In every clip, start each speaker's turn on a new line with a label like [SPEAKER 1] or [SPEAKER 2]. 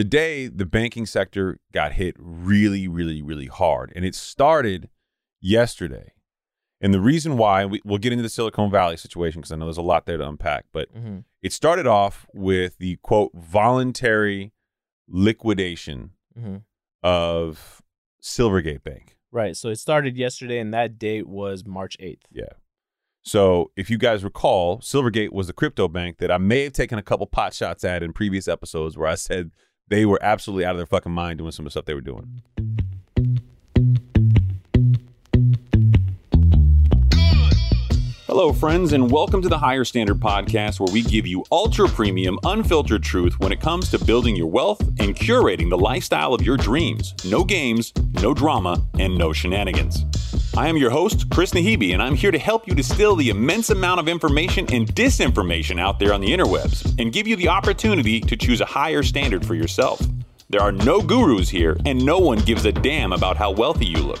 [SPEAKER 1] Today, the banking sector got hit really, really, really hard. And it started yesterday. And the reason why, we, we'll get into the Silicon Valley situation because I know there's a lot there to unpack, but
[SPEAKER 2] Mhm.
[SPEAKER 1] it started off with the quote, voluntary liquidation
[SPEAKER 2] Mhm.
[SPEAKER 1] of Silvergate Bank.
[SPEAKER 2] Right. So it started yesterday, and that date was March 8th.
[SPEAKER 1] So, if you guys recall, Silvergate was the crypto bank that I may have taken a couple pot shots at in previous episodes where I said they were absolutely out of their fucking mind doing some of the stuff they were doing. Hello, friends, and welcome to the Higher Standard Podcast, where we give you ultra premium, unfiltered truth when it comes to building your wealth and curating the lifestyle of your dreams. No games, no drama, and no shenanigans. I am your host, Chris Nahibi, and I'm here to help you distill the immense amount of information and disinformation out there on the interwebs and give you the opportunity to choose a higher standard for yourself. There are no gurus here, and no one gives a damn about how wealthy you look.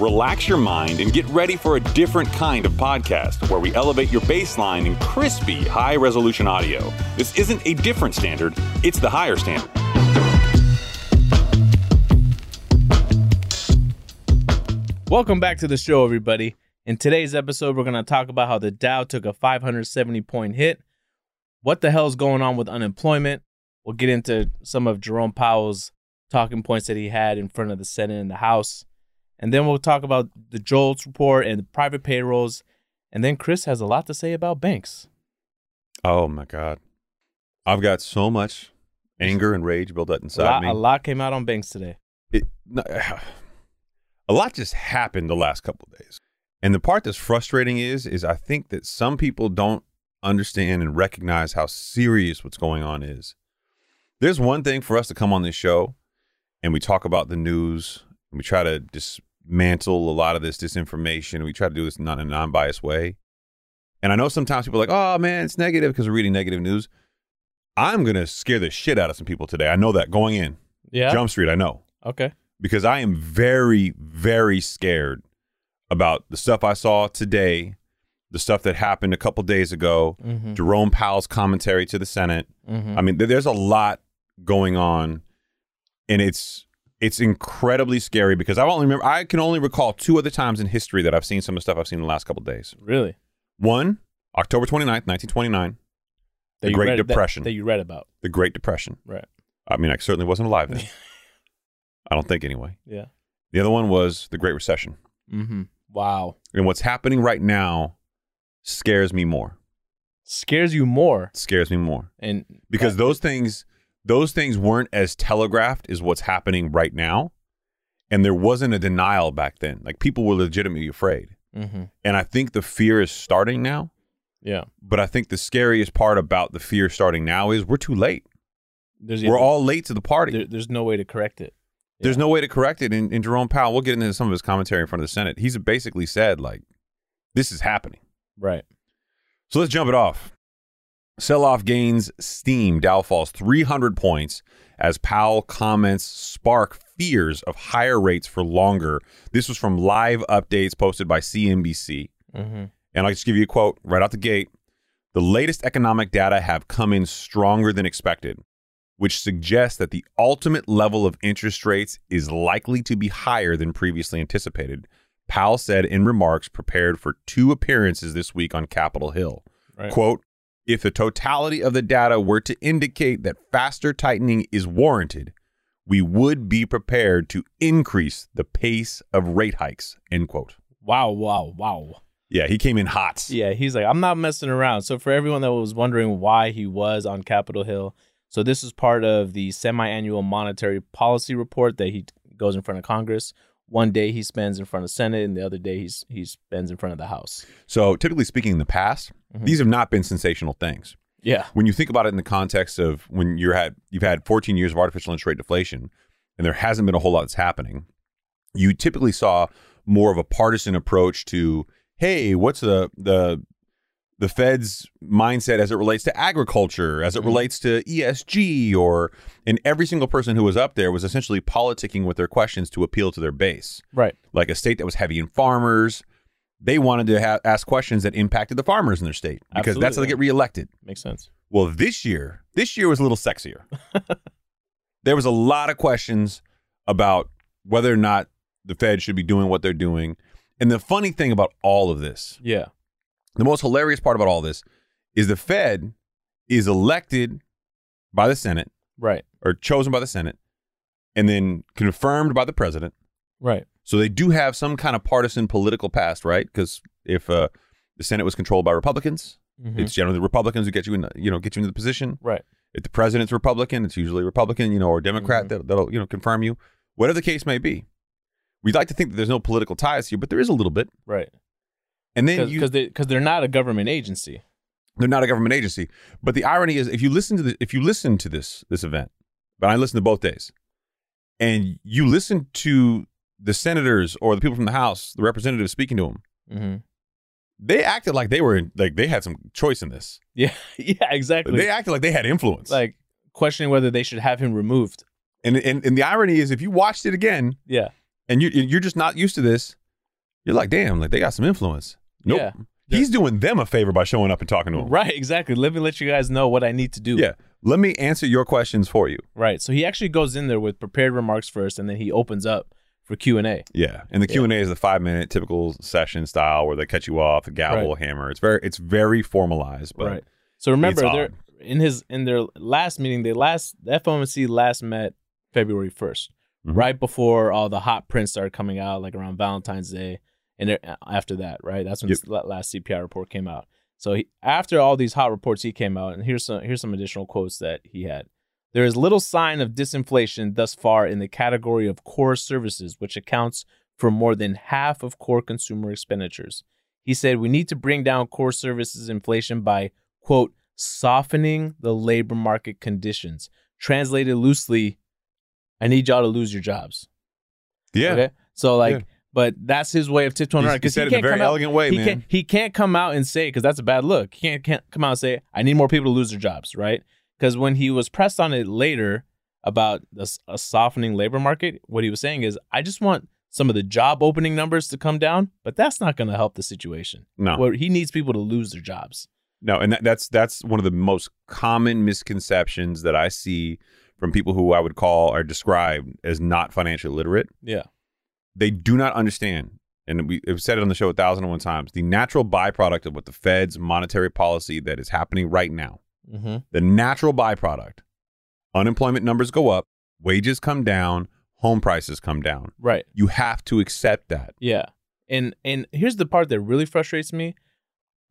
[SPEAKER 1] Relax your mind and get ready for a different kind of podcast where we elevate your baseline in crispy, high resolution audio. This isn't a different standard, it's the higher standard.
[SPEAKER 2] Welcome back to the show, everybody. In today's episode, we're going to talk about how the Dow took a 570 point hit, what the hell's going on with unemployment. We'll get into some of Jerome Powell's talking points that he had in front of the Senate and the House. And then we'll talk about the Jolts report and the private payrolls. And then Chris has a lot to say about banks.
[SPEAKER 1] Oh my God. I've got so much anger and rage built up
[SPEAKER 2] A
[SPEAKER 1] inside
[SPEAKER 2] lot,
[SPEAKER 1] me.
[SPEAKER 2] a lot came out on banks today.
[SPEAKER 1] It, no, a lot just happened the last couple of days. And the part that's frustrating is is I think that some people don't understand and recognize how serious what's going on is. There's one thing for us to come on this show and we talk about the news and we try to dismantle a lot of this disinformation and we try to do this not in a non-biased way. And I know sometimes people are like, "Oh man, it's negative because we're reading negative news." I'm going to scare the shit out of some people today. I know that going in.
[SPEAKER 2] Yeah.
[SPEAKER 1] Jump Street, I know
[SPEAKER 2] Okay.
[SPEAKER 1] because I am very, very scared about the stuff I saw today, the stuff that happened a couple days ago,
[SPEAKER 2] Mm-hmm.
[SPEAKER 1] Jerome Powell's commentary to the Senate.
[SPEAKER 2] Mm-hmm.
[SPEAKER 1] I mean, there- there's a lot going on, and it's it's incredibly scary because I only remember I can only recall two other times in history that I've seen some of the stuff I've seen in the last couple days.
[SPEAKER 2] Really?
[SPEAKER 1] One, October 29th, 1929, The
[SPEAKER 2] you
[SPEAKER 1] Great
[SPEAKER 2] read-
[SPEAKER 1] Depression.
[SPEAKER 2] That, that you read about.
[SPEAKER 1] the Great Depression.
[SPEAKER 2] Right.
[SPEAKER 1] I mean, I certainly wasn't alive then. I don't think anyway.
[SPEAKER 2] Yeah.
[SPEAKER 1] The other one was the Great Recession.
[SPEAKER 2] Mm-hmm. Wow.
[SPEAKER 1] And what's happening right now scares me more.
[SPEAKER 2] Scares you more.
[SPEAKER 1] Scares me more
[SPEAKER 2] And
[SPEAKER 1] because those things those things weren't as telegraphed as what's happening right now. And there wasn't a denial back then. Like people were legitimately afraid.
[SPEAKER 2] Mm-hmm.
[SPEAKER 1] And I think the fear is starting now,
[SPEAKER 2] Yeah.
[SPEAKER 1] but I think the scariest part about the fear starting now is we're too late.
[SPEAKER 2] There's
[SPEAKER 1] We're all late to the party.
[SPEAKER 2] there, there's no way to correct it.
[SPEAKER 1] There's no way to correct it. And, and Jerome Powell, we'll get into some of his commentary in front of the Senate. He's basically said like this is happening.
[SPEAKER 2] Right.
[SPEAKER 1] So let's jump it off. Sell off gains steam. Dow falls 300 points as Powell comments spark fears of higher rates for longer. This was from live updates posted by CNBC.
[SPEAKER 2] Mm-hmm.
[SPEAKER 1] And I'll just give you a quote right out the gate. The latest economic data have come in stronger than expected, which suggests that the ultimate level of interest rates is likely to be higher than previously anticipated, Powell said in remarks prepared for two appearances this week on Capitol Hill.
[SPEAKER 2] Right.
[SPEAKER 1] Quote, if the totality of the data were to indicate that faster tightening is warranted, we would be prepared to increase the pace of rate hikes, end quote.
[SPEAKER 2] Wow. Wow. Wow.
[SPEAKER 1] Yeah, he came in hot.
[SPEAKER 2] Yeah. He's like, I'm not messing around. So for everyone that was wondering why he was on Capitol Hill, so this is part of the semi-annual monetary policy report that he goes in front of Congress. One day he spends in front of Senate, and the other day he's he spends in front of the House.
[SPEAKER 1] So, typically speaking, in the past,
[SPEAKER 2] Mm-hmm.
[SPEAKER 1] these have not been sensational things.
[SPEAKER 2] Yeah.
[SPEAKER 1] When you think about it in the context of when you're had you've had 14 years of artificial interest rate deflation, and there hasn't been a whole lot that's happening. you typically saw more of a partisan approach to hey what's the the the fed's mindset as it relates to agriculture as it
[SPEAKER 2] Mhm.
[SPEAKER 1] relates to esg or and every single person who was up there was essentially politicking with their questions to appeal to their base
[SPEAKER 2] Right.
[SPEAKER 1] like a state that was heavy in farmers they wanted to ha- ask questions that impacted the farmers in their state because that's how
[SPEAKER 2] Absolutely.
[SPEAKER 1] they get reelected
[SPEAKER 2] Makes sense.
[SPEAKER 1] well, this year, this year was a little sexier. there was a lot of questions about whether or not the Fed should be doing what they're doing. And the funny thing about all of this,
[SPEAKER 2] Yeah.
[SPEAKER 1] the most hilarious part about all this is the Fed is elected by the Senate
[SPEAKER 2] Right.
[SPEAKER 1] or chosen by the Senate and then confirmed by the president.
[SPEAKER 2] Right.
[SPEAKER 1] So they do have some kind of partisan political past, right? Because if uh, the Senate was controlled by Republicans,
[SPEAKER 2] Mhm.
[SPEAKER 1] it's generally the Republicans who get you in, you know, get you into the position
[SPEAKER 2] right.
[SPEAKER 1] if the president's Republican, it's usually Republican, you know, or Democrat
[SPEAKER 2] Mhm.
[SPEAKER 1] that, that'll you know confirm you, whatever the case may be. We'd like to think that there's no political ties here, but there is a little bit.
[SPEAKER 2] Right.
[SPEAKER 1] And then you,
[SPEAKER 2] Because they because they're not a government agency.
[SPEAKER 1] they're not a government agency. But the irony is, if you listen to the, if you listen to this this event, but I listened to both days, and you listen to the senators or the people from the House, the representatives speaking to them,
[SPEAKER 2] Mm-hmm.
[SPEAKER 1] they acted like they were in, like they had some choice in this.
[SPEAKER 2] Yeah. yeah. Exactly.
[SPEAKER 1] They acted like they had influence.
[SPEAKER 2] like questioning whether they should have him removed.
[SPEAKER 1] and, and and the irony is, if you watched it again,
[SPEAKER 2] Yeah.
[SPEAKER 1] and you you're just not used to this, you're like, damn, like they got some influence. Nope.
[SPEAKER 2] Yeah.
[SPEAKER 1] He's doing them a favor by showing up and talking to them.
[SPEAKER 2] Right. Exactly. Let me let you guys know what I need to do.
[SPEAKER 1] Yeah. Let me answer your questions for you.
[SPEAKER 2] Right. So he actually goes in there with prepared remarks first, and then he opens up for Q and A.
[SPEAKER 1] Yeah. And the
[SPEAKER 2] Yeah.
[SPEAKER 1] Q and A is the five minute typical session style where they cut you off, a gavel, a hammer. It's very it's very formalized, but
[SPEAKER 2] Right. So remember,
[SPEAKER 1] It's
[SPEAKER 2] they're
[SPEAKER 1] odd.
[SPEAKER 2] in his in their last meeting. They last the FOMC last met February 1st
[SPEAKER 1] Mhm.
[SPEAKER 2] right before all the hot prints started coming out, like around Valentine's Day, and there- after that, right? That's when
[SPEAKER 1] Yep.
[SPEAKER 2] this la- last CPI report came out. So he, after all these hot reports, he came out, and here's some here's some additional quotes that he had. There is little sign of disinflation thus far in the category of core services, which accounts for more than half of core consumer expenditures. He said we need to bring down core services inflation by, quote, softening the labor market conditions. Translated loosely, I need y'all to lose your jobs.
[SPEAKER 1] yeah.
[SPEAKER 2] Okay. So like,
[SPEAKER 1] Yeah.
[SPEAKER 2] but that's his way of tiptoeing
[SPEAKER 1] He-
[SPEAKER 2] around
[SPEAKER 1] he
[SPEAKER 2] because he,
[SPEAKER 1] said it in a
[SPEAKER 2] can't
[SPEAKER 1] very
[SPEAKER 2] come out.
[SPEAKER 1] elegant way,
[SPEAKER 2] he
[SPEAKER 1] man.
[SPEAKER 2] can't. He can't come out and say because that's a bad look. He can't, can't come out and say I need more people to lose their jobs, right? Because when he was pressed on it later about a, s- a softening labor market, what he was saying is I just want some of the job opening numbers to come down, but that's not going to help the situation.
[SPEAKER 1] No.
[SPEAKER 2] Where he needs people to lose their jobs.
[SPEAKER 1] No, and that, that's that's one of the most common misconceptions that I see from people who I would call are described as not financially literate.
[SPEAKER 2] Yeah.
[SPEAKER 1] They do not understand, and we have said it on the show a thousand and one times. The natural byproduct of what the Fed's monetary policy that is happening right now,
[SPEAKER 2] Mm-hmm.
[SPEAKER 1] the natural byproduct, unemployment numbers go up, wages come down, home prices come down.
[SPEAKER 2] Right.
[SPEAKER 1] You have to accept that.
[SPEAKER 2] Yeah. And and here's the part that really frustrates me.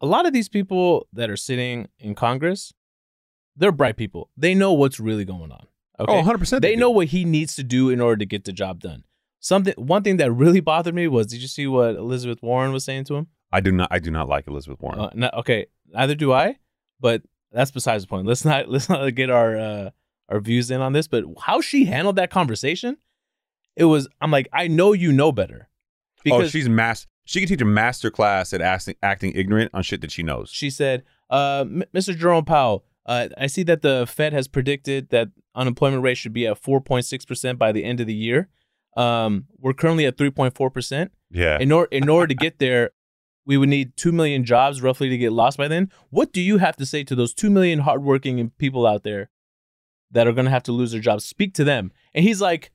[SPEAKER 2] A lot of these people that are sitting in Congress, they're bright people. They know what's really going on.
[SPEAKER 1] Oh,
[SPEAKER 2] Okay.
[SPEAKER 1] 100 percent.
[SPEAKER 2] they know what he needs to do in order to get the job done. Something one thing that really bothered me was did you see what Elizabeth Warren was saying to him?
[SPEAKER 1] I do not. I do not like Elizabeth Warren.
[SPEAKER 2] Uh, no, okay, neither do I, but that's besides the point. Let's not let's not get our uh, our views in on this. But how she handled that conversation, it was I'm like I know you know better.
[SPEAKER 1] oh, she's mass. She can teach a master class at acting, acting ignorant on shit that she knows.
[SPEAKER 2] she said, uh, M- Mr. Jerome Powell, uh, I see that the Fed has predicted that unemployment rate should be at 4.6% by the end of the year. Um, we're currently at 3.4%.
[SPEAKER 1] Yeah,
[SPEAKER 2] In, or- in order to get there, we would need 2 million jobs roughly to get lost by then. What do you have to say to those 2 million hardworking people out there that are going to have to lose their jobs? Speak to them. And he's like,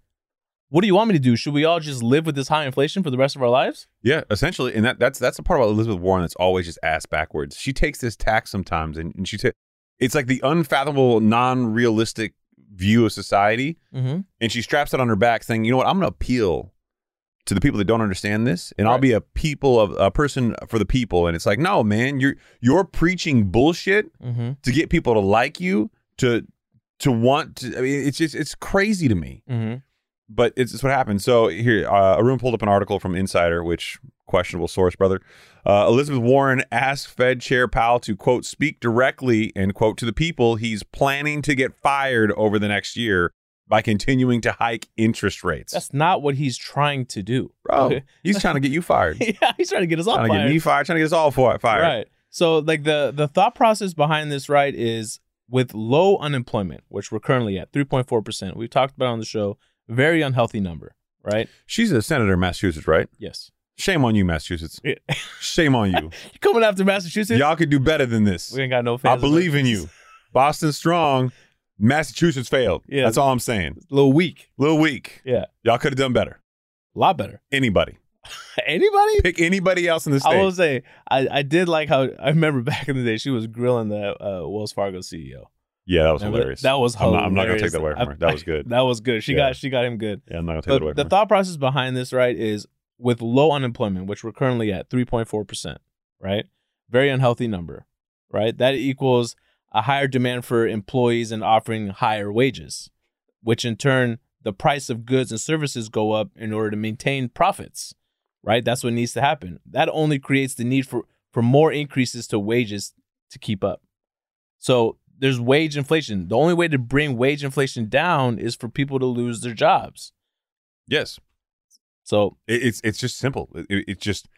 [SPEAKER 2] what do you want me to do? Should we all just live with this high inflation for the rest of our lives?
[SPEAKER 1] yeah. Essentially, and that that's that's the part about Elizabeth Warren that's always just ass backwards. She takes this tack sometimes, and, and she ta- it's like the unfathomable, non-realistic view of society,
[SPEAKER 2] Mm-hmm.
[SPEAKER 1] and she straps it on her back, saying, "You know what? I'm going to appeal to the people that don't understand this, and I'll
[SPEAKER 2] Right.
[SPEAKER 1] be a people of a person for the people." And it's like, no, man, you're you're preaching bullshit
[SPEAKER 2] Mm-hmm.
[SPEAKER 1] to get people to like you to to want to. I mean, it's just it's crazy to me.
[SPEAKER 2] Mm-hmm.
[SPEAKER 1] but it's, it's what happened. So here, uh, Arun pulled up an article from Insider, which questionable source, brother. Uh, Elizabeth Warren asked Fed Chair Powell to quote speak directly and quote to the people. He's planning to get fired over the next year by continuing to hike interest rates.
[SPEAKER 2] That's not what he's trying to do.
[SPEAKER 1] Bro, he's trying to get you fired.
[SPEAKER 2] yeah, he's trying to get us all
[SPEAKER 1] trying to
[SPEAKER 2] fired.
[SPEAKER 1] get me fired, trying to get us all fi- fired.
[SPEAKER 2] Right. So like the the thought process behind this right is with low unemployment, which we're currently at 3.4%. We've talked about it on the show, very unhealthy number, right?
[SPEAKER 1] She's a senator in Massachusetts, right?
[SPEAKER 2] Yes.
[SPEAKER 1] Shame on you, Massachusetts.
[SPEAKER 2] Yeah.
[SPEAKER 1] Shame on you.
[SPEAKER 2] Coming after Massachusetts,
[SPEAKER 1] Y'all could do better than this.
[SPEAKER 2] we ain't got no
[SPEAKER 1] I
[SPEAKER 2] fans.
[SPEAKER 1] believe in you. Boston strong. Massachusetts failed.
[SPEAKER 2] Yeah.
[SPEAKER 1] That's all I'm saying.
[SPEAKER 2] A little weak.
[SPEAKER 1] Little weak.
[SPEAKER 2] Yeah.
[SPEAKER 1] Y'all could have done better.
[SPEAKER 2] A lot better.
[SPEAKER 1] Anybody.
[SPEAKER 2] Anybody?
[SPEAKER 1] Pick anybody else in the
[SPEAKER 2] I
[SPEAKER 1] state.
[SPEAKER 2] will say, I, I did like how I remember back in the day she was grilling the uh, Wells Fargo CEO.
[SPEAKER 1] yeah, that was
[SPEAKER 2] Remember?
[SPEAKER 1] hilarious.
[SPEAKER 2] That was
[SPEAKER 1] I'm
[SPEAKER 2] hilarious.
[SPEAKER 1] not- I'm not gonna take that away from her. That was good.
[SPEAKER 2] that was good. She
[SPEAKER 1] Yeah.
[SPEAKER 2] got she got him good.
[SPEAKER 1] yeah, I'm not gonna take
[SPEAKER 2] But
[SPEAKER 1] it away.
[SPEAKER 2] the
[SPEAKER 1] from her.
[SPEAKER 2] thought process behind this, right, is with low unemployment, which we're currently at 3.4%, right? Very unhealthy number, right? That equals a higher demand for employees and offering higher wages, which in turn, the price of goods and services go up in order to maintain profits, right? That's what needs to happen. That only creates the need for, for more increases to wages to keep up. So there's wage inflation. The only way to bring wage inflation down is for people to lose their jobs.
[SPEAKER 1] yes,
[SPEAKER 2] So
[SPEAKER 1] It- it's it's just simple. It- it- it's just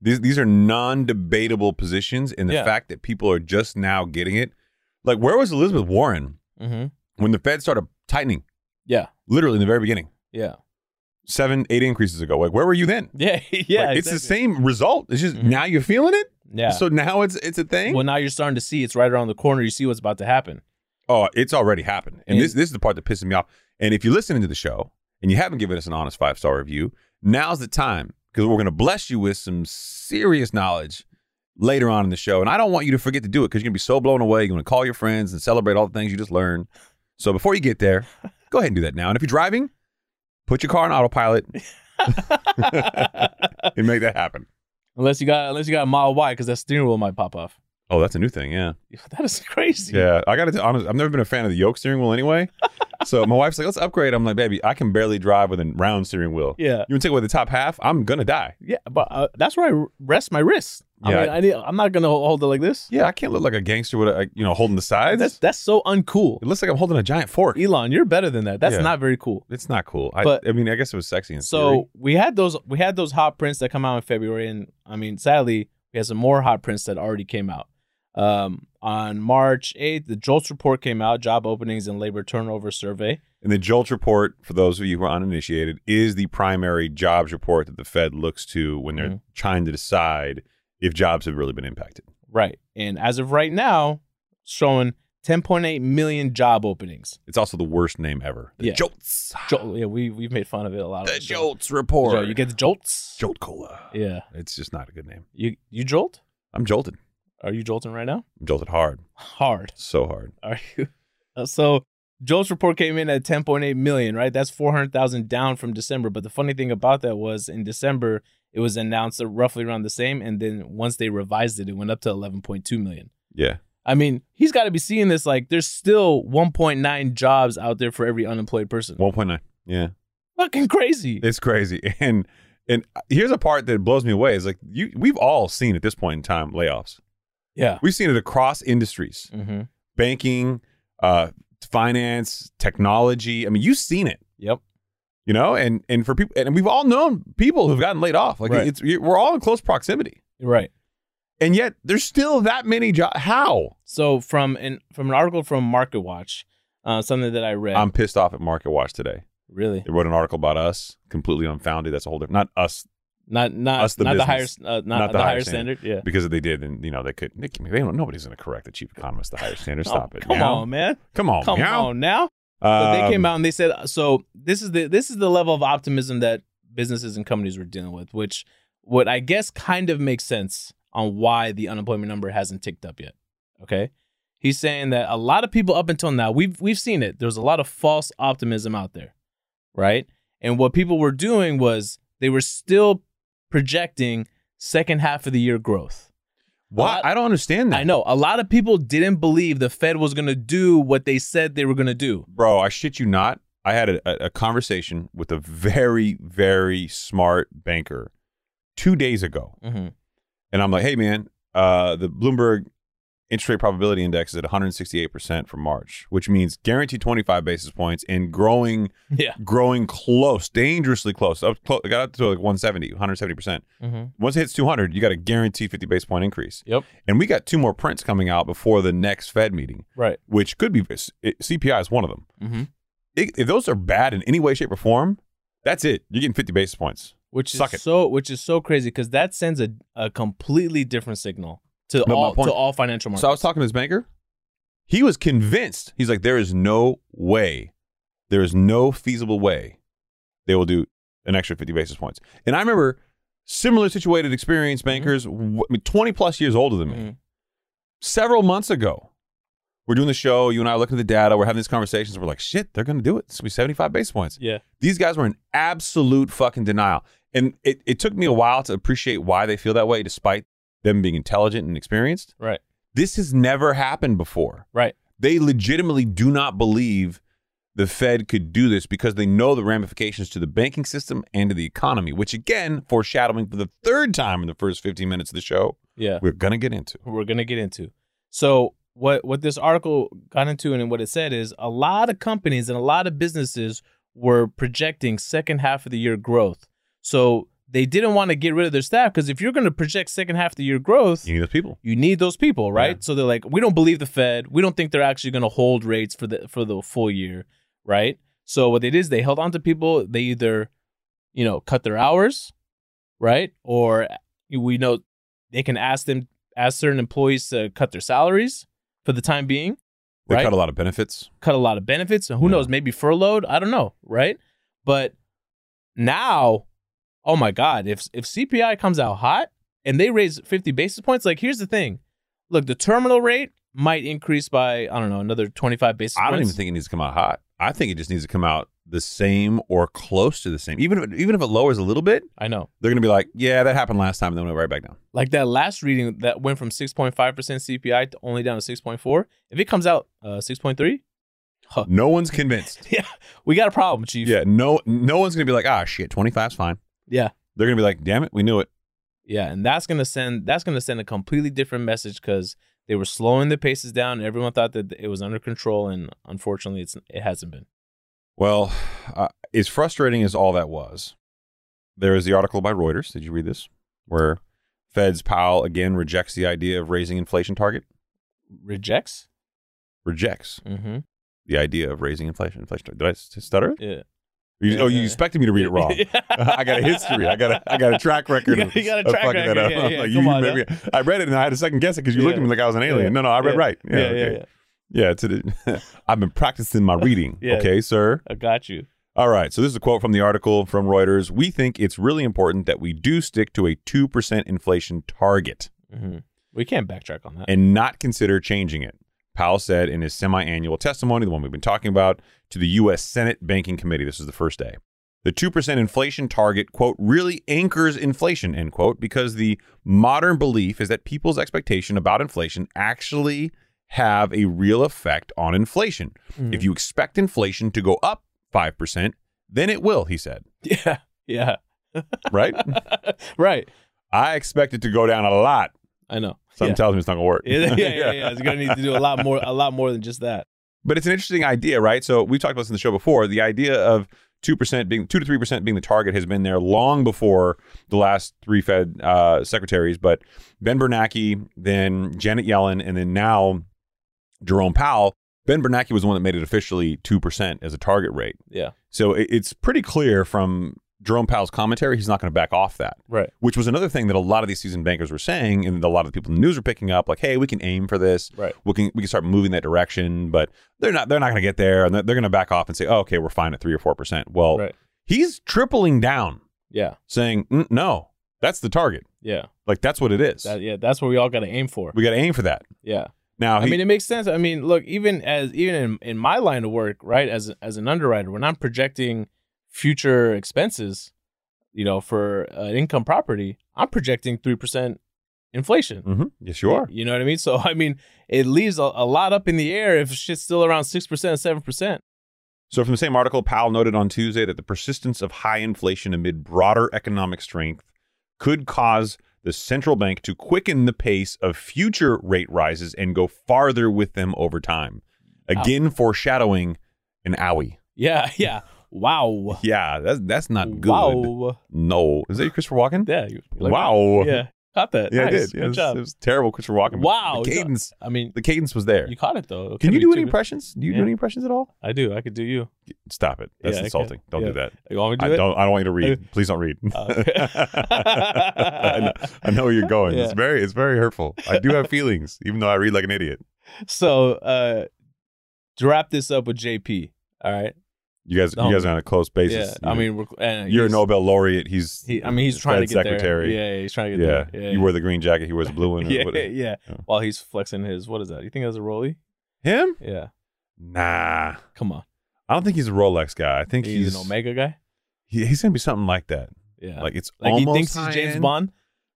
[SPEAKER 1] these these are non-debatable positions, and the
[SPEAKER 2] Yeah.
[SPEAKER 1] fact that people are just now getting it. Like, where was Elizabeth Warren
[SPEAKER 2] Mm-hmm.
[SPEAKER 1] when the Fed started tightening?
[SPEAKER 2] Yeah.
[SPEAKER 1] literally in the very beginning,
[SPEAKER 2] Yeah.
[SPEAKER 1] seven, eight increases ago. Like, where were you then?
[SPEAKER 2] Yeah. Yeah.
[SPEAKER 1] Like, it's the same result. It's just
[SPEAKER 2] Mhm.
[SPEAKER 1] now you're feeling it.
[SPEAKER 2] Yeah.
[SPEAKER 1] So now it's it's a thing.
[SPEAKER 2] well, now you're starting to see it's right around the corner. You see what's about to happen.
[SPEAKER 1] Oh, it's already happened. And,
[SPEAKER 2] And-
[SPEAKER 1] this this is the part that pisses me off. And if you're listening to the show and you haven't given us an honest five star review, now's the time because we're going to bless you with some serious knowledge later on in the show. And I don't want you to forget to do it because you're going to be so blown away. You're going to call your friends and celebrate all the things you just learned. So before you get there, go ahead and do that now. And if you're driving, put your car on autopilot and make that happen.
[SPEAKER 2] unless you got unless you got a mile wide because that steering wheel might pop off.
[SPEAKER 1] Oh, that's a new thing. Yeah.
[SPEAKER 2] That is crazy.
[SPEAKER 1] Yeah, I got to honest. I've never been a fan of the yoke steering wheel anyway. so my wife's like, "Let's upgrade." I'm like, "Baby, I can barely drive with a round steering wheel.
[SPEAKER 2] Yeah.
[SPEAKER 1] You want to take away the top half? I'm gonna die.
[SPEAKER 2] Yeah. But uh, that's where I r- rest my wrist. I
[SPEAKER 1] Yeah.
[SPEAKER 2] mean, I need, I'm not gonna hold it like this.
[SPEAKER 1] Yeah, I can't look like a gangster with a like, you know holding the sides.
[SPEAKER 2] That's that's so
[SPEAKER 1] it
[SPEAKER 2] uncool.
[SPEAKER 1] looks like I'm holding a giant fork.
[SPEAKER 2] Elon, you're better than that. That's
[SPEAKER 1] Yeah.
[SPEAKER 2] not very cool.
[SPEAKER 1] It's not cool. I,
[SPEAKER 2] But-
[SPEAKER 1] I mean, I guess it was sexy. In
[SPEAKER 2] So
[SPEAKER 1] theory.
[SPEAKER 2] we had those we had those hot prints that come out in February, and I mean, sadly, we had some more hot prints that already came out. Um, on March eighth, the JOLTS report came out, job openings and labor turnover survey.
[SPEAKER 1] and the Jolt report for those of you who are uninitiated is the primary jobs report that the Fed looks to when they're
[SPEAKER 2] Mhm.
[SPEAKER 1] trying to decide if jobs have really been impacted.
[SPEAKER 2] Right, and as of right now, showing ten point eight million job openings.
[SPEAKER 1] It's also the worst name ever. The
[SPEAKER 2] Yeah. Oh,
[SPEAKER 1] Jolts.
[SPEAKER 2] Jolt, yeah, we we've made fun of it a lot. on
[SPEAKER 1] The
[SPEAKER 2] the show.
[SPEAKER 1] Jolts
[SPEAKER 2] The
[SPEAKER 1] report.
[SPEAKER 2] Jolt, you get the JOLTS.
[SPEAKER 1] Jolt Cola.
[SPEAKER 2] Yeah,
[SPEAKER 1] It's just not a good name.
[SPEAKER 2] you you jolt?
[SPEAKER 1] I'm jolted.
[SPEAKER 2] Are you jolting right now?
[SPEAKER 1] I'm jolted hard.
[SPEAKER 2] Hard.
[SPEAKER 1] So hard.
[SPEAKER 2] Are you? Uh, So Joel's report came in at 10.8 million, right? That's 400,000 down from December. But the funny thing about that was in December, it was announced at roughly around the same. And then once they revised it, it went up to 11.2 million.
[SPEAKER 1] Yeah.
[SPEAKER 2] I mean, he's got to be seeing this like there's still 1.9 jobs out there for every unemployed person.
[SPEAKER 1] 1.9. Yeah.
[SPEAKER 2] Fucking crazy.
[SPEAKER 1] It's crazy. And and here's a part that blows me away is like you we've all seen at this point in time layoffs.
[SPEAKER 2] yeah.
[SPEAKER 1] We've seen it across industries.
[SPEAKER 2] Mm-hmm.
[SPEAKER 1] Banking, uh finance, technology. I mean, you've seen it,
[SPEAKER 2] Yep.
[SPEAKER 1] you know? And and for people and we've all known people who've gotten laid off. Like
[SPEAKER 2] Right.
[SPEAKER 1] it's we're all in close proximity.
[SPEAKER 2] Right.
[SPEAKER 1] And yet there's still that many jobs. How?
[SPEAKER 2] So from an from an article from Market Watch, uh, something that I read.
[SPEAKER 1] I'm pissed off at Market Watch today.
[SPEAKER 2] really
[SPEAKER 1] They wrote an article about us, completely unfounded. That's a whole different not us
[SPEAKER 2] not not
[SPEAKER 1] Us, the
[SPEAKER 2] not the higher
[SPEAKER 1] business.
[SPEAKER 2] uh, not, the, higher standard. Yeah.
[SPEAKER 1] because if they did, then you know they could. They, can- they don't, nobody's going to correct the chief economist, the higher standard. Stop
[SPEAKER 2] Oh,
[SPEAKER 1] it!
[SPEAKER 2] Come
[SPEAKER 1] meow.
[SPEAKER 2] on, man.
[SPEAKER 1] come on,
[SPEAKER 2] Come
[SPEAKER 1] meow. Um,
[SPEAKER 2] on now. But they came out and they said so this is the this is the level of optimism that businesses and companies were dealing with, which what I guess kind of makes sense on why the unemployment number hasn't ticked up yet. Okay? He's saying that a lot of people up until now, we've we've seen it. There's a lot of false optimism out there. Right? And what people were doing was they were still projecting second half of the year growth.
[SPEAKER 1] Why? I don't understand that.
[SPEAKER 2] I know a lot of people didn't believe the Fed was going to do what they said they were going to do.
[SPEAKER 1] bro. I shit you not. I had a, a, a conversation with a very, very smart banker two days ago,
[SPEAKER 2] Mm-hmm.
[SPEAKER 1] and I'm like, "Hey, man, uh, the Bloomberg interest rate probability index is at 168% for March, which means guaranteed 25 basis points and growing
[SPEAKER 2] Yeah.
[SPEAKER 1] growing close, dangerously close. Up close, got up to like 170, 170%.
[SPEAKER 2] Mm-hmm.
[SPEAKER 1] Once it hits 200, you got a guaranteed 50 basis point increase.
[SPEAKER 2] Yep.
[SPEAKER 1] And we got two more prints coming out before the next Fed meeting,
[SPEAKER 2] Right.
[SPEAKER 1] which could be it- CPI is one of them.
[SPEAKER 2] Mm-hmm.
[SPEAKER 1] It- if those are bad in any way, shape, or form, that's it. You're getting 50 basis points.
[SPEAKER 2] Which
[SPEAKER 1] Suck
[SPEAKER 2] is
[SPEAKER 1] it.
[SPEAKER 2] so which is so crazy because that sends a, a completely different signal to
[SPEAKER 1] my
[SPEAKER 2] all
[SPEAKER 1] point-
[SPEAKER 2] to all financial markets.
[SPEAKER 1] So I was talking to his banker. He was convinced. He's like, there is no way, there is no feasible way they will do an extra 50 basis points. And I remember similar situated experienced bankers, w- I mean, 20 plus years older than me,
[SPEAKER 2] Mhm.
[SPEAKER 1] several months ago. We're doing the show. You and I are looking at the data. We're having these conversations. We're like, shit, they're going to do it. It's going to be 75 basis points.
[SPEAKER 2] Yeah.
[SPEAKER 1] These guys were in absolute fucking denial. And it, it took me a while to appreciate why they feel that way, despite them being intelligent and experienced.
[SPEAKER 2] Right.
[SPEAKER 1] This has never happened before.
[SPEAKER 2] Right.
[SPEAKER 1] They legitimately do not believe the Fed could do this because they know the ramifications to the banking system and to the economy, which again, foreshadowing for the third time in the first 15 minutes of the show,
[SPEAKER 2] Yeah.
[SPEAKER 1] we're going to get into.
[SPEAKER 2] who we're gonna get into. So what what this article got into and what it said is a lot of companies and a lot of businesses were projecting second half of the year growth. So they didn't want to get rid of their staff because if you're gonna project second half of the year growth,
[SPEAKER 1] You need those people.
[SPEAKER 2] you need those people, right?
[SPEAKER 1] Yeah.
[SPEAKER 2] So they're like, we don't believe the Fed. We don't think they're actually going to hold rates for the for the full year, right? So what they did is they held on to people. They either, you know, cut their hours, right? Or we know they can ask them ask certain employees to cut their salaries for the time being,
[SPEAKER 1] They
[SPEAKER 2] right?
[SPEAKER 1] cut a lot of benefits.
[SPEAKER 2] cut a lot of benefits. And who
[SPEAKER 1] Yeah.
[SPEAKER 2] knows, maybe furloughed. I don't know, right? But now, oh my God, if if CPI comes out hot and they raise 50 basis points, like here's the thing. Look, the terminal rate might increase by, I don't know, another 25 basis
[SPEAKER 1] I
[SPEAKER 2] points.
[SPEAKER 1] don't even think it needs to come out hot. I think it just needs to come out the same or close to the same. Even if, even if it lowers a little bit,
[SPEAKER 2] I know.
[SPEAKER 1] they're going to be like, yeah, that happened last time, and then we'll right back down.
[SPEAKER 2] Like that last reading that went from 6.5% CPI to only down to 6.4. If it comes out uh, 6.3,
[SPEAKER 1] No one's convinced.
[SPEAKER 2] we got a problem, Chief.
[SPEAKER 1] yeah, no, no one's going to be like, ah, shit, 25's fine.
[SPEAKER 2] Yeah.
[SPEAKER 1] They're going to be like, damn it, we knew it.
[SPEAKER 2] Yeah, and that's gonna send that's gonna send a completely different message because they were slowing the paces down, and everyone thought that it was under control, and unfortunately, it's it hasn't been.
[SPEAKER 1] Well, uh, as frustrating as all that was, there is the article by Reuters. Did you read this? Where Fed's Powell again rejects the idea of raising inflation target.
[SPEAKER 2] Rejects.
[SPEAKER 1] Rejects
[SPEAKER 2] Mm-hmm.
[SPEAKER 1] the idea of raising inflation. Inflation. target. Did I s- stutter?
[SPEAKER 2] Yeah.
[SPEAKER 1] You- oh, you
[SPEAKER 2] Yeah.
[SPEAKER 1] expected me to read it wrong. I got a history. I got a I got a track record.
[SPEAKER 2] You got- you got a
[SPEAKER 1] of
[SPEAKER 2] track
[SPEAKER 1] fucking that
[SPEAKER 2] record.
[SPEAKER 1] up.
[SPEAKER 2] Yeah, yeah.
[SPEAKER 1] Like,
[SPEAKER 2] Come on,
[SPEAKER 1] maybe- I read it and I had to second guess it because you looked at
[SPEAKER 2] Yeah.
[SPEAKER 1] me like I was an alien.
[SPEAKER 2] Yeah.
[SPEAKER 1] No, no, I read
[SPEAKER 2] Yeah.
[SPEAKER 1] right.
[SPEAKER 2] yeah, yeah,
[SPEAKER 1] okay.
[SPEAKER 2] yeah.
[SPEAKER 1] Yeah, to the, I've been practicing my reading.
[SPEAKER 2] Yeah.
[SPEAKER 1] Okay, sir.
[SPEAKER 2] I got you.
[SPEAKER 1] All right. So this is a quote from the article from Reuters. We think it's really important that we do stick to a two percent inflation target
[SPEAKER 2] hmm We can't backtrack on that.
[SPEAKER 1] and not consider changing it. Powell said in his semi annual testimony, the one we've been talking about, to the U.S. Senate Banking Committee. This is the first day. The 2% inflation target, quote, really anchors inflation, end quote, because the modern belief is that people's expectation about inflation actually have a real effect on inflation.
[SPEAKER 2] Mhm.
[SPEAKER 1] If you expect inflation to go up 5%, then it will, he said,
[SPEAKER 2] yeah, yeah,
[SPEAKER 1] right?
[SPEAKER 2] right.
[SPEAKER 1] I expect it to go down a lot.
[SPEAKER 2] I know.
[SPEAKER 1] Something
[SPEAKER 2] Yeah.
[SPEAKER 1] tells me it's not going to work.
[SPEAKER 2] yeah, yeah, yeah, yeah. It's gonna need to do a lot more, a lot more than just that.
[SPEAKER 1] But it's an interesting idea, right? So we've talked about this in the show before. The idea of two percent being two to three percent being the target has been there long before the last three Fed uh, secretaries. But Ben Bernanke, then Janet Yellen, and then now Jerome Powell. Ben Bernanke was the one that made it officially two percent as a target rate.
[SPEAKER 2] Yeah.
[SPEAKER 1] So it, it's pretty clear from Jerome Powell's commentary he's not going to back off that.
[SPEAKER 2] Right.
[SPEAKER 1] Which was another thing that a lot of these seasoned bankers were saying, and a lot of the people in the news were picking up, like, "Hey, we can aim for this
[SPEAKER 2] Right.
[SPEAKER 1] we can we can start moving that direction, but they're not they're not going to get there, and they're, they're going to back off and say, oh, okay, we're fine at three or four percent. Well,
[SPEAKER 2] Right.
[SPEAKER 1] he's tripling down,
[SPEAKER 2] Yeah.
[SPEAKER 1] saying "Mm, no, that's the target,
[SPEAKER 2] Yeah.
[SPEAKER 1] like that's what it is.
[SPEAKER 2] That, yeah. That's what we all got to aim for.
[SPEAKER 1] we got to aim for that.
[SPEAKER 2] Yeah.
[SPEAKER 1] Now,
[SPEAKER 2] I
[SPEAKER 1] he,
[SPEAKER 2] mean, it makes sense. I mean, look, even as even in, in my line of work, right, as as an underwriter, when I'm projecting future expenses, you know, for an income property, I'm projecting three percent inflation.
[SPEAKER 1] Mhm. yes, you are.
[SPEAKER 2] You know what I mean? So I mean, it leaves a, a lot up in the air if shit's still around six percent, seven percent.
[SPEAKER 1] So, from the same article, Powell noted on Tuesday that the persistence of high inflation amid broader economic strength could cause the central bank to quicken the pace of future rate rises and go farther with them over time. Again, foreshadowing an owie.
[SPEAKER 2] Yeah, yeah. Wow.
[SPEAKER 1] Yeah, that's that's not good.
[SPEAKER 2] Wow.
[SPEAKER 1] No, is that Christopher Walken?
[SPEAKER 2] Yeah. you- you like
[SPEAKER 1] wow.
[SPEAKER 2] that? Yeah. Caught that.
[SPEAKER 1] Yeah, I
[SPEAKER 2] nice.
[SPEAKER 1] did.
[SPEAKER 2] Good
[SPEAKER 1] Yeah, it, was,
[SPEAKER 2] job.
[SPEAKER 1] it was terrible, Christopher Walken. but
[SPEAKER 2] Wow.
[SPEAKER 1] the cadence,
[SPEAKER 2] I mean,
[SPEAKER 1] the cadence was there.
[SPEAKER 2] you caught it though. It
[SPEAKER 1] Can
[SPEAKER 2] could
[SPEAKER 1] you
[SPEAKER 2] be
[SPEAKER 1] do any
[SPEAKER 2] too-
[SPEAKER 1] impressions? Do you
[SPEAKER 2] Yeah.
[SPEAKER 1] do any impressions at all?
[SPEAKER 2] I do. I could do you.
[SPEAKER 1] Stop it. That's
[SPEAKER 2] Yeah, I can.
[SPEAKER 1] insulting. Don't do
[SPEAKER 2] Yeah.
[SPEAKER 1] that.
[SPEAKER 2] You want me to
[SPEAKER 1] I
[SPEAKER 2] do it?
[SPEAKER 1] don't. I don't want you to read. Please don't read.
[SPEAKER 2] Oh, okay.
[SPEAKER 1] I, know, I know where you're going. It's
[SPEAKER 2] Yeah.
[SPEAKER 1] very. It's very hurtful. I do have feelings, even though I read like an idiot.
[SPEAKER 2] So, uh, to wrap this up with JP. All right.
[SPEAKER 1] You guys.
[SPEAKER 2] No.
[SPEAKER 1] You guys are on a close basis.
[SPEAKER 2] Oh. yeah. I
[SPEAKER 1] You-
[SPEAKER 2] mean, we're, and
[SPEAKER 1] you're a
[SPEAKER 2] he's-
[SPEAKER 1] Nobel laureate. He's.
[SPEAKER 2] He, I mean, he's
[SPEAKER 1] the
[SPEAKER 2] trying to
[SPEAKER 1] Fed
[SPEAKER 2] get
[SPEAKER 1] secretary.
[SPEAKER 2] there. Yeah, yeah, he's trying to get
[SPEAKER 1] Yeah.
[SPEAKER 2] there.
[SPEAKER 1] You wear the green jacket. He wears the blue one. or
[SPEAKER 2] yeah,
[SPEAKER 1] what-
[SPEAKER 2] yeah, yeah.
[SPEAKER 1] Yeah.
[SPEAKER 2] While he's flexing his, what is that? You think that's a rollie?
[SPEAKER 1] Him?
[SPEAKER 2] Yeah.
[SPEAKER 1] Nah.
[SPEAKER 2] Come on.
[SPEAKER 1] I don't think he's a Rolex guy. I think
[SPEAKER 2] He's,
[SPEAKER 1] he's.
[SPEAKER 2] an Omega guy.
[SPEAKER 1] he- he's gonna be something like that.
[SPEAKER 2] Yeah.
[SPEAKER 1] Like it's
[SPEAKER 2] Like,
[SPEAKER 1] almost
[SPEAKER 2] he thinks
[SPEAKER 1] high
[SPEAKER 2] he's James
[SPEAKER 1] end,
[SPEAKER 2] Bond.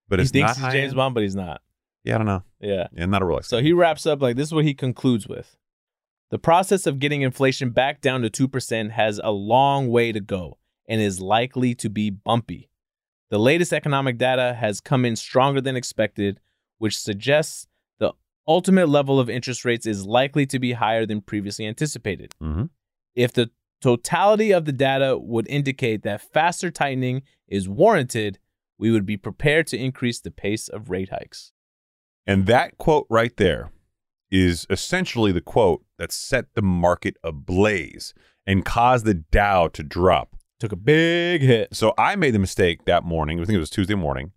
[SPEAKER 1] but
[SPEAKER 2] he
[SPEAKER 1] it's
[SPEAKER 2] thinks
[SPEAKER 1] not
[SPEAKER 2] he's
[SPEAKER 1] high
[SPEAKER 2] James
[SPEAKER 1] end.
[SPEAKER 2] Bond, but he's not.
[SPEAKER 1] Yeah, I don't know.
[SPEAKER 2] Yeah.
[SPEAKER 1] Yeah, not a Rolex.
[SPEAKER 2] So he wraps up like this is what he concludes with. The process of getting inflation back down to 2% has a long way to go and is likely to be bumpy. The latest economic data has come in stronger than expected, which suggests the ultimate level of interest rates is likely to be higher than previously anticipated.
[SPEAKER 1] hmm
[SPEAKER 2] If the totality of the data would indicate that faster tightening is warranted, we would be prepared to increase the pace of rate hikes.
[SPEAKER 1] And that quote right there is essentially the quote that set the market ablaze and caused the Dow to drop.
[SPEAKER 2] Took a big hit.
[SPEAKER 1] So I made the mistake that morning, I think it was Tuesday morning,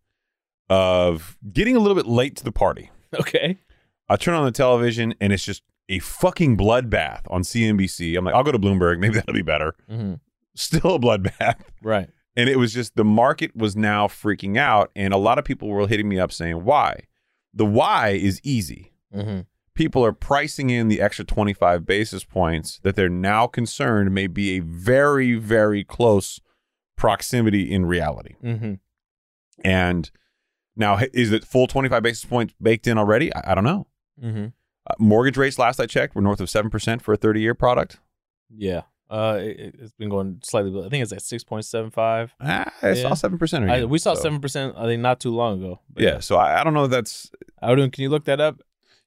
[SPEAKER 1] of getting a little bit late to the party.
[SPEAKER 2] Okay.
[SPEAKER 1] I turn on the television and it's just a fucking bloodbath on CNBC. I'm like, I'll go to Bloomberg. Maybe that'll be better.
[SPEAKER 2] Mm-hmm.
[SPEAKER 1] Still a bloodbath.
[SPEAKER 2] Right.
[SPEAKER 1] And it was just the market was now freaking out. And a lot of people were hitting me up saying, why? The why is easy.
[SPEAKER 2] Mm-hmm.
[SPEAKER 1] people are pricing in the extra 25 basis points that they're now concerned may be a very, very close proximity in reality.
[SPEAKER 2] Mm-hmm.
[SPEAKER 1] And now, h- is it full 25 basis points baked in already? I, I don't know.
[SPEAKER 2] Mm-hmm.
[SPEAKER 1] Uh, mortgage rates last I checked were north of 7% for a 30 year product.
[SPEAKER 2] Yeah. Uh, it, it- it's been going slightly. below- I think it's at six point seven five.
[SPEAKER 1] Ah, I
[SPEAKER 2] Yeah.
[SPEAKER 1] saw 7%.
[SPEAKER 2] I,
[SPEAKER 1] again,
[SPEAKER 2] we saw
[SPEAKER 1] so-
[SPEAKER 2] seven percent. I think not too long ago. But
[SPEAKER 1] Yeah, so I, I don't know if that's
[SPEAKER 2] Odin, can you look that up?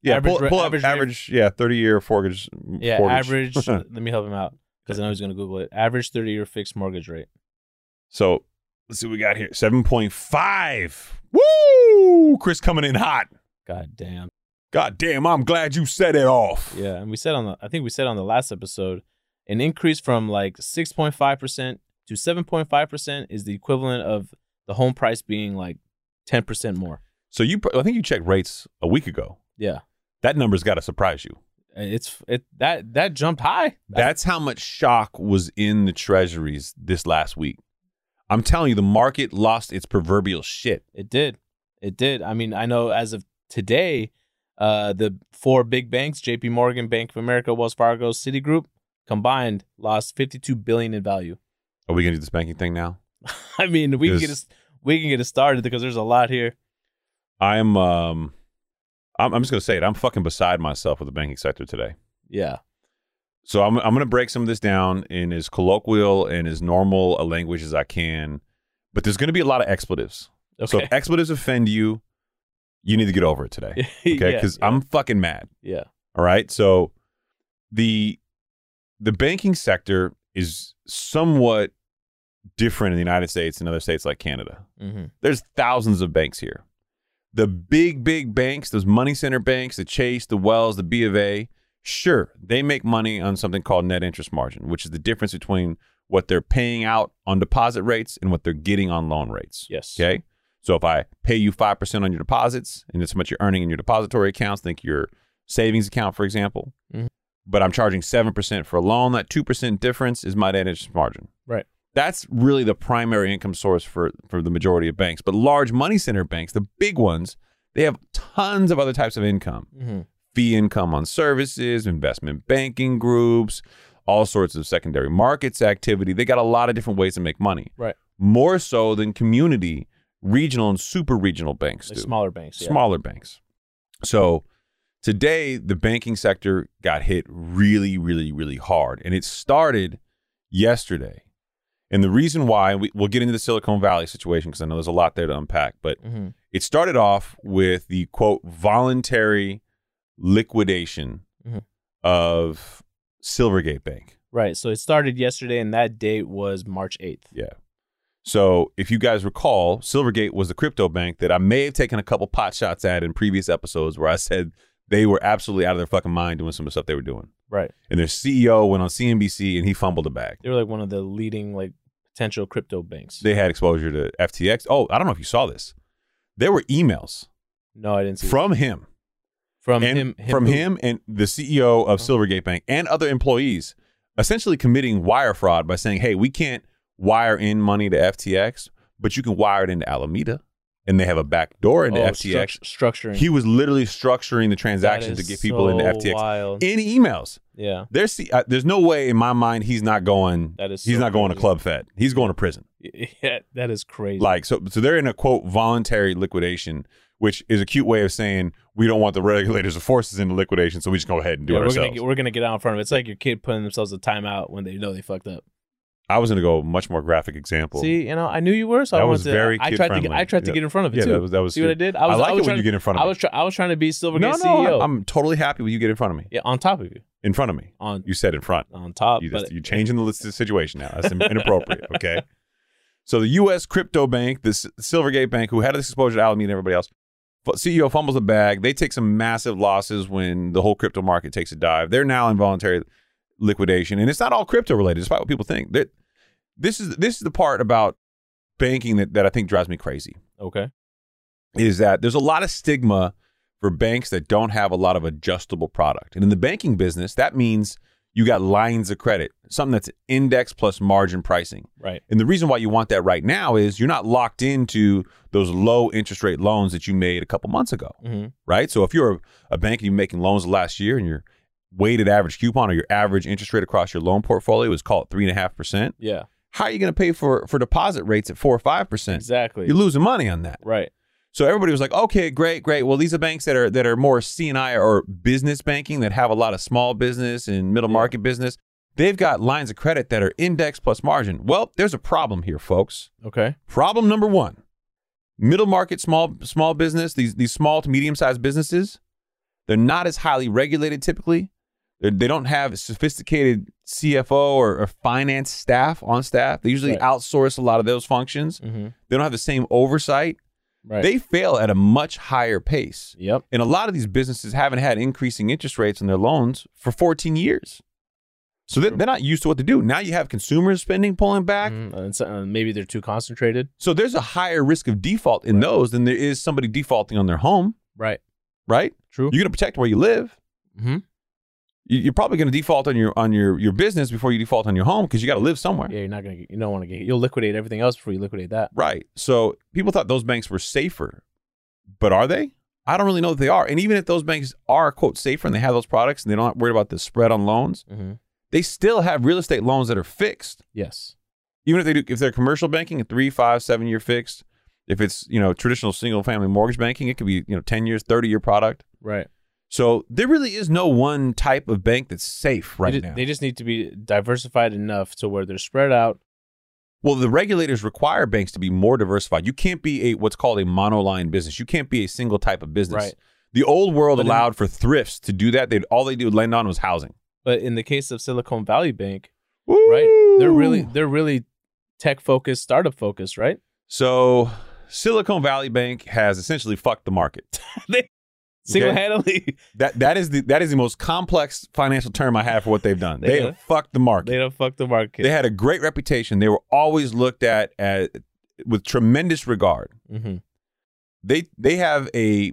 [SPEAKER 1] yeah.
[SPEAKER 2] Average
[SPEAKER 1] pull
[SPEAKER 2] ra-
[SPEAKER 1] pull up
[SPEAKER 2] average
[SPEAKER 1] average,
[SPEAKER 2] rate-
[SPEAKER 1] yeah, thirty year mortgage. mm,
[SPEAKER 2] Yeah.
[SPEAKER 1] mortgage.
[SPEAKER 2] Average. let me help him out because I know he's going to Google it. Average thirty-year fixed mortgage rate.
[SPEAKER 1] So let's see what we got here. 7.5. Woo! Chris coming in hot.
[SPEAKER 2] God damn.
[SPEAKER 1] God damn, I'm glad you set it off.
[SPEAKER 2] Yeah. And we said on the. I think we said on the last episode, an increase from like six point five percent to seven point five percent is the equivalent of the home price being like ten percent more.
[SPEAKER 1] So you I think you checked rates a week ago.
[SPEAKER 2] Yeah.
[SPEAKER 1] That number's got to surprise you.
[SPEAKER 2] It's it that that jumped high.
[SPEAKER 1] That's how much shock was in the treasuries this last week. I'm telling you the market lost its proverbial shit.
[SPEAKER 2] It did. It did. I mean, I know as of today, uh, the four big banks, JP Morgan, Bank of America, Wells Fargo, Citigroup, combined lost 52 billion in value.
[SPEAKER 1] Are we going to do this banking thing now?
[SPEAKER 2] I mean, we can get
[SPEAKER 1] Yes.
[SPEAKER 2] us we can get it started because there's a lot here.
[SPEAKER 1] I'm um I'm, I'm just going to say it. I'm fucking beside myself with the banking sector today.
[SPEAKER 2] Yeah.
[SPEAKER 1] So I'm I'm gonna break some of this down in as colloquial and as normal a language as I can, but there's gonna be a lot of expletives. So
[SPEAKER 2] Okay.
[SPEAKER 1] if expletives offend you, you need to get over it today, okay?
[SPEAKER 2] yeah,
[SPEAKER 1] Because
[SPEAKER 2] yeah,
[SPEAKER 1] I'm fucking mad.
[SPEAKER 2] yeah.
[SPEAKER 1] All right. So the the banking sector is somewhat different in the United States and other states like Canada.
[SPEAKER 2] Mm-hmm.
[SPEAKER 1] There's thousands of banks here. The big, big banks, those money center banks, the Chase, the Wells, the B of A, sure, they make money on something called net interest margin, which is the difference between what they're paying out on deposit rates and what they're getting on loan rates.
[SPEAKER 2] Yes.
[SPEAKER 1] Okay. So if I pay you 5% on your deposits and it's how much you're earning in your depository accounts, think your savings account, for example,
[SPEAKER 2] Mhm.
[SPEAKER 1] but I'm charging 7% for a loan, that 2% difference is my net interest margin.
[SPEAKER 2] Right.
[SPEAKER 1] That's really the primary income source for, for the majority of banks. But large money center banks, the big ones, they have tons of other types of income
[SPEAKER 2] Mm-hmm.
[SPEAKER 1] fee income on services, investment banking groups, all sorts of secondary markets activity. They got a lot of different ways to make money.
[SPEAKER 2] Right.
[SPEAKER 1] More so than community, regional, and super regional banks
[SPEAKER 2] Like
[SPEAKER 1] do.
[SPEAKER 2] smaller banks. Yeah.
[SPEAKER 1] Smaller banks. So today, the banking sector got hit really, really, really hard. And it started yesterday. And the reason why, we, we'll get into the Silicon Valley situation because I know there's a lot there to unpack, but
[SPEAKER 2] Mm-hmm.
[SPEAKER 1] It started off with the quote voluntary liquidation
[SPEAKER 2] Mhm.
[SPEAKER 1] of Silvergate Bank.
[SPEAKER 2] Right. So it started yesterday, and that date was March 8th.
[SPEAKER 1] Yeah. So if you guys recall, Silvergate was the crypto bank that I may have taken a couple pot shots at in previous episodes where I said they were absolutely out of their fucking mind doing some of the stuff they were doing.
[SPEAKER 2] Right.
[SPEAKER 1] And their CEO went on CNBC and he fumbled a bag.
[SPEAKER 2] They were like one of the leading like potential crypto banks.
[SPEAKER 1] They had exposure to FTX. Oh, I don't know if you saw this. There were emails
[SPEAKER 2] no, I didn't see
[SPEAKER 1] from him,
[SPEAKER 2] from
[SPEAKER 1] and
[SPEAKER 2] him,
[SPEAKER 1] from
[SPEAKER 2] who- Oh.
[SPEAKER 1] him and the CEO of Silvergate Bank and other employees, essentially committing wire fraud by saying, "Hey, we can't wire in money to FTX, but you can wire it into Alameda." And they have a back door into
[SPEAKER 2] oh,
[SPEAKER 1] FTX.
[SPEAKER 2] struct- structuring
[SPEAKER 1] He was literally structuring the
[SPEAKER 2] That
[SPEAKER 1] transactions to
[SPEAKER 2] is
[SPEAKER 1] get people into
[SPEAKER 2] so
[SPEAKER 1] FTX
[SPEAKER 2] wild.
[SPEAKER 1] in emails.
[SPEAKER 2] yeah,
[SPEAKER 1] There's the- uh, there's no way in my mind he's not going.
[SPEAKER 2] That is
[SPEAKER 1] he's
[SPEAKER 2] so
[SPEAKER 1] not going to
[SPEAKER 2] crazy.
[SPEAKER 1] Club Fed. He's going to prison.
[SPEAKER 2] yeah, that is crazy.
[SPEAKER 1] Like so, so they're in a quote voluntary liquidation, which is a cute way of saying we don't want the regulators to force us into liquidation, so we just go ahead and do it
[SPEAKER 2] Yeah, we're gonna
[SPEAKER 1] ourselves.
[SPEAKER 2] get, we're gonna get out in front of it. It's like your kid putting themselves a timeout when they know they fucked up.
[SPEAKER 1] I was gonna go a much more graphic example.
[SPEAKER 2] See, you know, I knew you were, so I
[SPEAKER 1] That
[SPEAKER 2] wanted
[SPEAKER 1] was
[SPEAKER 2] to.
[SPEAKER 1] very
[SPEAKER 2] I
[SPEAKER 1] kid
[SPEAKER 2] tried to get,
[SPEAKER 1] friendly.
[SPEAKER 2] I tried to
[SPEAKER 1] Yeah.
[SPEAKER 2] get in front of it
[SPEAKER 1] yeah,
[SPEAKER 2] too.
[SPEAKER 1] that was that was.
[SPEAKER 2] See what I
[SPEAKER 1] stupid.
[SPEAKER 2] did? I was,
[SPEAKER 1] like
[SPEAKER 2] was
[SPEAKER 1] it when
[SPEAKER 2] trying,
[SPEAKER 1] you get in front of
[SPEAKER 2] I
[SPEAKER 1] me.
[SPEAKER 2] was try, I was trying to E be Silvergate
[SPEAKER 1] no,
[SPEAKER 2] CEO.
[SPEAKER 1] no, I'm totally happy when you get in front of me.
[SPEAKER 2] yeah, on top of you,
[SPEAKER 1] In front of me,
[SPEAKER 2] on
[SPEAKER 1] you said in front.
[SPEAKER 2] on top.
[SPEAKER 1] You
[SPEAKER 2] but-
[SPEAKER 1] just you're changing the E list of situation now. That's inappropriate. Okay. So the U.S. crypto bank, the S- Silvergate Bank, who had this exposure to Alameda and everybody else, fu- CEO fumbles a bag. They take some massive losses when the whole crypto market takes a dive. They're now in voluntary liquidation, and it's not all crypto related, despite what people think. That this is this is the part about banking that, that I think drives me crazy
[SPEAKER 2] okay,
[SPEAKER 1] is that there's a lot of stigma for banks that don't have a lot of adjustable product. And in the banking business, that means you got lines of credit, something that's index plus margin pricing.
[SPEAKER 2] right,
[SPEAKER 1] And the reason why you want that right now is you're not locked into those low interest rate loans that you made a couple months ago,
[SPEAKER 2] hmm
[SPEAKER 1] right? So if you're a, a bank and you're making loans last year and your weighted average coupon or your average interest rate across your loan portfolio is called three and a half percent,
[SPEAKER 2] yeah,
[SPEAKER 1] how are you going to pay for for deposit rates at four or five percent?
[SPEAKER 2] exactly,
[SPEAKER 1] You're losing money on that.
[SPEAKER 2] right,
[SPEAKER 1] So everybody was like, okay, great, great. Well, these are banks that are that are more CNI or business banking that have a lot of small business and middle
[SPEAKER 2] Yeah.
[SPEAKER 1] market business. They've got lines of credit that are index plus margin. Well, there's a problem here, folks.
[SPEAKER 2] okay,
[SPEAKER 1] Problem number one: middle market, small small business. These these small to medium sized businesses, they're not as highly regulated typically. They're, they don't have sophisticated CFO or, or finance staff on staff. They usually
[SPEAKER 2] Right.
[SPEAKER 1] outsource a lot of those functions.
[SPEAKER 2] hmm
[SPEAKER 1] They don't have the same oversight
[SPEAKER 2] right,
[SPEAKER 1] they fail at a much higher pace.
[SPEAKER 2] yep,
[SPEAKER 1] And a lot of these businesses haven't had increasing interest rates on their loans for 14 years. So they,
[SPEAKER 2] True.
[SPEAKER 1] they're not used to what to do. Now you have consumer spending pulling back.
[SPEAKER 2] Mhm, and so, uh, maybe they're too concentrated,
[SPEAKER 1] So there's a higher risk of default in those than there is somebody defaulting on their home,
[SPEAKER 2] right,
[SPEAKER 1] right?
[SPEAKER 2] true,
[SPEAKER 1] You're going to protect where you live.
[SPEAKER 2] hmm
[SPEAKER 1] You- You're probably going to default on your on your your business before you default on your home because you got to live somewhere.
[SPEAKER 2] yeah, you're not gonna, get, you don't want to get, you'll liquidate everything else before you liquidate that.
[SPEAKER 1] Right. So people thought those banks were safer, but are they? I don't really know that they are. And even if those banks are quote safer and they have those products and they don't worry about the spread on loans,
[SPEAKER 2] hmm
[SPEAKER 1] they still have real estate loans that are fixed.
[SPEAKER 2] Yes,
[SPEAKER 1] Even if they do, if they're commercial banking, a three, five, seven year fixed. If it's you know traditional single family mortgage banking, it could be you know ten years, thirty year product.
[SPEAKER 2] right.
[SPEAKER 1] So there really is no one type of bank that's safe right
[SPEAKER 2] they, ju-
[SPEAKER 1] now.
[SPEAKER 2] they just need to be diversified enough to where they're spread out.
[SPEAKER 1] Well, the regulators require banks to be more diversified. You can't be a what's called a monoline business. You can't be a single type of business.
[SPEAKER 2] Right.
[SPEAKER 1] The old world
[SPEAKER 2] But in-
[SPEAKER 1] allowed for thrifts to do that. They all they do lend on was housing.
[SPEAKER 2] But in the case of Silicon Valley Bank, right? They're really they're really tech focused, startup focused, right?
[SPEAKER 1] so Silicon Valley Bank has essentially fucked the market.
[SPEAKER 2] Single handedly,
[SPEAKER 1] That that is the that is the most complex financial term I have for what they've done. they
[SPEAKER 2] Yeah.
[SPEAKER 1] have fucked the market.
[SPEAKER 2] they don't fuck the market.
[SPEAKER 1] they had a great reputation. They were always looked at as, with tremendous regard.
[SPEAKER 2] hmm
[SPEAKER 1] they they have a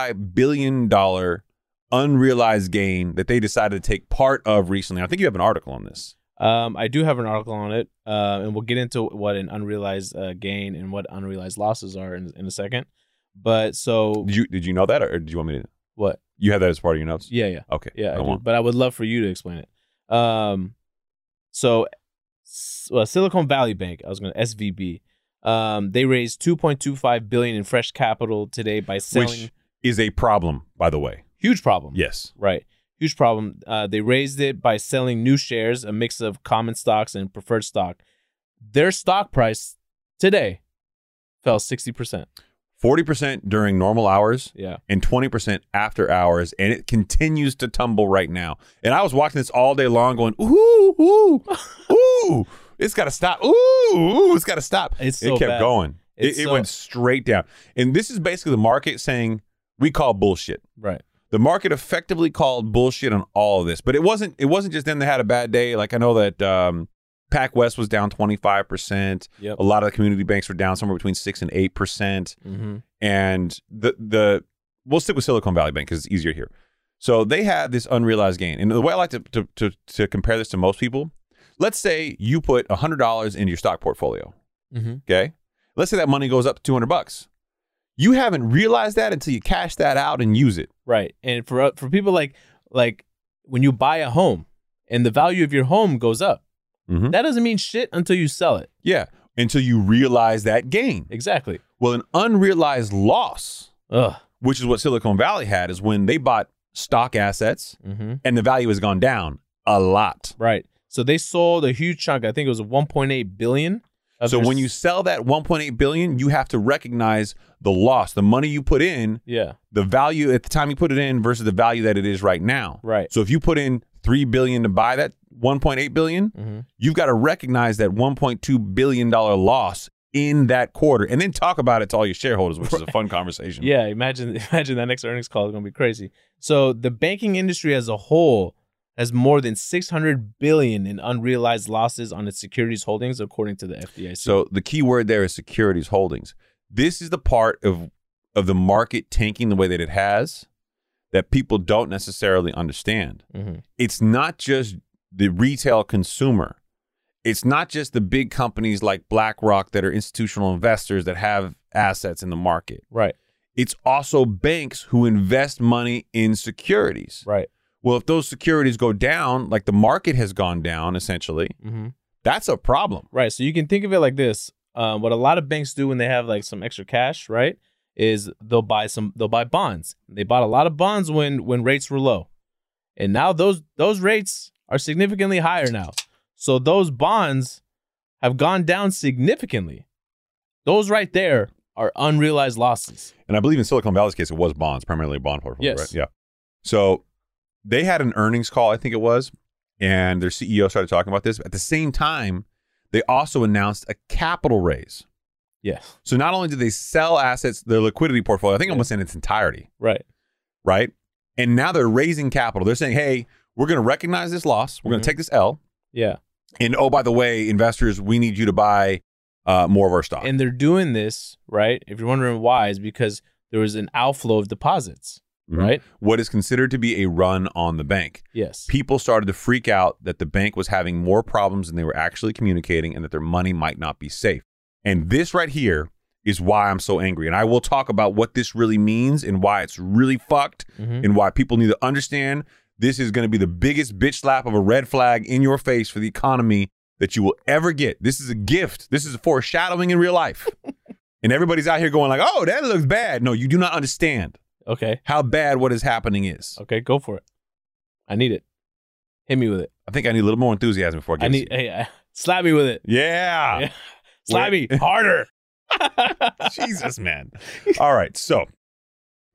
[SPEAKER 1] multi-billion dollar unrealized gain that they decided to take part of recently. I think you have an article on this.
[SPEAKER 2] Um, I do have an article on it, uh, and we'll get into what an unrealized uh, gain and what unrealized losses are in, in a second. But so
[SPEAKER 1] Did you did you know that or did you want me to
[SPEAKER 2] what?
[SPEAKER 1] you have that as part of your notes?
[SPEAKER 2] Yeah, yeah.
[SPEAKER 1] Okay.
[SPEAKER 2] Yeah, I
[SPEAKER 1] Go
[SPEAKER 2] do,
[SPEAKER 1] on.
[SPEAKER 2] but I would love for you to explain it. Um, so, s- well, Silicon Valley Bank, I was going to SVB. Um, they raised 2.25 billion in fresh capital today by selling.
[SPEAKER 1] Which is a problem, by the way.
[SPEAKER 2] huge problem.
[SPEAKER 1] Yes.
[SPEAKER 2] right. Huge problem. Uh, they raised it by selling new shares, a mix of common stocks and preferred stock. Their stock price today fell 60 percent.
[SPEAKER 1] 40% during normal hours
[SPEAKER 2] Yeah.
[SPEAKER 1] and 20% after hours. And it continues to tumble right now. And I was watching this all day long going, ooh, ooh, ooh, it's got to stop. Ooh, ooh it's got to stop.
[SPEAKER 2] It's
[SPEAKER 1] it
[SPEAKER 2] so
[SPEAKER 1] kept
[SPEAKER 2] bad.
[SPEAKER 1] going. It,
[SPEAKER 2] It's
[SPEAKER 1] it
[SPEAKER 2] so-
[SPEAKER 1] went straight down. And this is basically the market saying, we call bullshit.
[SPEAKER 2] Right.
[SPEAKER 1] The market effectively called bullshit on all of this, but it wasn't. It wasn't just them that had a bad day. Like I know that um, Pac West was down twenty five percent.
[SPEAKER 2] Yep.
[SPEAKER 1] A lot of the community banks were down somewhere between six and eight percent
[SPEAKER 2] Mm-hmm.
[SPEAKER 1] and the the we'll stick with Silicon Valley Bank because it's easier here. So they had this unrealized gain, and the way I like to to to, to compare this to most people, let's say you put hundred dollars into your stock portfolio.
[SPEAKER 2] Mhm.
[SPEAKER 1] Okay, let's say that money goes up to two hundred bucks. You haven't realized that until you cash that out and use it.
[SPEAKER 2] Right. And for uh, for people like like when you buy a home and the value of your home goes up,
[SPEAKER 1] Mhm.
[SPEAKER 2] that doesn't mean shit until you sell it.
[SPEAKER 1] Yeah, until you realize that gain.
[SPEAKER 2] Exactly.
[SPEAKER 1] Well, an unrealized loss,
[SPEAKER 2] Ugh.
[SPEAKER 1] which is what Silicon Valley had, is when they bought stock assets
[SPEAKER 2] Mm-hmm.
[SPEAKER 1] and the value has gone down a lot.
[SPEAKER 2] Right. So they sold a huge chunk. I think it was 1.8 billion. of
[SPEAKER 1] So
[SPEAKER 2] their
[SPEAKER 1] when you
[SPEAKER 2] s-
[SPEAKER 1] sell that 1.8 billion, you have to recognize the loss, the money you put in,
[SPEAKER 2] yeah,
[SPEAKER 1] the value at the time you put it in versus the value that it is right now.
[SPEAKER 2] right.
[SPEAKER 1] So if you put in 3 billion to buy that 1.8 billion,
[SPEAKER 2] Mm-hmm.
[SPEAKER 1] you've got to recognize that 1.2 billion dollar loss in that quarter and then talk about it to all your shareholders, which is a fun conversation.
[SPEAKER 2] Yeah, imagine imagine that next earnings call is going to be crazy. So the banking industry as a whole has more than 600 billion in unrealized losses on its securities holdings according to the FDIC.
[SPEAKER 1] So the key word there is securities holdings. This is the part of of the market tanking the way that it has that people don't necessarily understand.
[SPEAKER 2] Mhm.
[SPEAKER 1] it's not just the retail consumer. It's not just the big companies like BlackRock that are institutional investors that have assets in the market.
[SPEAKER 2] Right.
[SPEAKER 1] It's also banks who invest money in securities.
[SPEAKER 2] Right.
[SPEAKER 1] Well, if those securities go down, like the market has gone down essentially,
[SPEAKER 2] Mm-hmm.
[SPEAKER 1] that's a problem.
[SPEAKER 2] Right. So you can think of it like this: um, what a lot of banks do when they have like some extra cash, right, is they'll buy some, they'll buy bonds. They bought a lot of bonds when when rates were low, and now those those rates are significantly higher now. So those bonds have gone down significantly. Those right there are unrealized losses.
[SPEAKER 1] And I believe in Silicon Valley's case, it was bonds, primarily a bond portfolio,
[SPEAKER 2] Yes.
[SPEAKER 1] right? Yeah. So they had an earnings call, I think it was, and their CEO started talking about this. At the same time, they also announced a capital raise.
[SPEAKER 2] Yeah.
[SPEAKER 1] So not only did they sell assets, their liquidity portfolio, I think almost in its entirety,
[SPEAKER 2] Right.
[SPEAKER 1] right? And now they're raising capital. They're saying, hey, we're going to recognize this loss. We're going
[SPEAKER 2] Mhm.
[SPEAKER 1] to take this L.
[SPEAKER 2] Yeah.
[SPEAKER 1] And oh, by the way, investors, we need you to buy uh, more of our stock.
[SPEAKER 2] And they're doing this right. If you're wondering why, is because there was an outflow of deposits.
[SPEAKER 1] Mhm.
[SPEAKER 2] Right.
[SPEAKER 1] What is considered to be a run on the bank.
[SPEAKER 2] Yes.
[SPEAKER 1] People started to freak out that the bank was having more problems than they were actually communicating and that their money might not be safe. And this right here is why I'm so angry. And I will talk about what this really means and why it's really fucked
[SPEAKER 2] Mhm.
[SPEAKER 1] and why people need to understand this is going to be the biggest bitch slap of a red flag in your face for the economy that you will ever get. This is a gift. This is a foreshadowing in real life. and everybody's out here going like, "Oh, that looks bad." No, you do not understand
[SPEAKER 2] Okay.
[SPEAKER 1] how bad what is happening is.
[SPEAKER 2] Okay, go for it. I need it. Hit me with it.
[SPEAKER 1] I think I need a little more enthusiasm before I get
[SPEAKER 2] I need. Hey, I, slap me with it.
[SPEAKER 1] Yeah.
[SPEAKER 2] Yeah. Slap me harder.
[SPEAKER 1] Jesus, man. All right. So,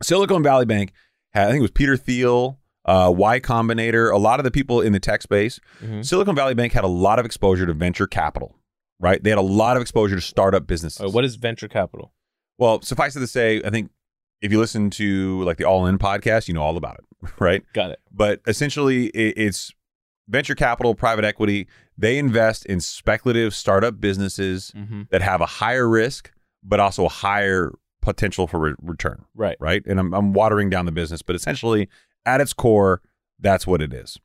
[SPEAKER 1] Silicon Valley Bank, had, I think it was Peter Thiel, uh, Y Combinator, a lot of the people in the tech space.
[SPEAKER 2] Mhm.
[SPEAKER 1] Silicon Valley Bank had a lot of exposure to venture capital, right? They had a lot of exposure to startup businesses.
[SPEAKER 2] All right, what is venture capital?
[SPEAKER 1] well, suffice it to say, I think if you listen to like the All In podcast, you know all about it, right?
[SPEAKER 2] Got it.
[SPEAKER 1] But essentially, it, it's venture capital, private equity. They invest in speculative startup businesses
[SPEAKER 2] Mm-hmm.
[SPEAKER 1] that have a higher risk but also a higher potential for re- return
[SPEAKER 2] Right.
[SPEAKER 1] right and I'm, I'm watering down the business but essentially at its core that's what it is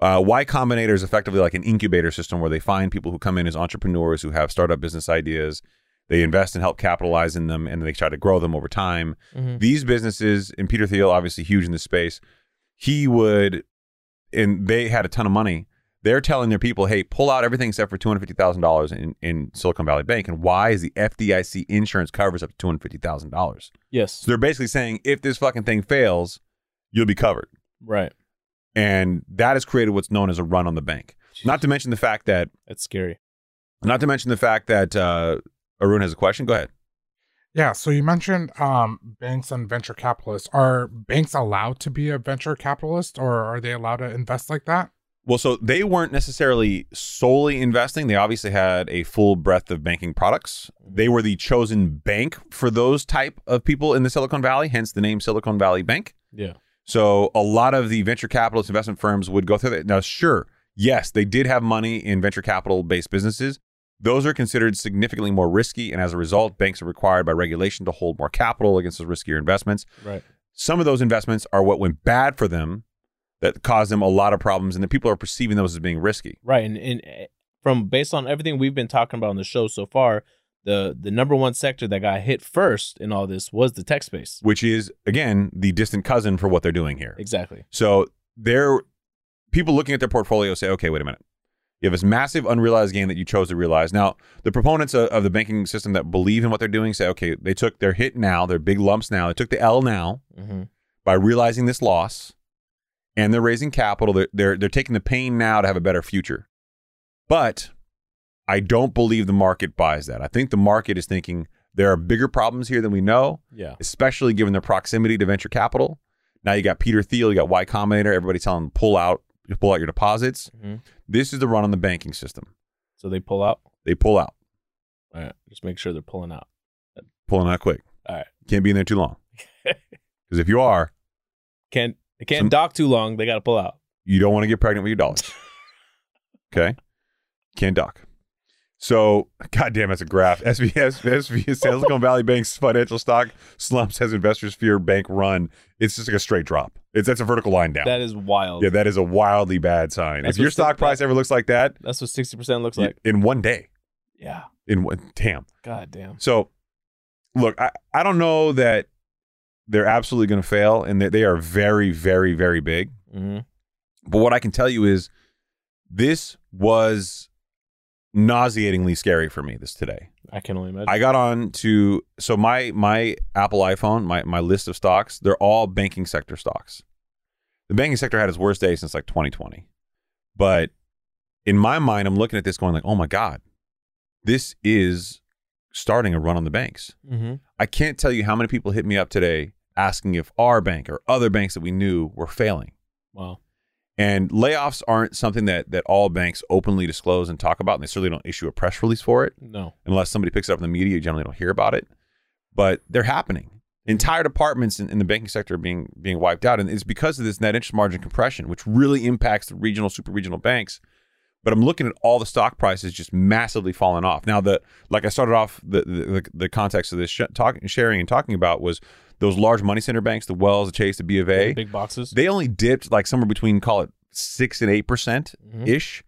[SPEAKER 1] uh, y combinator is effectively like an incubator system where they find people who come in as entrepreneurs who have startup business ideas they invest and help capitalize in them and they try to grow them over time
[SPEAKER 2] Mm-hmm.
[SPEAKER 1] these businesses and peter thiel obviously huge in this space he would and they had a ton of money they're telling their people hey pull out everything except for $250000 in, in silicon valley bank and why is the fdic insurance covers up to $250000
[SPEAKER 2] Yes.
[SPEAKER 1] so they're basically saying if this fucking thing fails you'll be covered
[SPEAKER 2] Right.
[SPEAKER 1] and that has created what's known as a run on the bank not to mention the fact that
[SPEAKER 2] That's scary.
[SPEAKER 1] not to mention the fact that uh, arun has a question go ahead
[SPEAKER 3] Yeah, so you mentioned um, banks and venture capitalists. Are banks allowed to be a venture capitalist or are they allowed to invest like that?
[SPEAKER 1] Well, so they weren't necessarily solely investing. They obviously had a full breadth of banking products. They were the chosen bank for those type of people in the Silicon Valley, hence the name Silicon Valley Bank.
[SPEAKER 2] Yeah.
[SPEAKER 1] So a lot of the venture capitalist investment firms would go through that. Now, sure, yes, they did have money in venture capital based businesses. Those are considered significantly more risky, and as a result, banks are required by regulation to hold more capital against those riskier investments.
[SPEAKER 2] Right.
[SPEAKER 1] Some of those investments are what went bad for them that caused them a lot of problems, and the people are perceiving those as being risky.
[SPEAKER 2] Right. And, and eh, from based on everything we've been talking about on the show so far, the the number one sector that got hit first in all this was the tech space.
[SPEAKER 1] which is again the distant cousin for what they're doing here.
[SPEAKER 2] Exactly.
[SPEAKER 1] So they're people looking at their portfolio say, okay, wait a minute. You have this massive unrealized gain that you chose to realize. Now, the proponents of, of the banking system that believe in what they're doing say, okay, they took their hit now, their big lumps now, they took the L now
[SPEAKER 2] Mm-hmm.
[SPEAKER 1] by realizing this loss, and they're raising capital. They're they're, they're taking the pain now to have a better future. But I don't believe the market buys that. I think the market is thinking there are bigger problems here than we know
[SPEAKER 2] Yeah.
[SPEAKER 1] especially given their proximity to venture capital. Now you got Peter Thiel, you got Y Combinator, everybody telling them pull out, pull out your deposits.
[SPEAKER 2] hmm
[SPEAKER 1] This is the run on the banking system.
[SPEAKER 2] So they pull out.
[SPEAKER 1] They pull out,
[SPEAKER 2] All right. Just make sure they're pulling out.
[SPEAKER 1] pulling out quick.
[SPEAKER 2] All right.
[SPEAKER 1] Can't be in there too long. Because if you are,
[SPEAKER 2] Can't they can't
[SPEAKER 1] Some-
[SPEAKER 2] dock too long. They got to pull out.
[SPEAKER 1] you don't want to get pregnant with your dollars. Okay? Can't dock. So, goddamn, that's a graph. SVS, SVS, Silicon Valley Bank's financial stock slumps as investors fear bank run. It's just like a straight drop. It's that's a vertical line down.
[SPEAKER 2] That is wild.
[SPEAKER 1] Yeah, that is a wildly bad sign.
[SPEAKER 2] That's
[SPEAKER 1] if your
[SPEAKER 2] what's-
[SPEAKER 1] stock price ever looks like that,
[SPEAKER 2] That's what sixty percent looks
[SPEAKER 1] y-
[SPEAKER 2] like.
[SPEAKER 1] in one day,
[SPEAKER 2] Yeah.
[SPEAKER 1] in one damn.
[SPEAKER 2] God damn.
[SPEAKER 1] So, look, I, I don't know that they're absolutely going to fail, and that they are very, very, very big.
[SPEAKER 2] Mm-hmm.
[SPEAKER 1] But what I can tell you is, this was nauseatingly scary for me. This today,
[SPEAKER 2] I can only imagine.
[SPEAKER 1] I got on to so my my Apple iPhone, my my list of stocks, they're all banking sector stocks. The banking sector had its worst day since like 2020. But in my mind, I'm looking at this going like, "Oh my god. This is starting a run on the banks."
[SPEAKER 2] mm-hmm.
[SPEAKER 1] I can't tell you how many people hit me up today asking if our bank or other banks that we knew were failing.
[SPEAKER 2] Wow.
[SPEAKER 1] And layoffs aren't something that that all banks openly disclose and talk about, and they certainly don't issue a press release for it
[SPEAKER 2] No.
[SPEAKER 1] unless somebody picks it up in the media, you generally don't hear about it. But they're happening. Entire departments in, in the banking sector are being being wiped out, and it's because of this net interest margin compression, which really impacts the regional, super regional banks. But I'm looking at all the stock prices just massively falling off. Now, the like I started off the the, the context of this sh- talk, sharing and talking about was those large money center banks, the Wells, the Chase, the B of A.
[SPEAKER 2] Big boxes.
[SPEAKER 1] They only dipped like somewhere between call it six and eight percent
[SPEAKER 2] Mhm.
[SPEAKER 1] ish.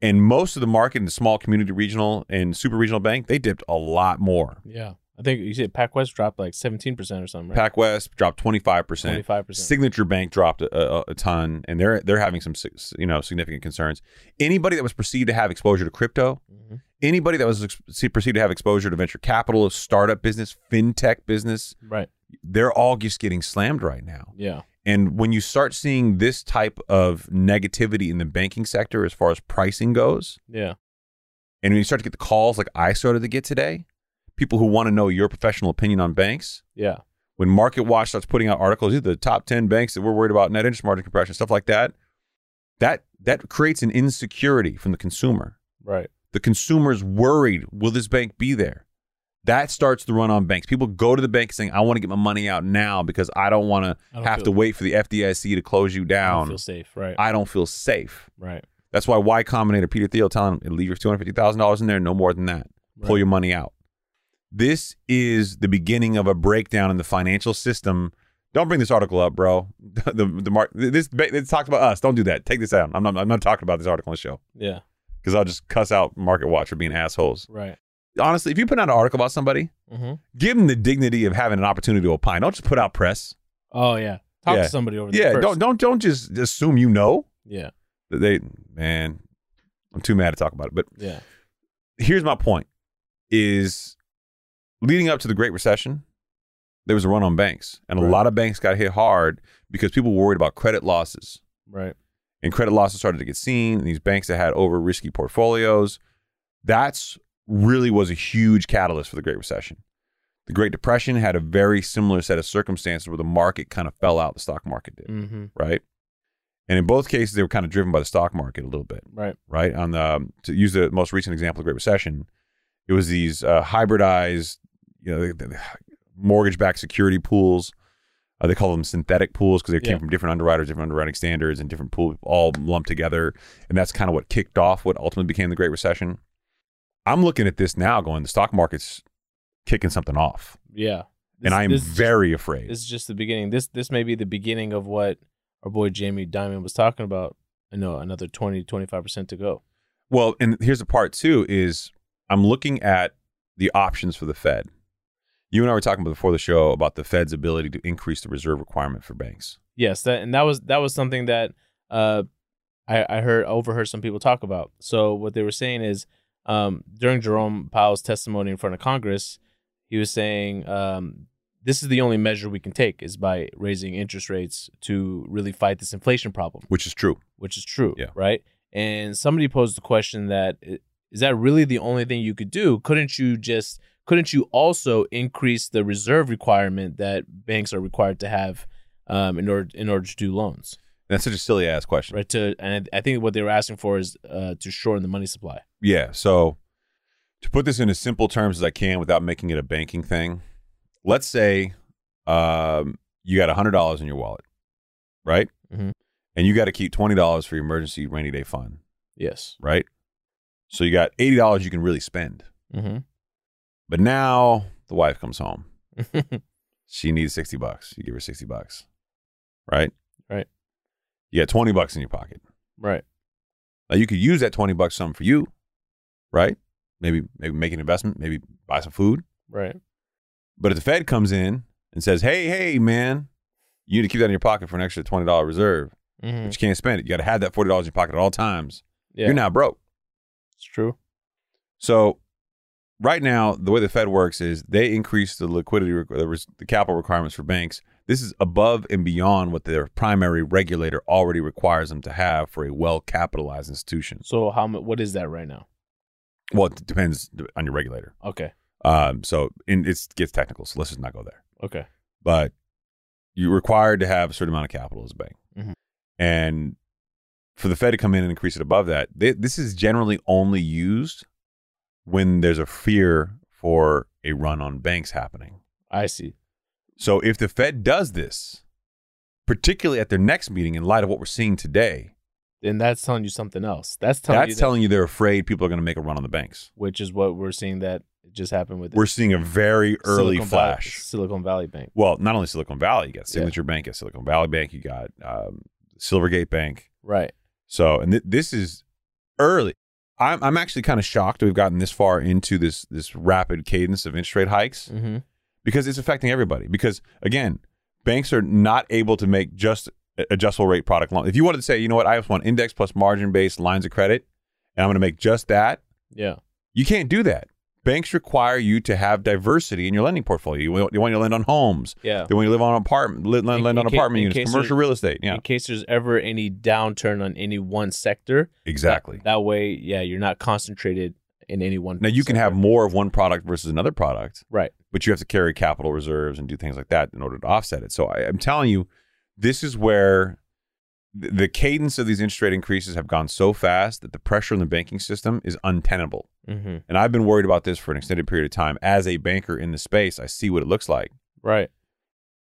[SPEAKER 1] And most of the market in the small community regional and super regional bank, they dipped a lot more.
[SPEAKER 2] Yeah. I think you said PacWest dropped like seventeen percent or something. Right.
[SPEAKER 1] PacWest dropped 25%.
[SPEAKER 2] five percent.
[SPEAKER 1] Signature Bank dropped a, a, a ton and they're they're having some si- you know significant concerns. Anybody that was perceived to have exposure to crypto,
[SPEAKER 2] Mhm.
[SPEAKER 1] anybody that was ex- perceived to have exposure to venture capital, startup business, fintech business,
[SPEAKER 2] Right.
[SPEAKER 1] they're all just getting slammed right now.
[SPEAKER 2] Yeah.
[SPEAKER 1] And when you start seeing this type of negativity in the banking sector as far as pricing goes,
[SPEAKER 2] Yeah.
[SPEAKER 1] And when you start to get the calls like I started to get today, people who want to know your professional opinion on banks,
[SPEAKER 2] Yeah.
[SPEAKER 1] when Market Watch starts putting out articles, these are the top 10 banks that we're worried about net interest margin compression, stuff like that, that that creates an insecurity from the consumer.
[SPEAKER 2] Right.
[SPEAKER 1] The consumer's worried, will this bank be there? That starts the run on banks. People go to the bank saying, I want to get my money out now because I don't want
[SPEAKER 2] I
[SPEAKER 1] to
[SPEAKER 2] don't
[SPEAKER 1] have
[SPEAKER 2] feel-
[SPEAKER 1] to wait for the FDIC to close you
[SPEAKER 2] I don't
[SPEAKER 1] down.
[SPEAKER 2] Feel safe. Right.
[SPEAKER 1] I don't feel safe.
[SPEAKER 2] right.
[SPEAKER 1] That's why Y Combinator, Peter Thiel telling him, leave your $250,000 in there, no more than that. Pull
[SPEAKER 2] Right.
[SPEAKER 1] your money out. This is the beginning of a breakdown in the financial system. Don't bring this article up, bro. The, the mark, this, this talks about us. Don't do that. Take this down. I'm not, I'm not talking about this article on the show
[SPEAKER 2] Yeah.
[SPEAKER 1] because I'll just cuss out Market Watch for being assholes.
[SPEAKER 2] Right.
[SPEAKER 1] Honestly, if you put out an article about somebody,
[SPEAKER 2] Mm-hmm.
[SPEAKER 1] give them the dignity of having an opportunity to opine. Don't just put out press.
[SPEAKER 2] Oh yeah. Talk
[SPEAKER 1] Yeah.
[SPEAKER 2] to somebody over there.
[SPEAKER 1] Yeah, do
[SPEAKER 2] first.
[SPEAKER 1] don't don't don't just assume you know.
[SPEAKER 2] Yeah.
[SPEAKER 1] They man, I'm too mad to talk about it. But
[SPEAKER 2] Yeah.
[SPEAKER 1] here's my point is leading up to the great recession there was a run on banks and a
[SPEAKER 2] Right.
[SPEAKER 1] lot of banks got hit hard because people were worried about credit losses
[SPEAKER 2] Right.
[SPEAKER 1] and credit losses started to get seen and these banks that had over risky portfolios that's really was a huge catalyst for the great recession The Great Depression had a very similar set of circumstances where the market kind of fell out, the stock market did,
[SPEAKER 2] Mm-hmm.
[SPEAKER 1] right? And in both cases, they were kind of driven by the stock market a little bit,
[SPEAKER 2] Right.
[SPEAKER 1] right? On the um, to use the most recent example of the Great Recession, it was these uh, hybridized, you know, the- the mortgage-backed security pools. Uh, they call them synthetic pools because they
[SPEAKER 2] Yeah.
[SPEAKER 1] came from different underwriters, different underwriting standards, and different pool all lumped together. And that's kind of what kicked off what ultimately became the Great Recession. I'm looking at this now, going, the stock market's kicking something off,
[SPEAKER 2] Yeah.
[SPEAKER 1] and
[SPEAKER 2] This-
[SPEAKER 1] I am
[SPEAKER 2] this is just-
[SPEAKER 1] very afraid.
[SPEAKER 2] This is just the beginning. This this may be the beginning of what our boy Jamie Diamond was talking about. I know another 20 25% to go.
[SPEAKER 1] Well, and here's the part too is I'm looking at the options for the Fed. You and I were talking before the show about the Fed's ability to increase the reserve requirement for banks.
[SPEAKER 2] Yes, that and that was that was something that uh I, I heard overheard some people talk about. So what they were saying is um during Jerome Powell's testimony in front of Congress, he was saying um this is the only measure we can take is by raising interest rates to really fight this inflation problem.
[SPEAKER 1] Which is true.
[SPEAKER 2] which is true,
[SPEAKER 1] Yeah.
[SPEAKER 2] right? And somebody posed the question that i- is that really the only thing you could do? Couldn't you just couldn't you also increase the reserve requirement that banks are required to have um, in order in order to do loans,
[SPEAKER 1] That's such a silly ass question.
[SPEAKER 2] right? To and I I think what they were asking for is uh, to shorten the money supply.
[SPEAKER 1] Yeah. So to put this in as simple terms as I can without making it a banking thing, let's say um, you got $100 in your wallet, right?
[SPEAKER 2] Mhm.
[SPEAKER 1] And you got to keep $20 for your emergency rainy day fund,
[SPEAKER 2] Yes.
[SPEAKER 1] right? So you got $80 you can really spend.
[SPEAKER 2] Mm-hmm.
[SPEAKER 1] But now the wife comes home. She needs 60 bucks. You give her 60 bucks. Right?
[SPEAKER 2] Right.
[SPEAKER 1] You got 20 bucks in your pocket.
[SPEAKER 2] right.
[SPEAKER 1] Now you could use that 20 bucks something for you, right? Maybe maybe make an investment, maybe buy some food.
[SPEAKER 2] Right.
[SPEAKER 1] But if the Fed comes in and says, "Hey, hey, man, you need to keep that in your pocket for an extra $20 reserve,
[SPEAKER 2] Mm-hmm.
[SPEAKER 1] but you can't spend it. You got to have that $40 in your pocket at all times.
[SPEAKER 2] Yeah.
[SPEAKER 1] You're now broke."
[SPEAKER 2] it's true.
[SPEAKER 1] So right now, the way the Fed works is they increase the liquidity, requ- the res- the capital requirements for banks. This is above and beyond what their primary regulator already requires them to have for a well-capitalized institution.
[SPEAKER 2] So how mu- what is that right now?
[SPEAKER 1] Well, it depends on your regulator.
[SPEAKER 2] Okay.
[SPEAKER 1] Um, so and it gets technical, so let's just not go there.
[SPEAKER 2] Okay.
[SPEAKER 1] But you're required to have a certain amount of capital as a bank,
[SPEAKER 2] Mhm.
[SPEAKER 1] and for the Fed to come in and increase it above that, they, this is generally only used when there's a fear for a run on banks happening.
[SPEAKER 2] I see.
[SPEAKER 1] So if the Fed does this, particularly at their next meeting, in light of what we're seeing today,
[SPEAKER 2] And that's telling you something else. That's telling
[SPEAKER 1] that's
[SPEAKER 2] you that,
[SPEAKER 1] telling you they're afraid people are going to make a run on the banks.
[SPEAKER 2] which is what we're seeing that just happened with
[SPEAKER 1] We're seeing a very early
[SPEAKER 2] Silicon Valley-
[SPEAKER 1] flash.
[SPEAKER 2] Silicon Valley Bank.
[SPEAKER 1] well, not only Silicon Valley, you got
[SPEAKER 2] Yeah.
[SPEAKER 1] Signature Bank, you got Silicon Valley Bank, you got um, Silvergate Bank.
[SPEAKER 2] Right.
[SPEAKER 1] So, and th- this is early. I'm, I'm actually kind of shocked we've gotten this far into this this rapid cadence of interest rate hikes
[SPEAKER 2] Mm-hmm.
[SPEAKER 1] because it's affecting everybody. Because again, banks are not able to make just a- adjustable rate product loan. If you wanted to say, you know what, I just want index plus margin based lines of credit, and I'm going to make just that,
[SPEAKER 2] Yeah.
[SPEAKER 1] you can't do that. Banks require you to have diversity in your lending portfolio. You want, you want you to lend on homes.
[SPEAKER 2] Yeah.
[SPEAKER 1] They want you to live on an apartment, li- lend,
[SPEAKER 2] In-
[SPEAKER 1] lend
[SPEAKER 2] in
[SPEAKER 1] on
[SPEAKER 2] ca-
[SPEAKER 1] apartment
[SPEAKER 2] in
[SPEAKER 1] units,
[SPEAKER 2] case
[SPEAKER 1] commercial
[SPEAKER 2] there's-
[SPEAKER 1] real estate. Yeah,
[SPEAKER 2] In case there's ever any downturn on any one sector,
[SPEAKER 1] exactly.
[SPEAKER 2] That, that way, yeah, you're not concentrated in any one.
[SPEAKER 1] Now you can have
[SPEAKER 2] sector.
[SPEAKER 1] more of one product versus another product,
[SPEAKER 2] right.
[SPEAKER 1] but you have to carry capital reserves and do things like that in order to offset it. So I, I'm telling you, this is where th- the cadence of these interest rate increases have gone so fast that the pressure on the banking system is untenable.
[SPEAKER 2] Mm-hmm.
[SPEAKER 1] And I've been worried about this for an extended period of time. As a banker in the space, I see what it looks like.
[SPEAKER 2] Right.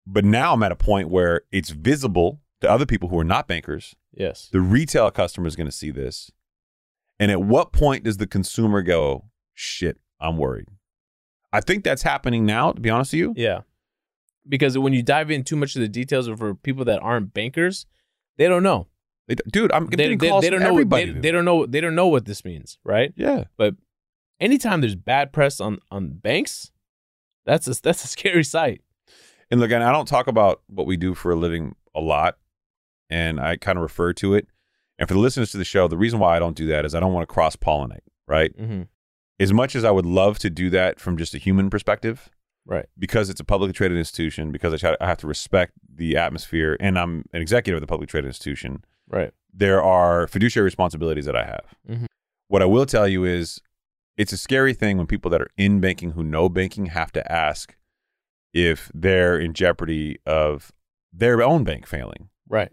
[SPEAKER 1] But now I'm at a point where it's visible to other people who are not bankers
[SPEAKER 2] Yes.
[SPEAKER 1] the retail customer is going to see this. And at what point does the consumer go, shit, I'm worried? I think that's happening now, to be honest with you.
[SPEAKER 2] Yeah. Because when you dive in too much of the details, or for people that aren't bankers, they don't know.
[SPEAKER 1] They- Dude, I'm
[SPEAKER 2] They,
[SPEAKER 1] getting
[SPEAKER 2] they,
[SPEAKER 1] calls
[SPEAKER 2] they
[SPEAKER 1] from
[SPEAKER 2] don't know. What,
[SPEAKER 1] everybody.
[SPEAKER 2] they, they don't know. They don't know what this means. Right.
[SPEAKER 1] yeah.
[SPEAKER 2] Anytime there's bad press on on banks, that's a that's a scary sight.
[SPEAKER 1] And look, and I don't talk about what we do for a living a lot, and I kind of refer to it. And for the listeners to the show, the reason why I don't do that is I don't want to cross pollinate, right?
[SPEAKER 2] Mm-hmm.
[SPEAKER 1] As much as I would love to do that from just a human perspective,
[SPEAKER 2] Right.
[SPEAKER 1] because it's a publicly traded institution, because I, try I have to respect the atmosphere, and I'm an executive of the publicly traded institution,
[SPEAKER 2] Right.
[SPEAKER 1] there are fiduciary responsibilities that I have.
[SPEAKER 2] Mhm.
[SPEAKER 1] What I will tell you is it's a scary thing when people that are in banking who know banking have to ask, if they're in jeopardy of their own bank failing.
[SPEAKER 2] Right.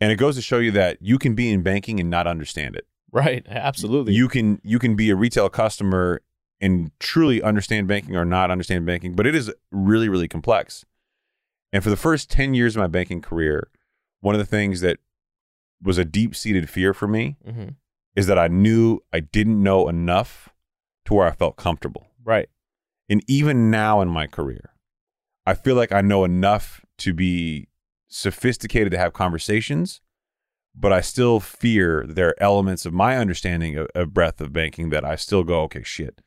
[SPEAKER 1] And it goes to show you that you can be in banking and not understand it.
[SPEAKER 2] Right. Absolutely.
[SPEAKER 1] You can you can be a retail customer and truly understand banking or not understand banking, but it is really really complex. And for the first 10 years of my banking career, one of the things that was a deep-seated fear for me
[SPEAKER 2] hmm
[SPEAKER 1] is that I knew I didn't know enough to where I felt comfortable.
[SPEAKER 2] Right.
[SPEAKER 1] And even now in my career, I feel like I know enough to be sophisticated to have conversations, but I still fear there are elements of my understanding of, of breadth of banking that I still go, okay, shit.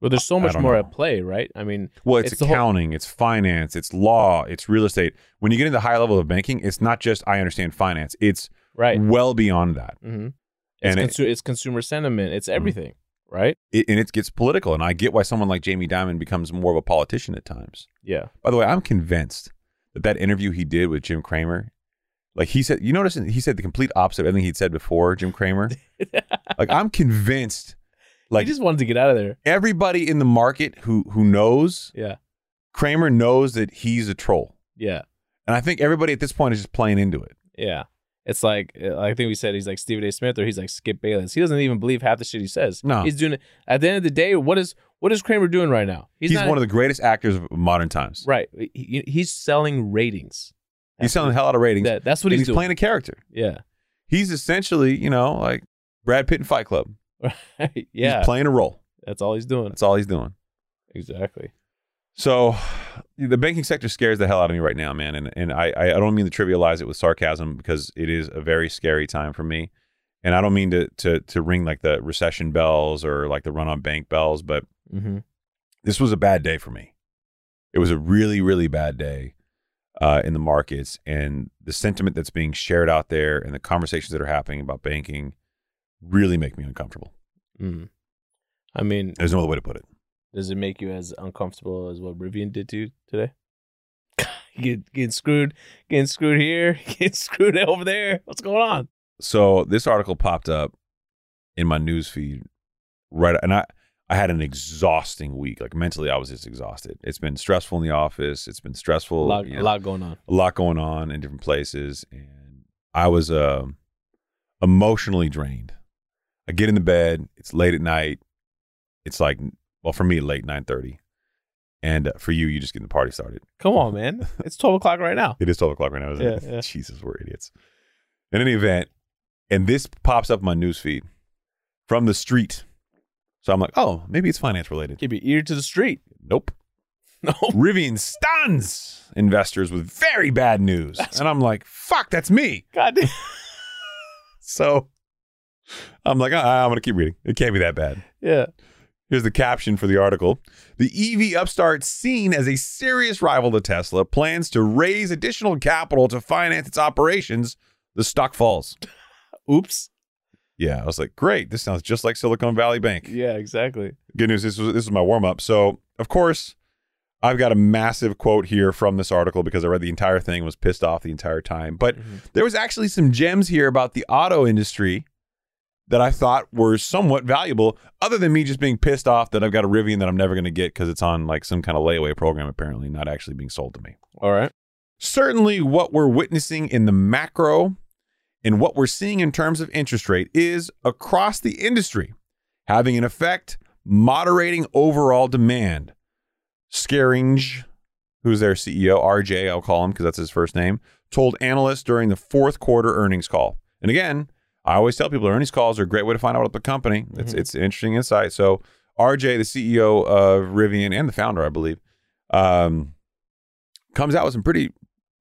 [SPEAKER 2] Well, there's so
[SPEAKER 1] I
[SPEAKER 2] much
[SPEAKER 1] don't
[SPEAKER 2] more
[SPEAKER 1] know.
[SPEAKER 2] at play, right? I mean,
[SPEAKER 1] Well, it's,
[SPEAKER 2] It's the whole-
[SPEAKER 1] accounting, it's finance, it's law, it's real estate. When you get into high level of banking, it's not just I understand finance, it's
[SPEAKER 2] right.
[SPEAKER 1] well beyond that.
[SPEAKER 2] hmm It's,
[SPEAKER 1] Mm. And it- Mm-hmm.
[SPEAKER 2] consu- it's consumer sentiment. It's everything, right?
[SPEAKER 1] it, and it gets political. And I get why someone like Jamie Dimon becomes more of a politician at times.
[SPEAKER 2] Yeah.
[SPEAKER 1] By the way, I'm convinced that that interview he did with Jim Cramer, like he said, you notice he said the complete opposite of everything he'd said before, Jim Cramer. like I'm convinced,
[SPEAKER 2] Like,
[SPEAKER 1] like
[SPEAKER 2] he just wanted to get out of there.
[SPEAKER 1] everybody in the market who who knows
[SPEAKER 2] Yeah.
[SPEAKER 1] Cramer knows that he's a troll,
[SPEAKER 2] Yeah.
[SPEAKER 1] and I think everybody at this point is just playing into it.
[SPEAKER 2] Yeah. It's like uh, I think we said he's like Stephen A. Smith or he's like Skip Bayless. He doesn't even believe half the shit he says.
[SPEAKER 1] No.
[SPEAKER 2] he's doing it. At the end of the day, what is what is Kramer doing right now?
[SPEAKER 1] He's, one of the greatest actors of modern times.
[SPEAKER 2] right. He, he's selling ratings.
[SPEAKER 1] He's selling the hell out of ratings.
[SPEAKER 2] That, that's what
[SPEAKER 1] and
[SPEAKER 2] he's,
[SPEAKER 1] he's
[SPEAKER 2] doing.
[SPEAKER 1] playing a character.
[SPEAKER 2] yeah.
[SPEAKER 1] He's essentially, you know, like Brad Pitt in Fight Club.
[SPEAKER 2] yeah.
[SPEAKER 1] He's playing a role.
[SPEAKER 2] that's all he's doing.
[SPEAKER 1] That's all he's doing.
[SPEAKER 2] Exactly.
[SPEAKER 1] So the banking sector scares the hell out of me right now, man. And and I, I I don't mean to trivialize it with sarcasm because it is a very scary time for me. And I don't mean to to to ring like the recession bells or like the run on bank bells, but
[SPEAKER 2] Mm-hmm.
[SPEAKER 1] this was a bad day for me. It was a really, really bad day uh, in the markets, and the sentiment that's being shared out there and the conversations that are happening about banking really make me uncomfortable.
[SPEAKER 2] Mm. I mean,
[SPEAKER 1] There's no other way to put it.
[SPEAKER 2] Does it make you as uncomfortable as what Rivian did to you today? Get, getting screwed, getting screwed here, getting screwed over there. What's going on?
[SPEAKER 1] so this article popped up in my news feed right and i i had an exhausting week like mentally i was just exhausted it's been stressful in the office it's been
[SPEAKER 2] A
[SPEAKER 1] stressful
[SPEAKER 2] lot,
[SPEAKER 1] you
[SPEAKER 2] a
[SPEAKER 1] know,
[SPEAKER 2] lot going on.
[SPEAKER 1] a lot going on in different places and i was uh, emotionally drained i get in the bed it's late at night it's like well for me late 9.30 and uh, for you you just getting the party started
[SPEAKER 2] Come on, man. It's twelve o'clock right now.
[SPEAKER 1] it is 12 o'clock right now, isn't it?
[SPEAKER 2] Yeah, yeah.
[SPEAKER 1] Jesus, we're idiots. In any event, and this pops up in my newsfeed from the street. So I'm like, oh, maybe it's finance related.
[SPEAKER 2] Keep your ear to the street.
[SPEAKER 1] Nope.
[SPEAKER 2] No.
[SPEAKER 1] Rivian stuns investors with very bad news. and I'm like, fuck, that's me.
[SPEAKER 2] God damn.
[SPEAKER 1] So I'm like, ah, I'm going to keep reading. It can't be that bad.
[SPEAKER 2] Yeah.
[SPEAKER 1] Here's the caption for the article. The EV upstart, seen as a serious rival to Tesla, plans to raise additional capital to finance its operations. The stock falls.
[SPEAKER 2] Oops.
[SPEAKER 1] Yeah, I was like, great. This sounds just like Silicon Valley Bank.
[SPEAKER 2] Yeah, exactly.
[SPEAKER 1] Good news. This was this was my warm up. So of course, I've got a massive quote here from this article because I read the entire thing and was pissed off the entire time. But
[SPEAKER 2] Mhm.
[SPEAKER 1] there was actually some gems here about the auto industry that I thought were somewhat valuable, other than me just being pissed off that I've got a Rivian that I'm never going to get because it's on like some kind of layaway program, apparently not actually being sold to me
[SPEAKER 2] All right.
[SPEAKER 1] certainly what we're witnessing in the macro and what we're seeing in terms of interest rate is across the industry having an effect moderating overall demand. Scaringe, who's their E CEO, RJ, I'll call him because that's his first name, told analysts during the fourth quarter earnings call. And again, I always tell people earnings calls are a great way to find out about the company. It's
[SPEAKER 2] Mhm.
[SPEAKER 1] it's an interesting insight. So RJ, the CEO of Rivian and the founder, I believe, um, comes out with some pretty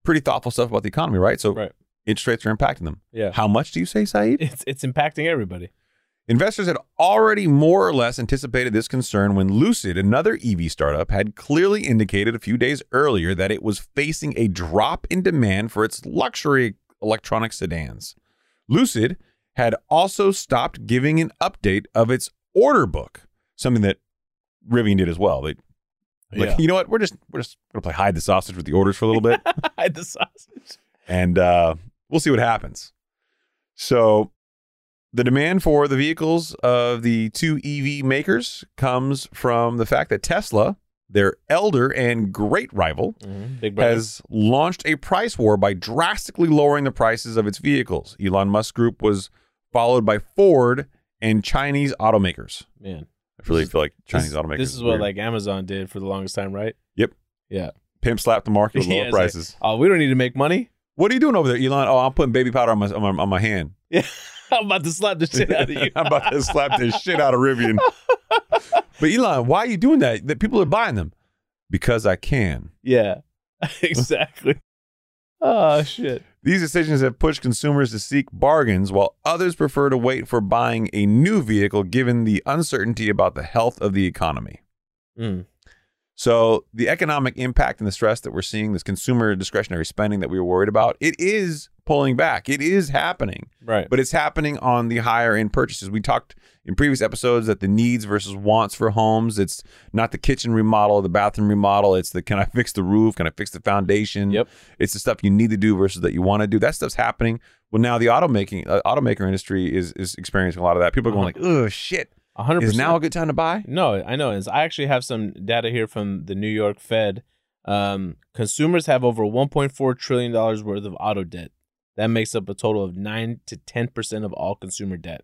[SPEAKER 1] pretty thoughtful stuff about the economy, right? So
[SPEAKER 2] Right.
[SPEAKER 1] interest rates are impacting them.
[SPEAKER 2] Yeah.
[SPEAKER 1] How much do you say, Saeed?
[SPEAKER 2] It's it's impacting everybody.
[SPEAKER 1] Investors had already more or less anticipated this concern when Lucid, another EV startup, had clearly indicated a few days earlier that it was facing a drop in demand for its luxury electronic sedans. Lucid had also stopped giving an update of its order book, something that Rivian did as well. They like,
[SPEAKER 2] Yeah.
[SPEAKER 1] you know what? We're just we're just gonna play hide the sausage with the orders for a little bit
[SPEAKER 2] Hide the sausage.
[SPEAKER 1] and uh, we'll see what happens. So, the demand for E the vehicles of the two EV makers comes from the fact that Tesla their elder and great rival,
[SPEAKER 2] Mhm. Big brother.
[SPEAKER 1] Mm-hmm. has launched a price war by drastically lowering the prices of its vehicles. Elon Musk Group was followed by Ford and Chinese automakers.
[SPEAKER 2] Man,
[SPEAKER 1] I really feel like Chinese
[SPEAKER 2] this,
[SPEAKER 1] automakers.
[SPEAKER 2] This is what like Amazon did for the longest time, right?
[SPEAKER 1] pimp slapped the market with
[SPEAKER 2] Yeah,
[SPEAKER 1] lower
[SPEAKER 2] it's like-
[SPEAKER 1] prices.
[SPEAKER 2] Oh, we don't need to make money.
[SPEAKER 1] what are you doing over there, Elon? Oh, I'm putting baby powder on my on my, on my hand.
[SPEAKER 2] I'm about to slap the shit out of you.
[SPEAKER 1] I'm about to slap this shit out of Rivian. but Elon, why are you doing that? That people are buying them because I can.
[SPEAKER 2] Yeah, exactly. oh shit.
[SPEAKER 1] These decisions have pushed consumers to seek bargains while others prefer to wait for buying a new vehicle given the uncertainty about the health of the economy.
[SPEAKER 2] Mm.
[SPEAKER 1] So, the economic impact and the stress that we're seeing, this consumer discretionary spending that we were worried about, it is pulling back. It is happening,
[SPEAKER 2] Right.
[SPEAKER 1] but it's happening on the higher end purchases. We talked in previous episodes that the needs versus wants for homes, it's not the kitchen remodel, the bathroom remodel, it's the can I fix the roof, can I fix the foundation?
[SPEAKER 2] Yep.
[SPEAKER 1] It's the stuff you need to do versus that you want to do. That stuff's happening. Well, now the automaking uh, automaker industry is is experiencing a lot of that. People are going
[SPEAKER 2] Uh-huh.
[SPEAKER 1] like, "Oh shit,
[SPEAKER 2] A hundred
[SPEAKER 1] is
[SPEAKER 2] percent.
[SPEAKER 1] now a good time to buy?"
[SPEAKER 2] No, I know. It's, I actually have some data here from the New York Fed. Um, consumers have over 1.4 trillion dollars worth of auto debt. That makes up a total of nine to 10 percent of all consumer debt.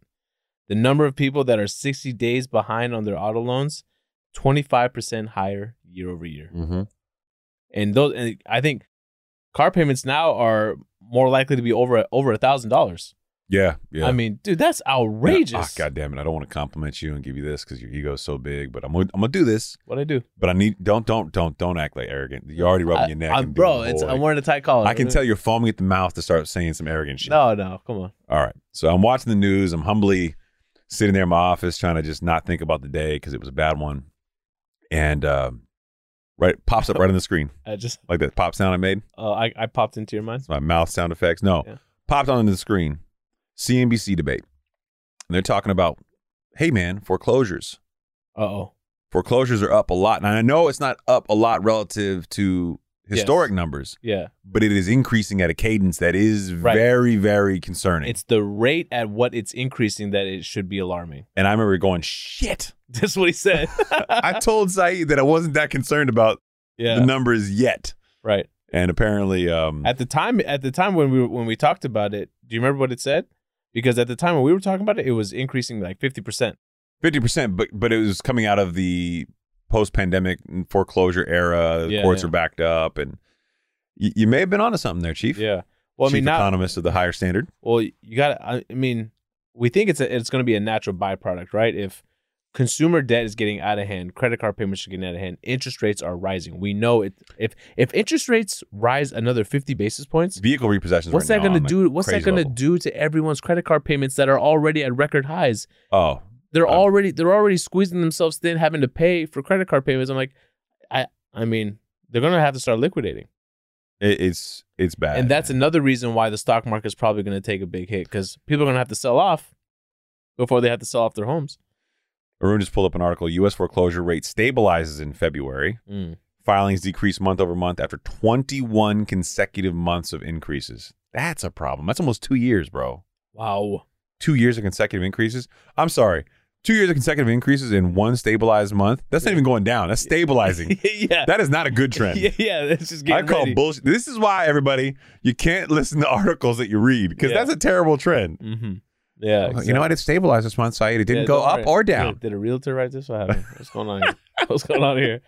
[SPEAKER 2] The number of people that are 60 days behind on their auto loans, 25 percent higher year over year.
[SPEAKER 1] Mm-hmm.
[SPEAKER 2] And those, and I think, car payments now are more likely to be over over a thousand dollars.
[SPEAKER 1] Yeah, yeah.
[SPEAKER 2] I mean, dude, that's
[SPEAKER 1] And I-
[SPEAKER 2] outrageous.
[SPEAKER 1] ah, God damn it! I don't want to compliment you and give you this because your ego is so big, but I'm gonna, I'm gonna do this.
[SPEAKER 2] What I do,
[SPEAKER 1] But I need don't don't don't don't act like arrogant. You're already rubbing
[SPEAKER 2] I-
[SPEAKER 1] your neck,
[SPEAKER 2] I'm-
[SPEAKER 1] and
[SPEAKER 2] bro.
[SPEAKER 1] doing the
[SPEAKER 2] It's,
[SPEAKER 1] whole,
[SPEAKER 2] I'm
[SPEAKER 1] like-
[SPEAKER 2] wearing a tight collar.
[SPEAKER 1] I can tell you're foaming at the mouth to start saying some arrogant shit.
[SPEAKER 2] No, no, come on.
[SPEAKER 1] All right. So I'm watching the news. I'm humbly sitting there in my office trying to just not think about the day because it was a bad one. And uh, right pops up right on the screen
[SPEAKER 2] I just
[SPEAKER 1] like that pop sound I made.
[SPEAKER 2] Uh, I, I popped into your mind.
[SPEAKER 1] It's my mouth sound effects. No,
[SPEAKER 2] Yeah.
[SPEAKER 1] popped onto the screen. CNBC debate. And they're talking about, hey man, foreclosures.
[SPEAKER 2] Uh oh.
[SPEAKER 1] Foreclosures are up a lot. And I know it's not up a lot relative to
[SPEAKER 2] Yes.
[SPEAKER 1] historic numbers,
[SPEAKER 2] Yeah.
[SPEAKER 1] but it is increasing at a cadence that is
[SPEAKER 2] Right.
[SPEAKER 1] very, very concerning.
[SPEAKER 2] It's the rate at what it's increasing that it should be alarming.
[SPEAKER 1] and I remember going, shit.
[SPEAKER 2] That's what he said.
[SPEAKER 1] I told Saeed that I wasn't that concerned about the
[SPEAKER 2] yeah.
[SPEAKER 1] numbers yet.
[SPEAKER 2] Right.
[SPEAKER 1] And apparently, um,
[SPEAKER 2] At the time at the time when we were- when we talked about it, do you remember what it said? Because at the time when we were talking about it, it was increasing like 50%.
[SPEAKER 1] 50%, but, but it was coming out of the post pandemic foreclosure era. The
[SPEAKER 2] Yeah,
[SPEAKER 1] courts
[SPEAKER 2] yeah.
[SPEAKER 1] are backed up. And y- you may have been onto something there, Chief.
[SPEAKER 2] Yeah. Well, I
[SPEAKER 1] Chief
[SPEAKER 2] mean, now,
[SPEAKER 1] economist of the higher standard.
[SPEAKER 2] Well, you got. to I I mean, we think it's a, it's going to be a natural byproduct, right? If consumer debt is getting out of hand, credit card payments are getting out of hand, interest rates are rising. We know it. If if interest rates rise another fifty basis points,
[SPEAKER 1] Vehicle repossessions.
[SPEAKER 2] what's
[SPEAKER 1] right
[SPEAKER 2] that
[SPEAKER 1] now
[SPEAKER 2] going to
[SPEAKER 1] on, like,
[SPEAKER 2] do? What's that
[SPEAKER 1] crazy
[SPEAKER 2] going to
[SPEAKER 1] level.
[SPEAKER 2] do to everyone's credit card payments that are already at record highs?
[SPEAKER 1] Oh,
[SPEAKER 2] They're
[SPEAKER 1] Um,
[SPEAKER 2] already they're already squeezing themselves thin, having to pay for credit card payments. I'm like, I I mean, they're going to have to start liquidating,
[SPEAKER 1] it, it's it's bad.
[SPEAKER 2] and that's
[SPEAKER 1] man.
[SPEAKER 2] another reason why the stock market's probably going to take a big hit because people are going to have to sell off before they have to sell off their homes.
[SPEAKER 1] Arun just pulled up an article. U.S. foreclosure rate stabilizes in February.
[SPEAKER 2] Mm.
[SPEAKER 1] Filings decrease month over month after 21 consecutive months of increases. That's a problem. That's almost two years, bro.
[SPEAKER 2] Wow.
[SPEAKER 1] Two years of consecutive increases. I'm sorry. Two years of consecutive increases in one stabilized month. That's not even going down. That's stabilizing.
[SPEAKER 2] yeah.
[SPEAKER 1] that is not a good trend.
[SPEAKER 2] yeah. Yeah. That's just
[SPEAKER 1] I
[SPEAKER 2] getting
[SPEAKER 1] call
[SPEAKER 2] ready.
[SPEAKER 1] bullshit. This is why everybody you can't listen to articles that you read because
[SPEAKER 2] Yeah.
[SPEAKER 1] that's a terrible trend.
[SPEAKER 2] Mm-hmm. Yeah.
[SPEAKER 1] Oh, You know what? It stabilized this month, Saeed. It didn't
[SPEAKER 2] Yeah,
[SPEAKER 1] go
[SPEAKER 2] don't
[SPEAKER 1] up
[SPEAKER 2] worry.
[SPEAKER 1] or
[SPEAKER 2] Did-
[SPEAKER 1] down.
[SPEAKER 2] Did, a realtor write this? What happened? What's going on? Here? What's going on here?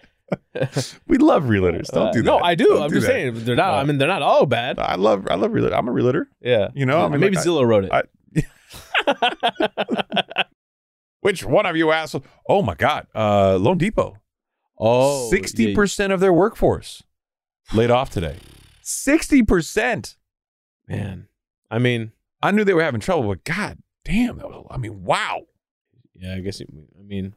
[SPEAKER 1] We love realtors. Don't
[SPEAKER 2] Uh,
[SPEAKER 1] do that.
[SPEAKER 2] No, I do.
[SPEAKER 1] Don't
[SPEAKER 2] I'm
[SPEAKER 1] do
[SPEAKER 2] just
[SPEAKER 1] that.
[SPEAKER 2] saying they're not.
[SPEAKER 1] No.
[SPEAKER 2] I mean, they're not all bad.
[SPEAKER 1] I love I love realtor. I'm a realtor.
[SPEAKER 2] Yeah.
[SPEAKER 1] You know, I mean,
[SPEAKER 2] maybe
[SPEAKER 1] like, I-
[SPEAKER 2] Zillow wrote it.
[SPEAKER 1] I- Which one of you assholes? Oh my God. Uh, Loan Depot.
[SPEAKER 2] oh, yeah,
[SPEAKER 1] 60% of their workforce laid off today. 60%.
[SPEAKER 2] man. I mean,
[SPEAKER 1] I knew they were having trouble, but God damn. That was, I mean, wow.
[SPEAKER 2] yeah. I guess. It, I mean,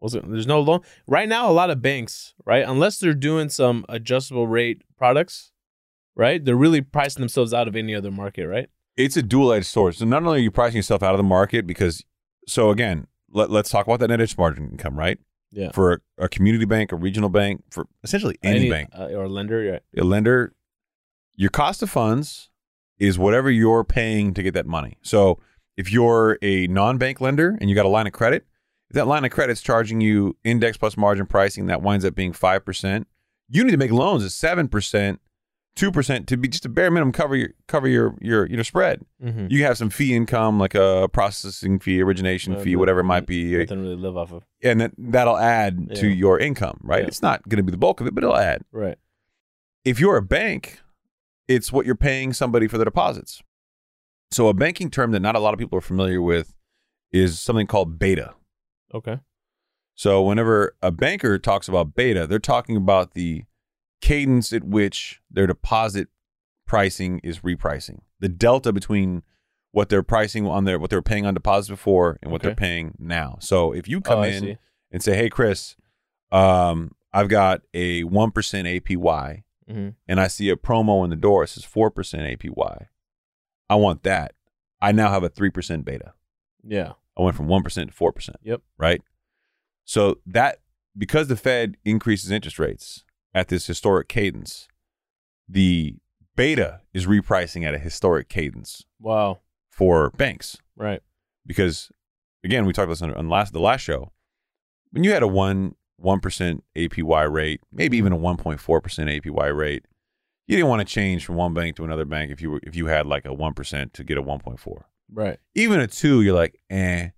[SPEAKER 2] was it, there's no loan right now. A lot of banks, right? Unless they're doing some adjustable rate products, right? They're really pricing themselves out of any other market, right?
[SPEAKER 1] It's a dual edged sword. So not only are you pricing yourself out of the market because, so again, let, let's talk about that net interest margin income, right?
[SPEAKER 2] Yeah.
[SPEAKER 1] For a, a community bank, a regional bank, for essentially any, bank,
[SPEAKER 2] uh, or lender, yeah.
[SPEAKER 1] a lender, your cost of funds is whatever you're paying to get that money. So if you're a non bank lender and you got a line of credit, If that line of credit's charging you index plus margin pricing that winds up being 5%, you need to make loans at 7%, 2% to be just a bare minimum cover your cover your your your spread.
[SPEAKER 2] Mm-hmm.
[SPEAKER 1] You have some fee income like a processing fee, origination
[SPEAKER 2] Uh,
[SPEAKER 1] fee,
[SPEAKER 2] but
[SPEAKER 1] whatever it might be,
[SPEAKER 2] Nothing really live off of.
[SPEAKER 1] and that, that'll add to
[SPEAKER 2] Yeah.
[SPEAKER 1] your income, right?
[SPEAKER 2] Yeah.
[SPEAKER 1] It's not going to be the bulk of it, but it'll add.
[SPEAKER 2] Right.
[SPEAKER 1] If you're a bank, it's what you're paying somebody for their deposits. So a banking term that not a lot of people are familiar with is something called beta.
[SPEAKER 2] Okay.
[SPEAKER 1] So whenever a banker talks about beta, they're talking about the cadence at which their deposit pricing is repricing. The delta between what they're pricing on their what they're paying on deposit before and what they're
[SPEAKER 2] Okay.
[SPEAKER 1] paying now. So if you come
[SPEAKER 2] oh, I
[SPEAKER 1] in
[SPEAKER 2] see.
[SPEAKER 1] and say, "Hey Chris, um, I've got a 1% APY
[SPEAKER 2] Mhm.
[SPEAKER 1] and I see a promo in the door that says 4% APY. I want that. I now have a 3% beta."
[SPEAKER 2] Yeah.
[SPEAKER 1] I went from 1% to 4%.
[SPEAKER 2] Yep.
[SPEAKER 1] Right? So that because the Fed increases interest rates at this historic cadence, the beta is repricing at a historic cadence
[SPEAKER 2] Wow.
[SPEAKER 1] for banks
[SPEAKER 2] Right.
[SPEAKER 1] because again, we talked about this on, on last the last show. When you had a 1 1% APY rate, maybe even a 1.4% APY rate, you didn't want to change from one bank to another bank if you were if you had like a 1% to get a 1.4
[SPEAKER 2] Right.
[SPEAKER 1] even a two, you're like, eh.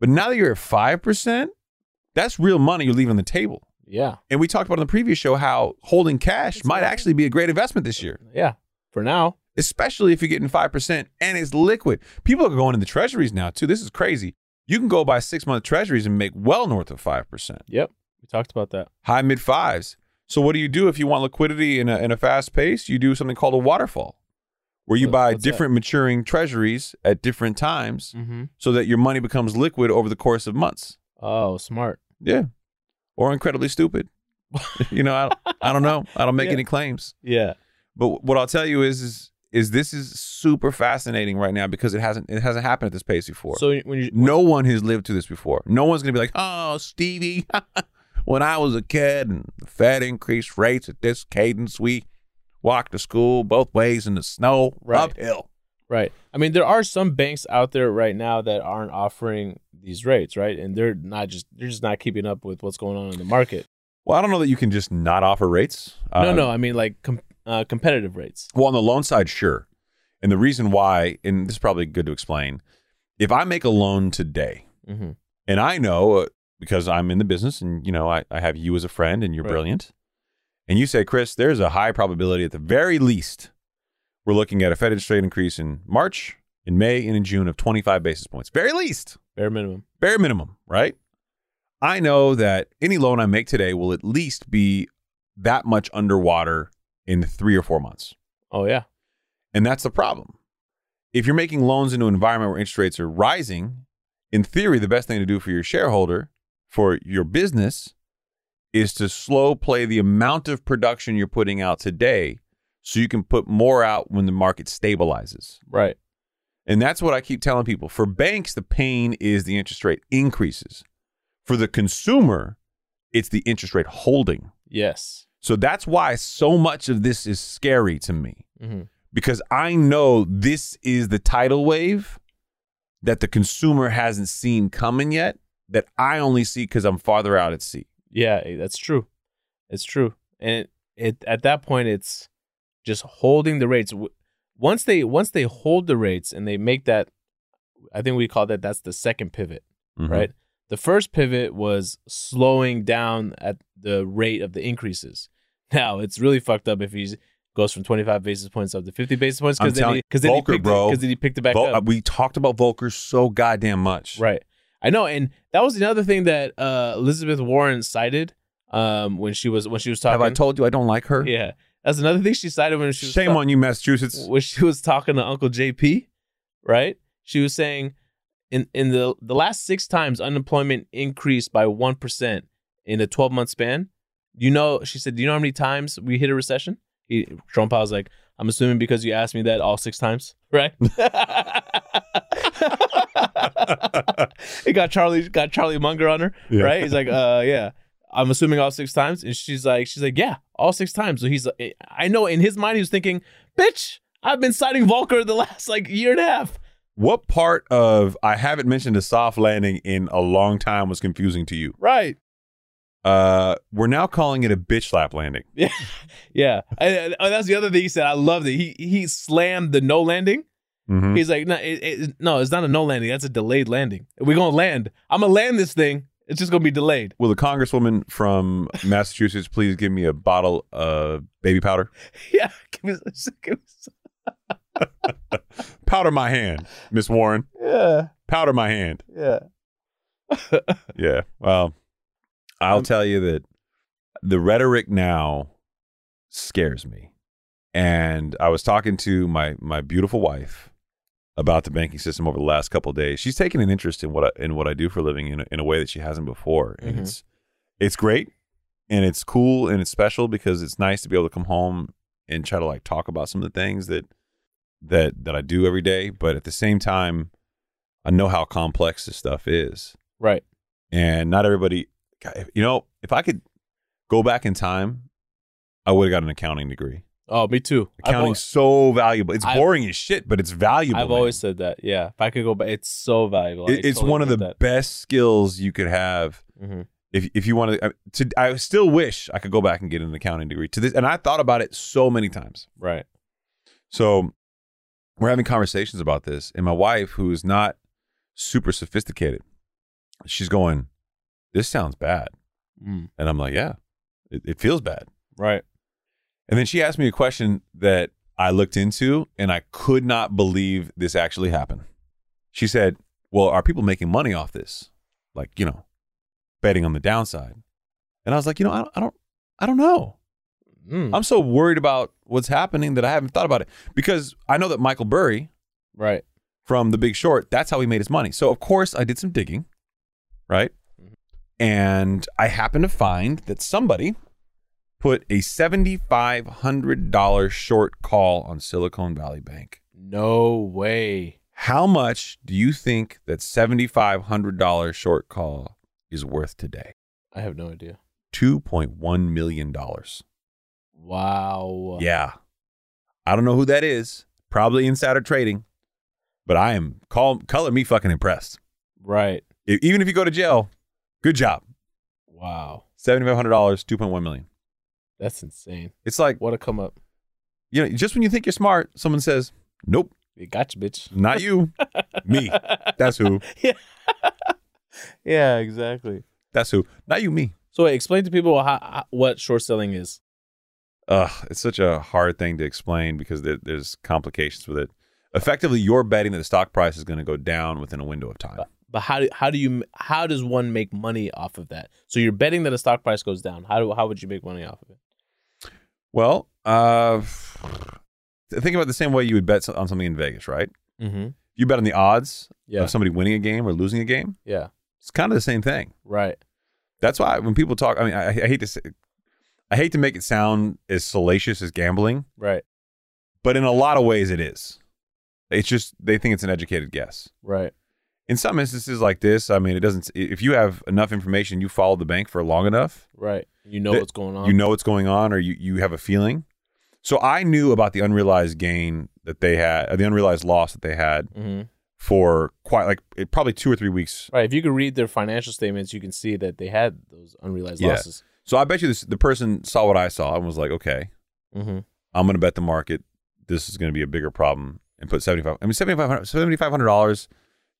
[SPEAKER 1] But now that you're at five percent, that's real money you're leaving on the table.
[SPEAKER 2] Yeah.
[SPEAKER 1] And we talked about on the previous show how holding cash
[SPEAKER 2] That's
[SPEAKER 1] might
[SPEAKER 2] right.
[SPEAKER 1] actually be a great investment this year,
[SPEAKER 2] Yeah. For now.
[SPEAKER 1] especially if you're getting five percent and it's liquid. People are going into treasuries now too. This is crazy. You can go buy six month treasuries and make well north of five percent,
[SPEAKER 2] Yep. We talked about that.
[SPEAKER 1] high mid fives. So what do you do if you want liquidity in a, in a fast pace? You do something called a waterfall, where you
[SPEAKER 2] What-
[SPEAKER 1] buy
[SPEAKER 2] what's that?
[SPEAKER 1] different maturing treasuries at different times
[SPEAKER 2] Mm-hmm.
[SPEAKER 1] so that your money becomes liquid over the course of months.
[SPEAKER 2] Oh, smart.
[SPEAKER 1] Yeah. Or incredibly stupid. you know, I, I don't know. I don't make
[SPEAKER 2] Yeah.
[SPEAKER 1] any claims.
[SPEAKER 2] Yeah.
[SPEAKER 1] But what I'll tell you is, is is this is super fascinating right now because it hasn't it hasn't happened at this pace before.
[SPEAKER 2] So when you
[SPEAKER 1] no one has lived through this before. No one's gonna be like, oh, Stevie, when I was a kid and the Fed increased rates at this cadence, we walked to school both ways in the snow
[SPEAKER 2] Right.
[SPEAKER 1] uphill.
[SPEAKER 2] Right. I mean, there are some banks out there right now that aren't offering these rates, right? And they're not just they're just not keeping up with what's going on in the market.
[SPEAKER 1] Well, I don't know that you can just not offer rates.
[SPEAKER 2] no,
[SPEAKER 1] Uh,
[SPEAKER 2] no. I mean, like com- uh, competitive rates.
[SPEAKER 1] Well, on the loan side, sure. And the reason why, and this is probably good to explain, if I make a loan today,
[SPEAKER 2] Mm-hmm.
[SPEAKER 1] and I know uh, because I'm in the business, and you know I, I have you as a friend, and you're
[SPEAKER 2] Right.
[SPEAKER 1] brilliant, and you say, Chris, there's a high probability at the very least we're looking at a Fed interest rate increase in March, in May, and in June of 25 basis points, very least,
[SPEAKER 2] Bare minimum.
[SPEAKER 1] bare minimum, right? I know that any loan I make today will at least be that much underwater in three or four months.
[SPEAKER 2] Oh yeah.
[SPEAKER 1] And that's the problem. If you're making loans into an environment where interest rates are rising, in theory, the best thing to do for your shareholder, for your business, is to slow play the amount of production you're putting out today so you can put more out when the market stabilizes.
[SPEAKER 2] Right.
[SPEAKER 1] And that's what I keep telling people. For banks, the pain is the interest rate increases. For the consumer, it's the interest rate holding.
[SPEAKER 2] Yes.
[SPEAKER 1] So that's why so much of this is scary to me
[SPEAKER 2] Mm-hmm.
[SPEAKER 1] because I know this is the tidal wave that the consumer hasn't seen coming yet that I only see because I'm farther out at sea.
[SPEAKER 2] Yeah, eh, that's true. It's true. And it, it at that point, it's just holding the rates. W- Once they once they hold the rates and they make that, I think we call that that's the second pivot.
[SPEAKER 1] Mm-hmm.
[SPEAKER 2] right? The first pivot was slowing down at the rate of the increases. Now it's really fucked up if he goes from 25 basis points up to 50 basis points
[SPEAKER 1] I'm
[SPEAKER 2] because then,
[SPEAKER 1] telling
[SPEAKER 2] he-
[SPEAKER 1] you,
[SPEAKER 2] 'cause then, he
[SPEAKER 1] Volcker,
[SPEAKER 2] picked
[SPEAKER 1] bro.
[SPEAKER 2] it- 'cause then he picked it back
[SPEAKER 1] Vol- uh,
[SPEAKER 2] up.
[SPEAKER 1] we talked about Volcker so goddamn much.
[SPEAKER 2] Right. I know, and that was another thing that uh, Elizabeth Warren cited um, when she was when she was
[SPEAKER 1] Have
[SPEAKER 2] talking.
[SPEAKER 1] I told you I don't like her?
[SPEAKER 2] yeah, that's another thing she cited when she was
[SPEAKER 1] Shame
[SPEAKER 2] ta-
[SPEAKER 1] on you, Massachusetts.
[SPEAKER 2] when she was talking to Uncle JP, right? She was saying in in the the last six times unemployment increased by one percent in a twelve month span. You know, she said, "Do you know how many times we hit a recession?" He, Trump, I was like, "I'm assuming because you asked me that all six times, right?" it got Charlie got Charlie Munger on her,
[SPEAKER 1] Yeah.
[SPEAKER 2] right? He's like, "Uh, yeah." I'm assuming all six times, and she's like, she's like, yeah, all six times. So he's, like, I know in his mind he was thinking, bitch, I've been citing Volcker the last like year and a half.
[SPEAKER 1] What part of I haven't mentioned a soft landing in a long time was confusing to you?
[SPEAKER 2] Right.
[SPEAKER 1] Uh, we're now calling it a bitch slap landing.
[SPEAKER 2] Yeah. And- and- oh, that's the other thing he said. I loved it. He he slammed the no landing.
[SPEAKER 1] Mhm.
[SPEAKER 2] He's like, no, it, it, no, it's not a no landing. That's a delayed landing. We're gonna land. I'm gonna land this thing. It's just gonna be delayed.
[SPEAKER 1] Will the congresswoman from Massachusetts please give me a bottle of baby powder?
[SPEAKER 2] Yeah. Give me, some- give me some-
[SPEAKER 1] Powder my hand, Miss Warren.
[SPEAKER 2] yeah.
[SPEAKER 1] Powder my hand.
[SPEAKER 2] Yeah.
[SPEAKER 1] Yeah. Well, I'll tell you that the rhetoric now scares me. And I was talking to my my beautiful wife about the banking system over the last couple of days. She's taken an interest in what I, in what I do for a living in a, in a way that she hasn't before, and
[SPEAKER 2] Mhm.
[SPEAKER 1] it's it's great and it's cool and it's special because it's nice to be able to come home and try to like talk about some of the things that that that I do every day, but at the same time I know how complex this stuff is
[SPEAKER 2] Right.
[SPEAKER 1] and not everybody God, if- you know if i could go back in time i would have got an accounting degree
[SPEAKER 2] Oh, me too. I've al-
[SPEAKER 1] accounting's so valuable it's
[SPEAKER 2] I've-
[SPEAKER 1] boring as shit but it's valuable
[SPEAKER 2] I've
[SPEAKER 1] man.
[SPEAKER 2] always said that. Yeah. If I could go back, it's so valuable. I
[SPEAKER 1] It- it's
[SPEAKER 2] totally
[SPEAKER 1] one of the
[SPEAKER 2] get that.
[SPEAKER 1] best skills you could have
[SPEAKER 2] Mhm.
[SPEAKER 1] if, if you want to, I- to i still wish i could go back and get an accounting degree to this and i thought about it so many times
[SPEAKER 2] Right.
[SPEAKER 1] so we're having conversations about this and my wife who is not super sophisticated she's going this sounds bad
[SPEAKER 2] Mm.
[SPEAKER 1] and i'm like yeah it, it feels bad
[SPEAKER 2] Right.
[SPEAKER 1] And then she asked me a question that I looked into and I could not believe this actually happened. She said, Well, are people making money off this? Like, you know, betting on the downside. And I was like, you know, I don't, I don't, I don't know.
[SPEAKER 2] Mm.
[SPEAKER 1] I'm so worried about what's happening that I haven't thought about it because I know that Michael Burry
[SPEAKER 2] Right.
[SPEAKER 1] from The Big Short, that's how he made his money. So, of course, I did some digging, right? And I happened to find that somebody put a $7,500 short call on Silicon Valley Bank.
[SPEAKER 2] No way.
[SPEAKER 1] How much do you think that $7,500 short call is worth today?
[SPEAKER 2] I have no idea.
[SPEAKER 1] $2.1 million.
[SPEAKER 2] Wow.
[SPEAKER 1] Yeah. I don't know who that is. Probably insider trading, but I am call color me fucking impressed.
[SPEAKER 2] Right.
[SPEAKER 1] if, E, even if you go to jail, good job.
[SPEAKER 2] Wow.
[SPEAKER 1] Seventy five hundred dollars, two point one million.
[SPEAKER 2] That's insane.
[SPEAKER 1] It's like
[SPEAKER 2] What a come up.
[SPEAKER 1] you know, just when you think you're smart, someone says, "Nope,
[SPEAKER 2] You gotcha, bitch.
[SPEAKER 1] not you, me. That's who.
[SPEAKER 2] yeah, exactly.
[SPEAKER 1] That's who. Not you, me."
[SPEAKER 2] So wait, explain to people how, how- what short selling is.
[SPEAKER 1] Ugh, it's such a hard thing to explain because there, there's complications with it. Effectively, you're betting that the stock price is going to go down within a window of time.
[SPEAKER 2] But how do how do you how does one make money off of that? So you're betting that a stock price goes down. How do how would you make money off of it?
[SPEAKER 1] Well, uh, think about it the same way you would bet on something in Vegas, right?
[SPEAKER 2] Mm-hmm.
[SPEAKER 1] You bet on the odds
[SPEAKER 2] Yeah.
[SPEAKER 1] of somebody winning a game or losing a game.
[SPEAKER 2] Yeah.
[SPEAKER 1] It's kind of the same thing.
[SPEAKER 2] Right.
[SPEAKER 1] That's why when people talk, I mean, I, I hate to say, I hate to make it sound as salacious as gambling,
[SPEAKER 2] Right.
[SPEAKER 1] but in a lot of ways it is. It's just they think it's an educated guess.
[SPEAKER 2] Right.
[SPEAKER 1] In some instances like this, I mean, it doesn't. If you have enough information, you follow the bank for long enough,
[SPEAKER 2] Right. You know
[SPEAKER 1] That-
[SPEAKER 2] what's going on.
[SPEAKER 1] you know what's going on, or you you have a feeling. So I knew about the unrealized gain that they had, or the unrealized loss that they had
[SPEAKER 2] hmm
[SPEAKER 1] for quite like it, probably two or three weeks
[SPEAKER 2] Right. If you could read their financial statements, you can see that they had those unrealized
[SPEAKER 1] Yeah.
[SPEAKER 2] losses.
[SPEAKER 1] So I bet you this, the person saw what I saw and was like, okay,
[SPEAKER 2] Mm-hmm.
[SPEAKER 1] I'm going to bet the market this is going to be a bigger problem and put 75 I mean 7500 $7500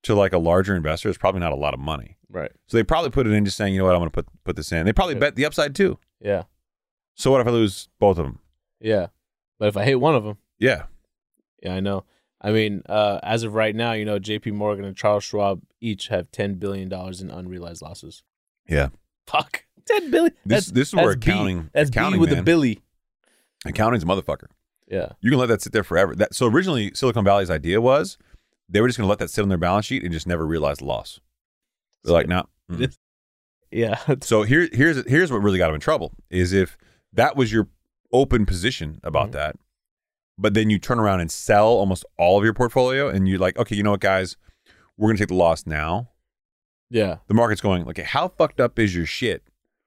[SPEAKER 1] to like a larger investor is probably not a lot of money.
[SPEAKER 2] Right.
[SPEAKER 1] So they probably put it in just saying, you know what, I'm going to put put this in. They probably
[SPEAKER 2] Yeah.
[SPEAKER 1] bet the upside too.
[SPEAKER 2] Yeah.
[SPEAKER 1] So what if I lose both of them?
[SPEAKER 2] Yeah. But if I hit one of them,
[SPEAKER 1] Yeah.
[SPEAKER 2] yeah, I know. I mean, uh, as of right now, you know, J.P. Morgan and Charles Schwab each have ten billion dollars in unrealized losses.
[SPEAKER 1] Yeah.
[SPEAKER 2] Fuck. Ten billion.
[SPEAKER 1] This- this is where
[SPEAKER 2] that's B.
[SPEAKER 1] accounting-
[SPEAKER 2] That's
[SPEAKER 1] accounting,
[SPEAKER 2] B with a
[SPEAKER 1] man.
[SPEAKER 2] Billy.
[SPEAKER 1] Accounting's a motherfucker.
[SPEAKER 2] Yeah.
[SPEAKER 1] You can let that sit there forever. That so originally Silicon Valley's idea was they were just going to let that sit on their balance sheet and just never realize the loss. They're like, "Nah." mm-mm."
[SPEAKER 2] Yeah.
[SPEAKER 1] So here, here's here's what really got him in trouble is if that was your open position about
[SPEAKER 2] Mhm.
[SPEAKER 1] that, but then you turn around and sell almost all of your portfolio, and you're like, okay, you know what, guys, we're gonna take the loss now.
[SPEAKER 2] yeah.
[SPEAKER 1] The market's going, okay, how fucked up is your shit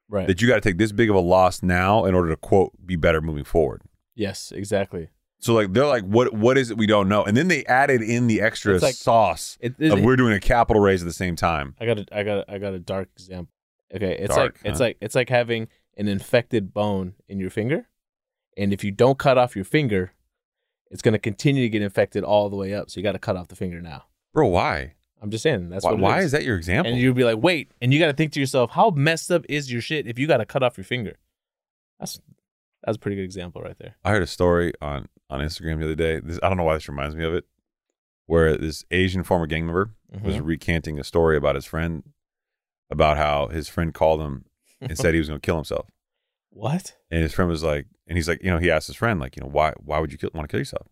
[SPEAKER 2] Right.
[SPEAKER 1] that you got to take this big of a loss now in order to quote be better moving forward?
[SPEAKER 2] yes. Exactly.
[SPEAKER 1] So like they're like, what what is it we don't know? And then they added in the extra
[SPEAKER 2] It's like-
[SPEAKER 1] sauce
[SPEAKER 2] It, it-
[SPEAKER 1] of Uh, we're doing a capital raise at the same time.
[SPEAKER 2] I got a, I got a, I got a dark example. Okay, it's
[SPEAKER 1] Dark,
[SPEAKER 2] like it's
[SPEAKER 1] huh?
[SPEAKER 2] like it's like having an infected bone in your finger, and if you don't cut off your finger, it's going to continue to get infected all the way up. So you got to cut off the finger now.
[SPEAKER 1] Bro, why?
[SPEAKER 2] I'm just saying that's
[SPEAKER 1] why
[SPEAKER 2] what it
[SPEAKER 1] why is that your example?
[SPEAKER 2] And you'd be like, wait, and you got to think to yourself, how messed up is your shit if you got to cut off your finger? That's that's a pretty good example right there.
[SPEAKER 1] I heard a story on on Instagram the other day. This I don't know why this reminds me of it, where this Asian former gang member was recanting a story about his friend, about how his friend called him and said he was going to kill himself,
[SPEAKER 2] What?
[SPEAKER 1] and his friend was like, and he's like, you know, he asked his friend like, you know, why why would you kill, want to kill yourself?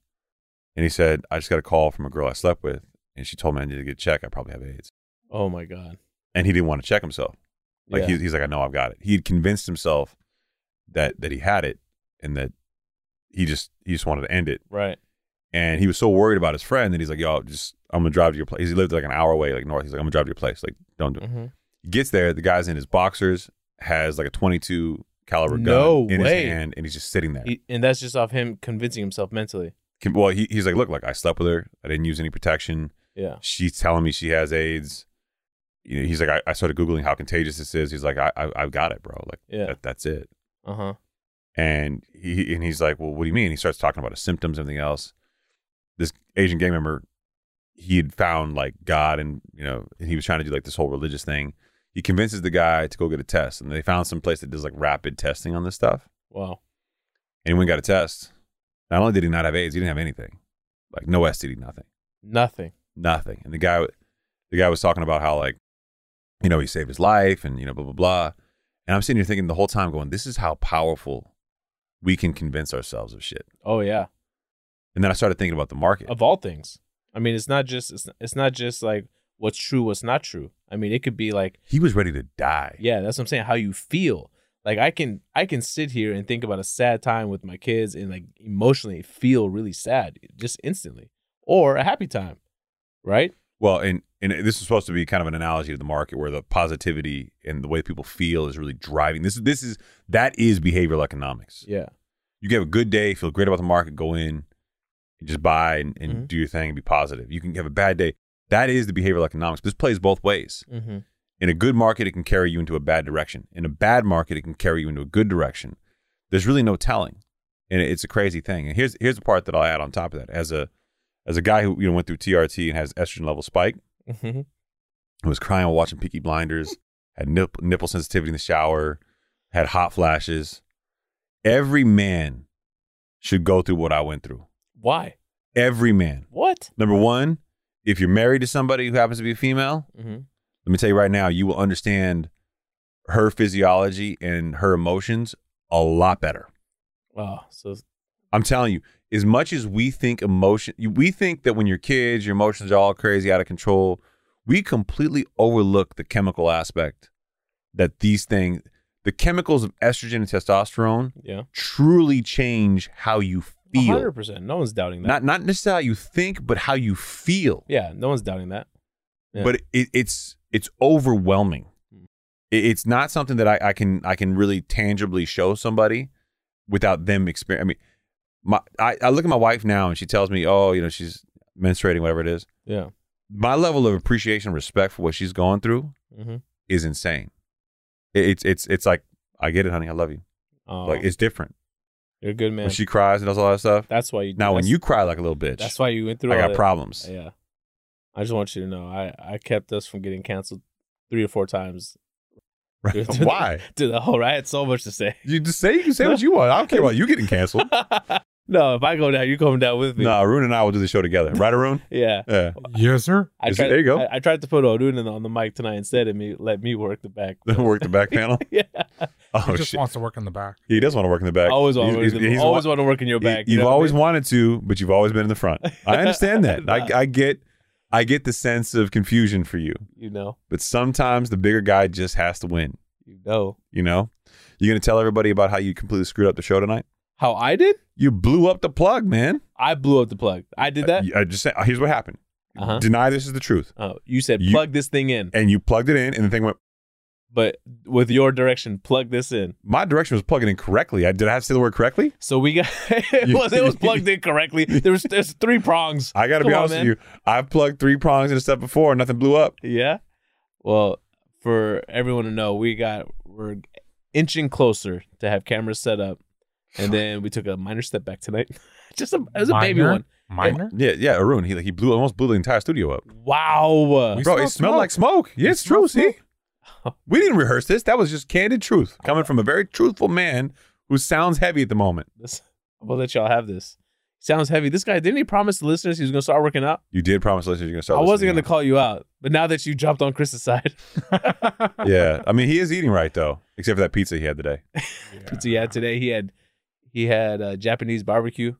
[SPEAKER 1] And he said, I just got a call from a girl I slept with, and she told me I needed to get checked. I probably have AIDS,
[SPEAKER 2] Oh my god.
[SPEAKER 1] and he didn't want to check himself. Like
[SPEAKER 2] Yeah.
[SPEAKER 1] he's, he's like, I know I've got it. He had convinced himself that that he had it, and that he just he just wanted to end it
[SPEAKER 2] right.
[SPEAKER 1] and he was so worried about his friend that he's like, "Yo, just I'm gonna drive to your place." He lived like an hour away, like north. He's like, "I'm gonna drive to your place." Like, don't do it.
[SPEAKER 2] Mm-hmm.
[SPEAKER 1] He gets there, the guy's in his boxers, has like a 22 caliber gun
[SPEAKER 2] No
[SPEAKER 1] in
[SPEAKER 2] way.
[SPEAKER 1] his hand, and he's just sitting there.
[SPEAKER 2] and that's just off him convincing himself mentally.
[SPEAKER 1] Can- well, he, he's like, "Look, like I slept with her. I didn't use any protection.
[SPEAKER 2] Yeah.
[SPEAKER 1] She's telling me she has AIDS." You know, he's like, I, I started googling how contagious this is. He's like, I, I I've got it, bro. Like,
[SPEAKER 2] Yeah.
[SPEAKER 1] that, that's it.
[SPEAKER 2] Uh huh.
[SPEAKER 1] And he and he's like, "Well, what do you mean?" He starts talking about his symptoms, everything else. This Asian gang member, he had found like God, and you know, and he was trying to do like this whole religious thing. He convinces the guy to go get a test, and they found some place that does like rapid testing on this stuff.
[SPEAKER 2] Wow.
[SPEAKER 1] And he went and got a test. Not only did he not have AIDS, he didn't have anything, like no STD, nothing,
[SPEAKER 2] Nothing.
[SPEAKER 1] nothing. And the guy, the guy was talking about how like, you know, he saved his life, and you know, blah blah blah. And I'm sitting here thinking the whole time, going, "This is how powerful we can convince ourselves of shit."
[SPEAKER 2] Oh yeah.
[SPEAKER 1] And then I started thinking about the market.
[SPEAKER 2] Of all things. I mean, it's not just it's, it's not just like what's true, what's not true. I mean, it could be like
[SPEAKER 1] He was ready to die.
[SPEAKER 2] yeah, that's what I'm saying. How you feel. Like I can I can sit here and think about a sad time with my kids and like emotionally feel really sad just instantly, or a happy time, right?
[SPEAKER 1] Well, and and this is supposed to be kind of an analogy to the market where the positivity and the way people feel is really driving. This is this is that is behavioral economics.
[SPEAKER 2] Yeah.
[SPEAKER 1] You can have a good day, feel great about the market, go in, and just buy and, and
[SPEAKER 2] Mhm.
[SPEAKER 1] do your thing and be positive. You can have a bad day. That is the behavioral economics. This plays both ways.
[SPEAKER 2] Mm-hmm.
[SPEAKER 1] In a good market, it can carry you into a bad direction. In a bad market, it can carry you into a good direction. There's really no telling, and it- it's a crazy thing. And here's here's the part that I'll add on top of that. As a as a guy who you know went through TRT and has estrogen level spike,
[SPEAKER 2] Mm-hmm.
[SPEAKER 1] who was crying while watching Peaky Blinders, had nip, nipple sensitivity in the shower, had hot flashes. Every man should go through what I went through.
[SPEAKER 2] Why?
[SPEAKER 1] Every man.
[SPEAKER 2] What?
[SPEAKER 1] Number one, if you're married to somebody who happens to be a female,
[SPEAKER 2] Mm-hmm.
[SPEAKER 1] let me tell you right now, you will understand her physiology and her emotions a lot better.
[SPEAKER 2] Wow. Oh, So
[SPEAKER 1] I'm telling you, as much as we think emotion, you- we think that when you're kids, your emotions are all crazy, out of control. We completely overlook the chemical aspect that these things, the chemicals of estrogen and testosterone,
[SPEAKER 2] yeah,
[SPEAKER 1] truly change how you
[SPEAKER 2] hundred
[SPEAKER 1] feel.
[SPEAKER 2] percent. No one's doubting that.
[SPEAKER 1] Not not necessarily how you think, but how you feel.
[SPEAKER 2] yeah, no one's doubting that. Yeah.
[SPEAKER 1] But it, it's it's overwhelming. It, it's not something that I, I can I can really tangibly show somebody without them experience. I mean, my I, I look at my wife now and she tells me, oh, you know, she's menstruating, whatever it is.
[SPEAKER 2] Yeah.
[SPEAKER 1] My level of appreciation, and respect for what she's going through
[SPEAKER 2] Mm-hmm.
[SPEAKER 1] is insane. It, it's it's it's like I get it, honey. I love you.
[SPEAKER 2] Oh,
[SPEAKER 1] Like it's different
[SPEAKER 2] you're a good man.
[SPEAKER 1] when she cries and does all that stuff.
[SPEAKER 2] that's why you.
[SPEAKER 1] Now when
[SPEAKER 2] that's-
[SPEAKER 1] you cry like a little bitch,
[SPEAKER 2] That's why you went through.
[SPEAKER 1] I
[SPEAKER 2] all
[SPEAKER 1] got
[SPEAKER 2] that.
[SPEAKER 1] problems.
[SPEAKER 2] Yeah. I just want you to know, I I kept us from getting canceled three or four times.
[SPEAKER 1] Right?
[SPEAKER 2] Dude.
[SPEAKER 1] Why?
[SPEAKER 2] Dude, the whole I had so much to say.
[SPEAKER 1] You just say you can say what you want. I don't care about you getting canceled.
[SPEAKER 2] no, if I go down, you come down with me.
[SPEAKER 1] No, Arun and I will do the show together, right, Arun?
[SPEAKER 2] Yeah.
[SPEAKER 1] Yeah.
[SPEAKER 3] User?
[SPEAKER 2] I
[SPEAKER 1] Is it- there you go.
[SPEAKER 2] I, I tried to put Odun in- on the mic tonight instead, and me let me work the back.
[SPEAKER 1] work the back panel.
[SPEAKER 2] yeah,
[SPEAKER 1] Oh
[SPEAKER 3] he just
[SPEAKER 1] shit,
[SPEAKER 3] wants to work in the back.
[SPEAKER 1] he does want to work in the back.
[SPEAKER 2] I always want to
[SPEAKER 1] He's-
[SPEAKER 2] work.
[SPEAKER 1] he's-
[SPEAKER 2] in-
[SPEAKER 1] he's
[SPEAKER 2] Always
[SPEAKER 1] wa-
[SPEAKER 2] want to work in your
[SPEAKER 1] he-
[SPEAKER 2] back. you
[SPEAKER 1] You've
[SPEAKER 2] know what I
[SPEAKER 1] always
[SPEAKER 2] mean?
[SPEAKER 1] wanted to, but you've always been in the front. I understand that.
[SPEAKER 2] Nah.
[SPEAKER 1] I, I get, I get the sense of confusion for you.
[SPEAKER 2] you know,
[SPEAKER 1] But sometimes the bigger guy just has to win.
[SPEAKER 2] you know
[SPEAKER 1] You know, you gonna tell everybody about how you completely screwed up the show tonight.
[SPEAKER 2] how I did.
[SPEAKER 1] You blew up the plug, man.
[SPEAKER 2] I blew up the plug. I did that.
[SPEAKER 1] I, I just said, here's what happened.
[SPEAKER 2] Uh-huh.
[SPEAKER 1] Deny this is the truth,
[SPEAKER 2] Oh, you said
[SPEAKER 1] You-
[SPEAKER 2] plug this thing in.
[SPEAKER 1] and you plugged it in, and the thing went
[SPEAKER 2] but with your direction, plug this in.
[SPEAKER 1] My direction was plugging in correctly. I did I have to say the word correctly?
[SPEAKER 2] So we got it was it was plugged in correctly. There was there's three prongs.
[SPEAKER 1] I got to be
[SPEAKER 2] Come on,
[SPEAKER 1] honest
[SPEAKER 2] man.
[SPEAKER 1] with you. I've plugged three prongs into stuff before, and nothing blew up.
[SPEAKER 2] Yeah. Well, for everyone to know, we got we're inching closer to have cameras set up, and then we took a minor step back tonight. Just a it was a baby
[SPEAKER 3] Minor?
[SPEAKER 2] one.
[SPEAKER 3] Minor?
[SPEAKER 1] Yeah, yeah, Arun. He like he blew almost blew the entire studio up.
[SPEAKER 2] Wow.
[SPEAKER 3] We
[SPEAKER 1] Bro,
[SPEAKER 3] smell
[SPEAKER 1] it smelled like smoke. Yeah,
[SPEAKER 3] We
[SPEAKER 1] it's true.
[SPEAKER 3] smell
[SPEAKER 1] See, we didn't rehearse this. That was just candid truth coming from a very truthful man who sounds heavy at the moment.
[SPEAKER 2] This, we'll let y'all have this. Sounds heavy. This guy didn't he promise the listeners he was gonna start working out?
[SPEAKER 1] You did promise listeners you're gonna start.
[SPEAKER 2] I wasn't gonna
[SPEAKER 1] listening
[SPEAKER 2] call you out, but now that you jumped on Chris's side,
[SPEAKER 1] now. Yeah, I mean he is eating right though, except for that pizza he had today.
[SPEAKER 2] pizza he had today. He had he had uh, Japanese barbecue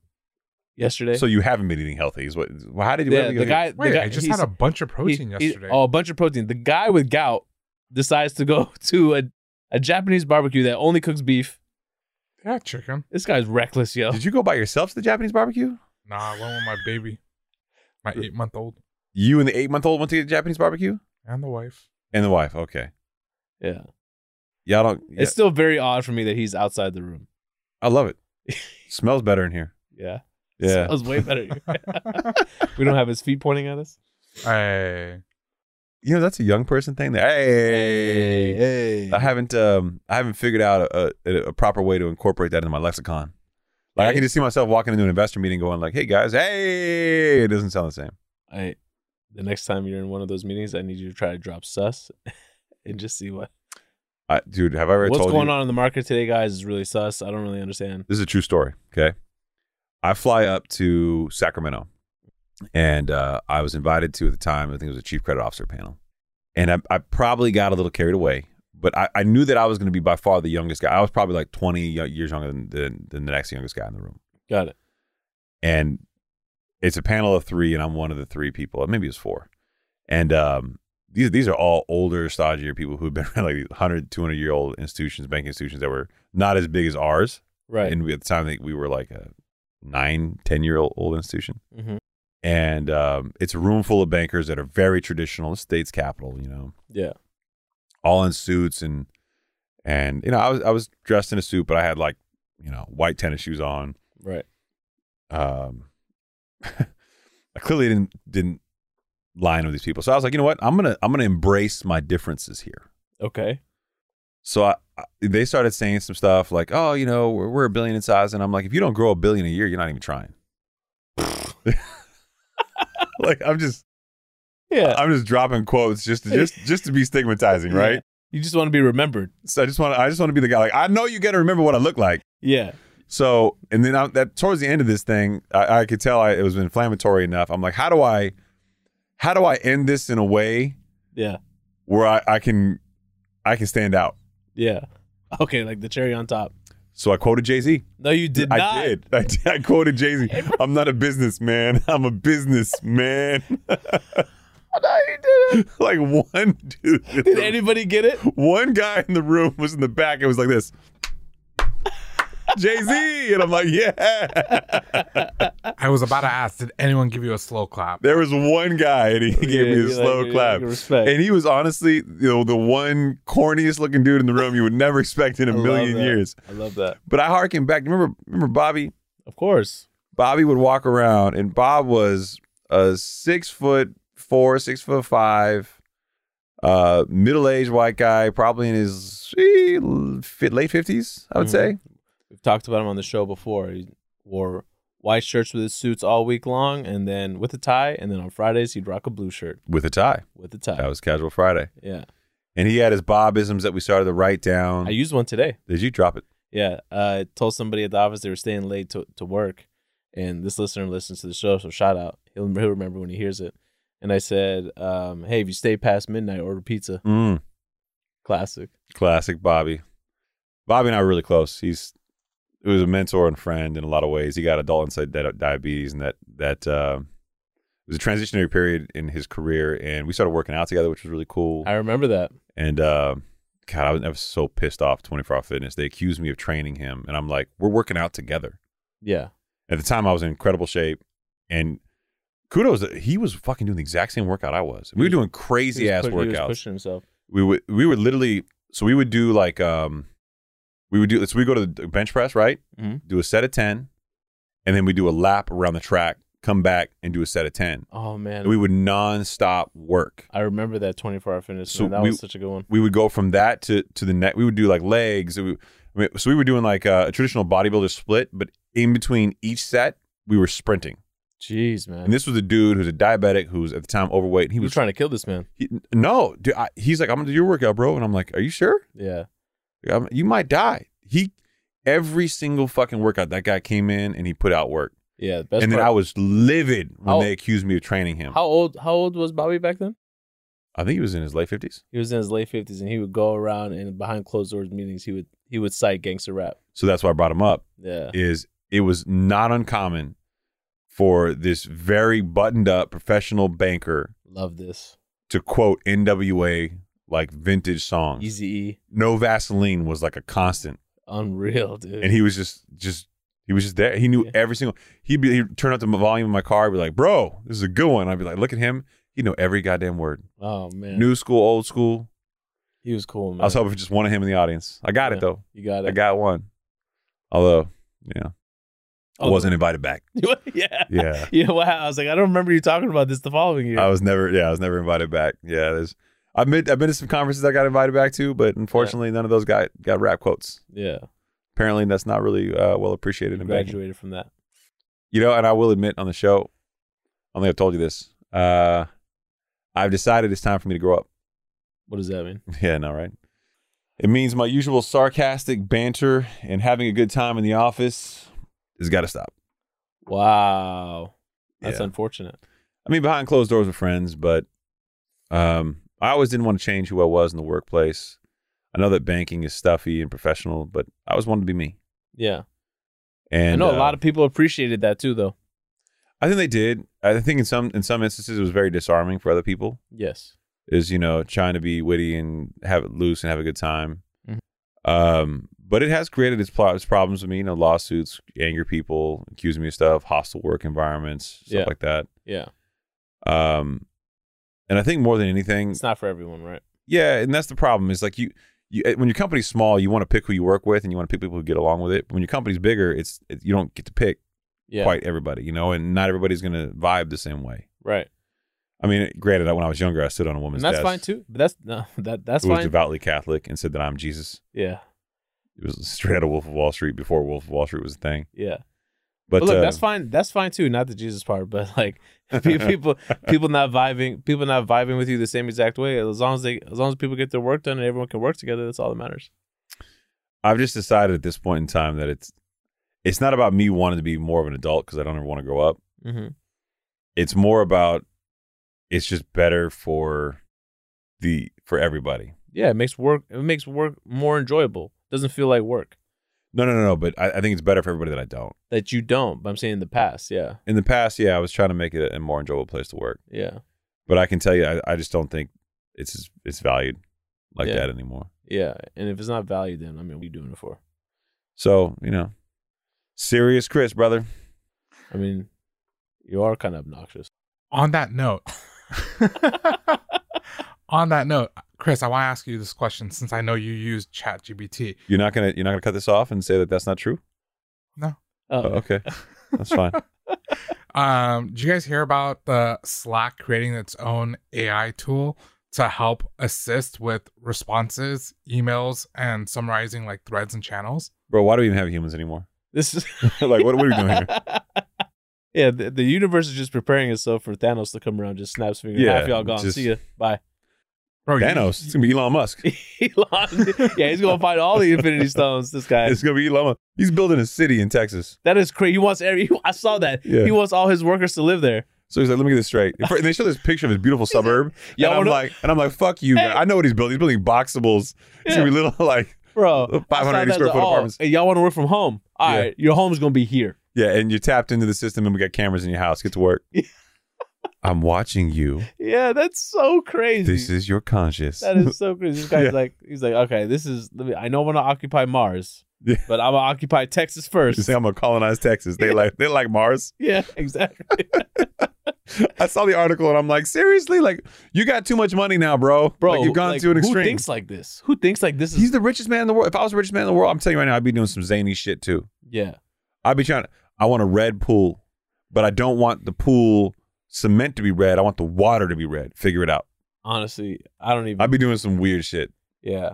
[SPEAKER 2] yesterday.
[SPEAKER 1] So you haven't been eating healthy. Is what? well, How did you?
[SPEAKER 2] yeah,
[SPEAKER 1] what-
[SPEAKER 2] the guy,
[SPEAKER 3] Wait,
[SPEAKER 2] the guy
[SPEAKER 3] I just
[SPEAKER 2] he's-
[SPEAKER 3] had a bunch of
[SPEAKER 2] he-
[SPEAKER 3] protein
[SPEAKER 2] he-
[SPEAKER 3] yesterday.
[SPEAKER 2] oh, a bunch of protein. The guy with gout decides to go to a, a Japanese barbecue that only cooks beef.
[SPEAKER 3] yeah, chicken.
[SPEAKER 2] This guy's reckless, yo.
[SPEAKER 1] Did you go by yourself to the Japanese barbecue?
[SPEAKER 3] Nah, I went with my baby, my eight month old,
[SPEAKER 1] You and the eight month old went to the Japanese barbecue,
[SPEAKER 3] and the wife.
[SPEAKER 1] and the wife. Okay.
[SPEAKER 2] yeah.
[SPEAKER 1] Yeah, I don't. yeah,
[SPEAKER 2] It's still very odd for me that he's outside the room.
[SPEAKER 1] I love it. Smells better in here.
[SPEAKER 2] Yeah.
[SPEAKER 1] Yeah.
[SPEAKER 2] That was way better. we don't have his feet pointing at us. Uh,
[SPEAKER 3] Hey,
[SPEAKER 1] you know that's a young person thing. That, hey,
[SPEAKER 2] Hey.
[SPEAKER 1] I haven't um I haven't figured out a, a, a proper way to incorporate that into my lexicon. Like I
[SPEAKER 2] Hey.
[SPEAKER 1] can just see myself walking into an investor meeting going like, "Hey guys, hey!" It doesn't sound the same.
[SPEAKER 2] I, the next time you're in one of those meetings, I need you to try to drop sus and just see what
[SPEAKER 1] I, dude, have I ever
[SPEAKER 2] what's
[SPEAKER 1] told
[SPEAKER 2] going
[SPEAKER 1] you?
[SPEAKER 2] on in the market today, guys, is really sus. I don't really understand.
[SPEAKER 1] This is a true story. Okay, I fly up to Sacramento, and uh, I was invited to at the time. I think it was a chief credit officer panel, and I, I probably got a little carried away. But I, I knew that I was going to be by far the youngest guy. I was probably like 20 y- years younger than, than, than the next youngest guy in the room.
[SPEAKER 2] Got it.
[SPEAKER 1] and it's a panel of three, and I'm one of the three people. Or Maybe it's four. And um, these these are all older, stodgier people who've been around like these 100, 200 year old institutions, banking institutions that were not as big as ours.
[SPEAKER 2] Right.
[SPEAKER 1] And we, at the time, I think we were like a nine, 10 year old, old institution.
[SPEAKER 2] mm-hmm.
[SPEAKER 1] And um, it's a room full of bankers that are very traditional, the state's capital, you know,
[SPEAKER 2] Yeah.
[SPEAKER 1] all in suits and and you know I was I was dressed in a suit, but I had like you know white tennis shoes on
[SPEAKER 2] Right.
[SPEAKER 1] um, I clearly didn't didn't line with these people. So I was like, you know what? I'm gonna I'm gonna embrace my differences here.
[SPEAKER 2] Okay.
[SPEAKER 1] So I, I they started saying some stuff like, oh, you know, we're, we're a billion in size, and I'm like, if you don't grow a billion a year, you're not even trying. like I'm just
[SPEAKER 2] Yeah.
[SPEAKER 1] I'm just dropping quotes just to, just just to be stigmatizing, right?
[SPEAKER 2] You just want to be remembered.
[SPEAKER 1] So I just want I just want to be the guy like I know you got to remember what I look like.
[SPEAKER 2] Yeah.
[SPEAKER 1] So, and then I, that towards the end of this thing, I, I could tell I, it was inflammatory enough. I'm like, how do I, how do I end this in a way
[SPEAKER 2] Yeah.
[SPEAKER 1] where I, I can, I can stand out?
[SPEAKER 2] Yeah. Okay, like the cherry on top.
[SPEAKER 1] So I quoted Jay Z.
[SPEAKER 2] No, you did
[SPEAKER 1] I
[SPEAKER 2] not.
[SPEAKER 1] did. I did. I quoted Jay Z. I'm not a businessman. I'm a businessman. like one dude, in
[SPEAKER 2] Did
[SPEAKER 1] the-
[SPEAKER 2] anybody get it?
[SPEAKER 1] one guy in the room was in the back. It was like this. Jay Z, and I'm like, yeah.
[SPEAKER 3] I was about to ask, did anyone give you a slow clap?
[SPEAKER 1] There was one guy, and he gave
[SPEAKER 2] Yeah,
[SPEAKER 1] me a
[SPEAKER 2] you're
[SPEAKER 1] slow
[SPEAKER 2] like- you're
[SPEAKER 1] clap.
[SPEAKER 2] like, respect.
[SPEAKER 1] And he was honestly, you know, the one corniest looking dude in the room you would never expect in a
[SPEAKER 2] I love
[SPEAKER 1] million
[SPEAKER 2] that.
[SPEAKER 1] years.
[SPEAKER 2] I love that.
[SPEAKER 1] But I harken back. Remember, remember Bobby?
[SPEAKER 2] Of course.
[SPEAKER 1] Bobby would walk around, and Bob was a six foot four, six foot five, uh, middle aged white guy, probably in his eh, fi- late fifties, I would
[SPEAKER 2] Mhm.
[SPEAKER 1] say.
[SPEAKER 2] We've talked about him on the show before. He wore white shirts with his suits all week long and then with a tie. And then on Fridays, he'd rock a blue shirt
[SPEAKER 1] With a tie.
[SPEAKER 2] with a tie.
[SPEAKER 1] That was Casual Friday,
[SPEAKER 2] yeah.
[SPEAKER 1] and he had his Bobisms that we started to write
[SPEAKER 2] I
[SPEAKER 1] down.
[SPEAKER 2] used one today.
[SPEAKER 1] Did you drop it?
[SPEAKER 2] Yeah. uh, I told somebody at the office they were staying late to, to work. And this listener listens to the show, so shout out. He'll, he'll remember when he hears it. And I said, um, hey, if you stay past midnight, order pizza.
[SPEAKER 1] Mm.
[SPEAKER 2] Classic.
[SPEAKER 1] Classic Bobby. Bobby and I were really close. He's he was a mentor and friend in a lot of ways. He got adult inside di- diabetes, and that that uh, it was a transitionary period in his career. And we started working out together, which was really cool.
[SPEAKER 2] I remember that.
[SPEAKER 1] And uh, God, I was, I was so pissed off. Twenty Four Hour Fitness. They accused me of training him, and I'm like, we're working out together.
[SPEAKER 2] Yeah.
[SPEAKER 1] At the time, I was in incredible shape, and kudos, he was fucking doing the exact same workout I was. We were doing
[SPEAKER 2] He
[SPEAKER 1] crazy
[SPEAKER 2] was
[SPEAKER 1] ass
[SPEAKER 2] pu- he was
[SPEAKER 1] workouts
[SPEAKER 2] pushing himself.
[SPEAKER 1] we would we would literally so we would do like um we would do so we go to the bench press right
[SPEAKER 2] Mhm.
[SPEAKER 1] do a set of 10 and then we do a lap around the track come back and do a set of 10
[SPEAKER 2] Oh man,
[SPEAKER 1] and we would nonstop work
[SPEAKER 2] I remember that 24 hour fitness.
[SPEAKER 1] So
[SPEAKER 2] man. That
[SPEAKER 1] we-
[SPEAKER 2] was such a good one.
[SPEAKER 1] we would go from that to to the net we would do like legs we, I mean, so we were doing like a, a traditional bodybuilder split but in between each set we were sprinting
[SPEAKER 2] Jeez, man.
[SPEAKER 1] and this was a dude who's a diabetic who's at the time overweight he
[SPEAKER 2] he
[SPEAKER 1] was
[SPEAKER 2] was trying to kill this man.
[SPEAKER 1] he, no dude, I, he's like i'm gonna do your workout bro and i'm like are you sure
[SPEAKER 2] Yeah.
[SPEAKER 1] I'm- you might die. He every single fucking workout that guy came in and he put out work.
[SPEAKER 2] Yeah. the Best
[SPEAKER 1] and then
[SPEAKER 2] part-
[SPEAKER 1] I was livid when
[SPEAKER 2] How-
[SPEAKER 1] they accused me of training him.
[SPEAKER 2] How old? How old was Bobby back then?
[SPEAKER 1] I think he was in his late fifties.
[SPEAKER 2] He was in his late 50s, and he would go around and behind closed doors meetings. He would he would cite gangster rap.
[SPEAKER 1] So that's why I brought him up.
[SPEAKER 2] Yeah.
[SPEAKER 1] Is it was not uncommon for this very buttoned up professional banker
[SPEAKER 2] Love this.
[SPEAKER 1] to quote NWA like vintage songs.
[SPEAKER 2] Easy E.
[SPEAKER 1] no Vaseline was like a constant.
[SPEAKER 2] Unreal, dude.
[SPEAKER 1] and he was just just he was just there. He knew
[SPEAKER 2] Yeah.
[SPEAKER 1] every single. He'd be he'd turn up the volume of my car. Be like, bro, this is a good one. I'd be like, look at him. He know every goddamn word.
[SPEAKER 2] oh man,
[SPEAKER 1] New school, old school.
[SPEAKER 2] he was cool, man.
[SPEAKER 1] I was hoping for just one of him in the audience. I got
[SPEAKER 2] Yeah.
[SPEAKER 1] it though.
[SPEAKER 2] you got
[SPEAKER 1] I
[SPEAKER 2] it.
[SPEAKER 1] got one. Although, yeah, I
[SPEAKER 2] Although-
[SPEAKER 1] wasn't invited back.
[SPEAKER 2] Oh, yeah.
[SPEAKER 1] Yeah,
[SPEAKER 2] Yeah, wow. I was like, I don't remember you talking about this the following year.
[SPEAKER 1] I was never. Yeah, I was never invited back. Yeah, there's. I've been I've been to some conferences I got invited back to, but unfortunately, none of those got got rap quotes.
[SPEAKER 2] yeah.
[SPEAKER 1] Apparently, that's not really uh, well appreciated in banking.
[SPEAKER 2] graduated from that.
[SPEAKER 1] You know, and I will admit on the show, I don't think I've told you this. Uh, I've decided it's time for me to grow up.
[SPEAKER 2] What does that mean?
[SPEAKER 1] Yeah, no, right? It means my usual sarcastic banter and having a good time in the office has got to stop.
[SPEAKER 2] Wow. That's
[SPEAKER 1] Yeah.
[SPEAKER 2] unfortunate.
[SPEAKER 1] I mean, behind closed doors with friends, but um, I always didn't want to change who I was in the workplace. I know that banking is stuffy and professional, but I always wanted to be me.
[SPEAKER 2] Yeah.
[SPEAKER 1] And
[SPEAKER 2] I know a
[SPEAKER 1] uh,
[SPEAKER 2] lot of people appreciated that too, though.
[SPEAKER 1] I think they did. I think in some in some instances it was very disarming for other people.
[SPEAKER 2] Yes.
[SPEAKER 1] is you know trying to be witty and have it loose and have a good time.
[SPEAKER 2] Mhm.
[SPEAKER 1] Um, but it has created its, pl- its problems with me. You know, lawsuits, anger people, accusing me of stuff, hostile work environments, stuff
[SPEAKER 2] Yeah.
[SPEAKER 1] like that.
[SPEAKER 2] Yeah.
[SPEAKER 1] Um, and I think more than anything,
[SPEAKER 2] It's not for everyone, right?
[SPEAKER 1] yeah, and that's the problem. Is like you, you eh, when your company's small, you want to pick who you work with and you want to pick people who get along with it. But when your company's bigger, it's it, you don't get to pick
[SPEAKER 2] Yeah.
[SPEAKER 1] quite everybody, you know, and not everybody's gonna vibe the same way.
[SPEAKER 2] Right.
[SPEAKER 1] I mean, granted, when I was younger, I stood on a
[SPEAKER 2] And
[SPEAKER 1] woman's
[SPEAKER 2] that's
[SPEAKER 1] desk
[SPEAKER 2] fine too. But that's no, that that's
[SPEAKER 1] who was
[SPEAKER 2] fine.
[SPEAKER 1] devoutly Catholic and said that I'm Jesus.
[SPEAKER 2] Yeah.
[SPEAKER 1] It was straight out of Wolf of Wall Street before Wolf of Wall Street was a thing.
[SPEAKER 2] Yeah.
[SPEAKER 1] But,
[SPEAKER 2] But, look,
[SPEAKER 1] uh,
[SPEAKER 2] that's fine. That's fine too. Not the Jesus part, but like pe- people, people not vibing, people not vibing with you the same exact way. As long as they, as long as people get their work done and everyone can work together, that's all that matters.
[SPEAKER 1] I've just decided at this point in time that it's it's not about me wanting to be more of an adult because I don't ever want to grow up.
[SPEAKER 2] Mm-hmm.
[SPEAKER 1] It's more about it's just better for the for everybody.
[SPEAKER 2] Yeah, it makes work. It makes work more enjoyable. Doesn't feel like work
[SPEAKER 1] No, no, no, no. But I, I think it's better for everybody that I don't.
[SPEAKER 2] that you don't. But I'm saying in the past. Yeah.
[SPEAKER 1] In the past, yeah, I was trying to make it a more enjoyable place to work,
[SPEAKER 2] Yeah.
[SPEAKER 1] but I can tell you, I, I just don't think it's as- it's valued like
[SPEAKER 2] Yeah.
[SPEAKER 1] that anymore.
[SPEAKER 2] Yeah. And if it's not valued, then I mean, what are you doing it for?
[SPEAKER 1] So you know, serious Chris, brother.
[SPEAKER 2] I mean, you are kind of obnoxious.
[SPEAKER 3] On that note, on that note, Chris, I want to ask you this question since I know you use ChatGPT.
[SPEAKER 1] You're not gonna you're not gonna cut this off and say that that's not true. Oh,
[SPEAKER 2] Oh,
[SPEAKER 1] okay, that's fine.
[SPEAKER 3] Um, did you guys hear about the Slack creating its own AI tool to help assist with responses, emails, and summarizing like threads and channels?
[SPEAKER 1] Bro, why do we even have humans anymore?
[SPEAKER 2] this is
[SPEAKER 1] like, what, what are we doing here?
[SPEAKER 2] yeah, the, the universe is just preparing itself for Thanos to come around, just snaps finger.
[SPEAKER 1] Yeah,
[SPEAKER 2] half y'all gone.
[SPEAKER 1] just-
[SPEAKER 2] See ya. Bye.
[SPEAKER 3] Bro, you-
[SPEAKER 1] Thanos. It's gonna be Elon Musk.
[SPEAKER 2] Elon. Yeah, he's gonna find all the Infinity Stones. This guy.
[SPEAKER 1] It's gonna be Elon. Musk. He's building a city in Texas.
[SPEAKER 2] That is crazy. He wants every. I saw that.
[SPEAKER 1] Yeah.
[SPEAKER 2] He wants all his workers to live there.
[SPEAKER 1] So he's like, let me get this straight. And they show this picture of his beautiful suburb. Yeah,
[SPEAKER 2] Yeah,
[SPEAKER 1] and I'm
[SPEAKER 2] well,
[SPEAKER 1] like, and I'm like, fuck you. guy. I know what he's building. He's building boxables. It's gonna be little like,
[SPEAKER 2] Bro,
[SPEAKER 1] Uh,
[SPEAKER 2] I saw
[SPEAKER 1] 580
[SPEAKER 2] that,
[SPEAKER 1] square
[SPEAKER 2] like,
[SPEAKER 1] foot
[SPEAKER 2] oh,
[SPEAKER 1] apartments.
[SPEAKER 2] And y'all want to work from home? All right,
[SPEAKER 1] Yeah.
[SPEAKER 2] your home's gonna be here.
[SPEAKER 1] yeah. And you're tapped into the system, and we got cameras in your house. Get to work. I'm watching you.
[SPEAKER 2] Yeah, that's so crazy.
[SPEAKER 1] This is your conscious.
[SPEAKER 2] that is so crazy. This guy's
[SPEAKER 1] Yeah.
[SPEAKER 2] like, he's like, okay, this is. Let me, I know I'm gonna occupy Mars,
[SPEAKER 1] Yeah.
[SPEAKER 2] but I'm gonna occupy Texas
[SPEAKER 1] You
[SPEAKER 2] first.
[SPEAKER 1] say I'm gonna colonize Texas. They like they like Mars.
[SPEAKER 2] Yeah, exactly.
[SPEAKER 1] I saw the article and I'm like, seriously, like you got too much money now, bro.
[SPEAKER 2] Bro,
[SPEAKER 1] like, you've gone
[SPEAKER 2] like,
[SPEAKER 1] to an
[SPEAKER 2] Who
[SPEAKER 1] extreme.
[SPEAKER 2] thinks like this? Who thinks like this is
[SPEAKER 1] He's the richest man in the world. If I was the richest man in the world, I'm telling you right now, I'd be doing some zany shit too.
[SPEAKER 2] Yeah.
[SPEAKER 1] I'd be trying to. I want a red pool, but I don't want the pool cement to be red. I want the water to be red. Figure it out.
[SPEAKER 2] Honestly, I don't even
[SPEAKER 1] I'd be doing some weird shit.
[SPEAKER 2] Yeah,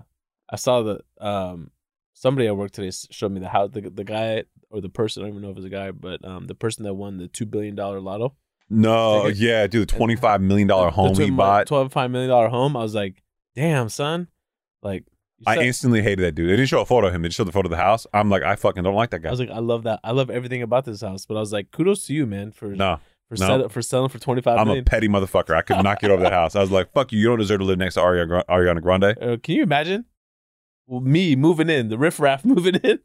[SPEAKER 2] I saw the um somebody at work today s- showed me the how the the guy or the person I don't even know if it's a guy, but um the person that won the two billion dollar lotto,
[SPEAKER 1] No,
[SPEAKER 2] Take it.
[SPEAKER 1] yeah, dude, the twenty five million dollar home he bought.
[SPEAKER 2] twelve five million dollar home. I was like, damn son, like you
[SPEAKER 1] I
[SPEAKER 2] said-
[SPEAKER 1] instantly hated that dude. They didn't show a photo of him. They just showed the photo of the house. I'm like, I fucking don't like that
[SPEAKER 2] I
[SPEAKER 1] guy.
[SPEAKER 2] was like, I love that. I love everything about this house. But I was like, kudos to you, man, for
[SPEAKER 1] No,
[SPEAKER 2] for,
[SPEAKER 1] no.
[SPEAKER 2] sell- for selling for twenty five
[SPEAKER 1] I'm a
[SPEAKER 2] million.
[SPEAKER 1] petty motherfucker. I could knock you over the house. I was like, fuck you. You don't deserve to live next to Ariana Gra- Ariana Grande.
[SPEAKER 2] Uh, can you imagine Well, me moving in, the riffraff moving in,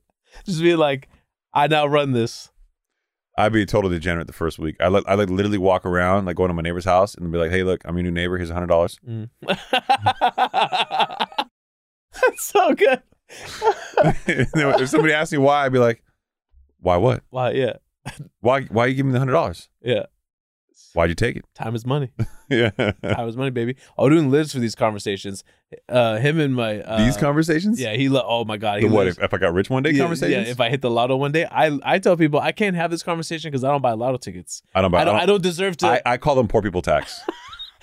[SPEAKER 2] just being like, I now run this.
[SPEAKER 1] I'd be a total degenerate the first week. I like I like literally walk around, like going to my neighbor's house and be like, hey, look, I'm your new neighbor. Here's hundred dollars.
[SPEAKER 2] Mm. That's so good.
[SPEAKER 1] if somebody asked me why, I'd be like, why what?
[SPEAKER 2] Wow, yeah.
[SPEAKER 1] Why why you give me the hundred dollars?
[SPEAKER 2] Yeah.
[SPEAKER 1] Why'd you take it?
[SPEAKER 2] Time is money.
[SPEAKER 1] yeah.
[SPEAKER 2] Time is money, baby. Odun lives for these conversations. Uh, him and my uh,
[SPEAKER 1] These conversations?
[SPEAKER 2] Yeah, he. Lo- oh my god, he
[SPEAKER 1] The what
[SPEAKER 2] lives-
[SPEAKER 1] if, if I got rich one day
[SPEAKER 2] yeah,
[SPEAKER 1] conversations?
[SPEAKER 2] Yeah, if I hit the lotto one day, I I tell people I can't have this conversation because I don't buy lotto tickets.
[SPEAKER 1] I don't buy.
[SPEAKER 2] I don't. I don't deserve to.
[SPEAKER 1] I, I call them poor people tax.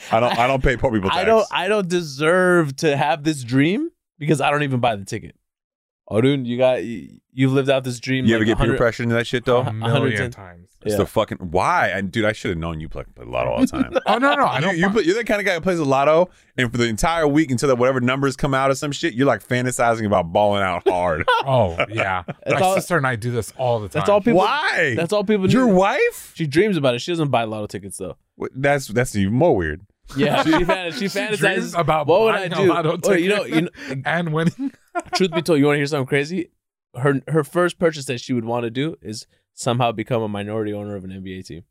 [SPEAKER 1] I don't. I don't pay poor people tax.
[SPEAKER 2] I don't. I don't deserve to have this dream because I don't even buy the ticket. Odun, you got you, you've lived out this dream.
[SPEAKER 1] you
[SPEAKER 2] like
[SPEAKER 1] ever get peer
[SPEAKER 2] 100
[SPEAKER 1] pressure into that shit though?
[SPEAKER 3] a
[SPEAKER 2] 110.
[SPEAKER 3] million times.
[SPEAKER 1] It's
[SPEAKER 2] Yeah.
[SPEAKER 1] the fucking why. And dude, I should have known you play, play lotto all the time.
[SPEAKER 3] Oh no, no, I
[SPEAKER 1] You-
[SPEAKER 3] don't.
[SPEAKER 1] you, play- you're the kind of guy who plays the lotto, and for the entire week until that whatever numbers come out or some shit, you're like fantasizing about balling out hard.
[SPEAKER 3] oh yeah, my
[SPEAKER 2] all-
[SPEAKER 3] sister and I do this all the time.
[SPEAKER 2] That's all people.
[SPEAKER 1] why?
[SPEAKER 2] That's all people.
[SPEAKER 1] Your
[SPEAKER 2] do.
[SPEAKER 1] wife?
[SPEAKER 2] She dreams about it. She doesn't buy lotto tickets though.
[SPEAKER 1] Wh- That's that's even more weird.
[SPEAKER 2] Yeah, she, fan- she fantasizes
[SPEAKER 3] dreams about
[SPEAKER 2] what would I
[SPEAKER 3] buying a
[SPEAKER 2] do?
[SPEAKER 3] lotto
[SPEAKER 2] Or, you know,
[SPEAKER 3] ticket.
[SPEAKER 2] you know,
[SPEAKER 3] and winning.
[SPEAKER 2] truth be told, you want to hear something crazy? Her her first purchase that she would want to do is somehow become a minority owner of an NBA team.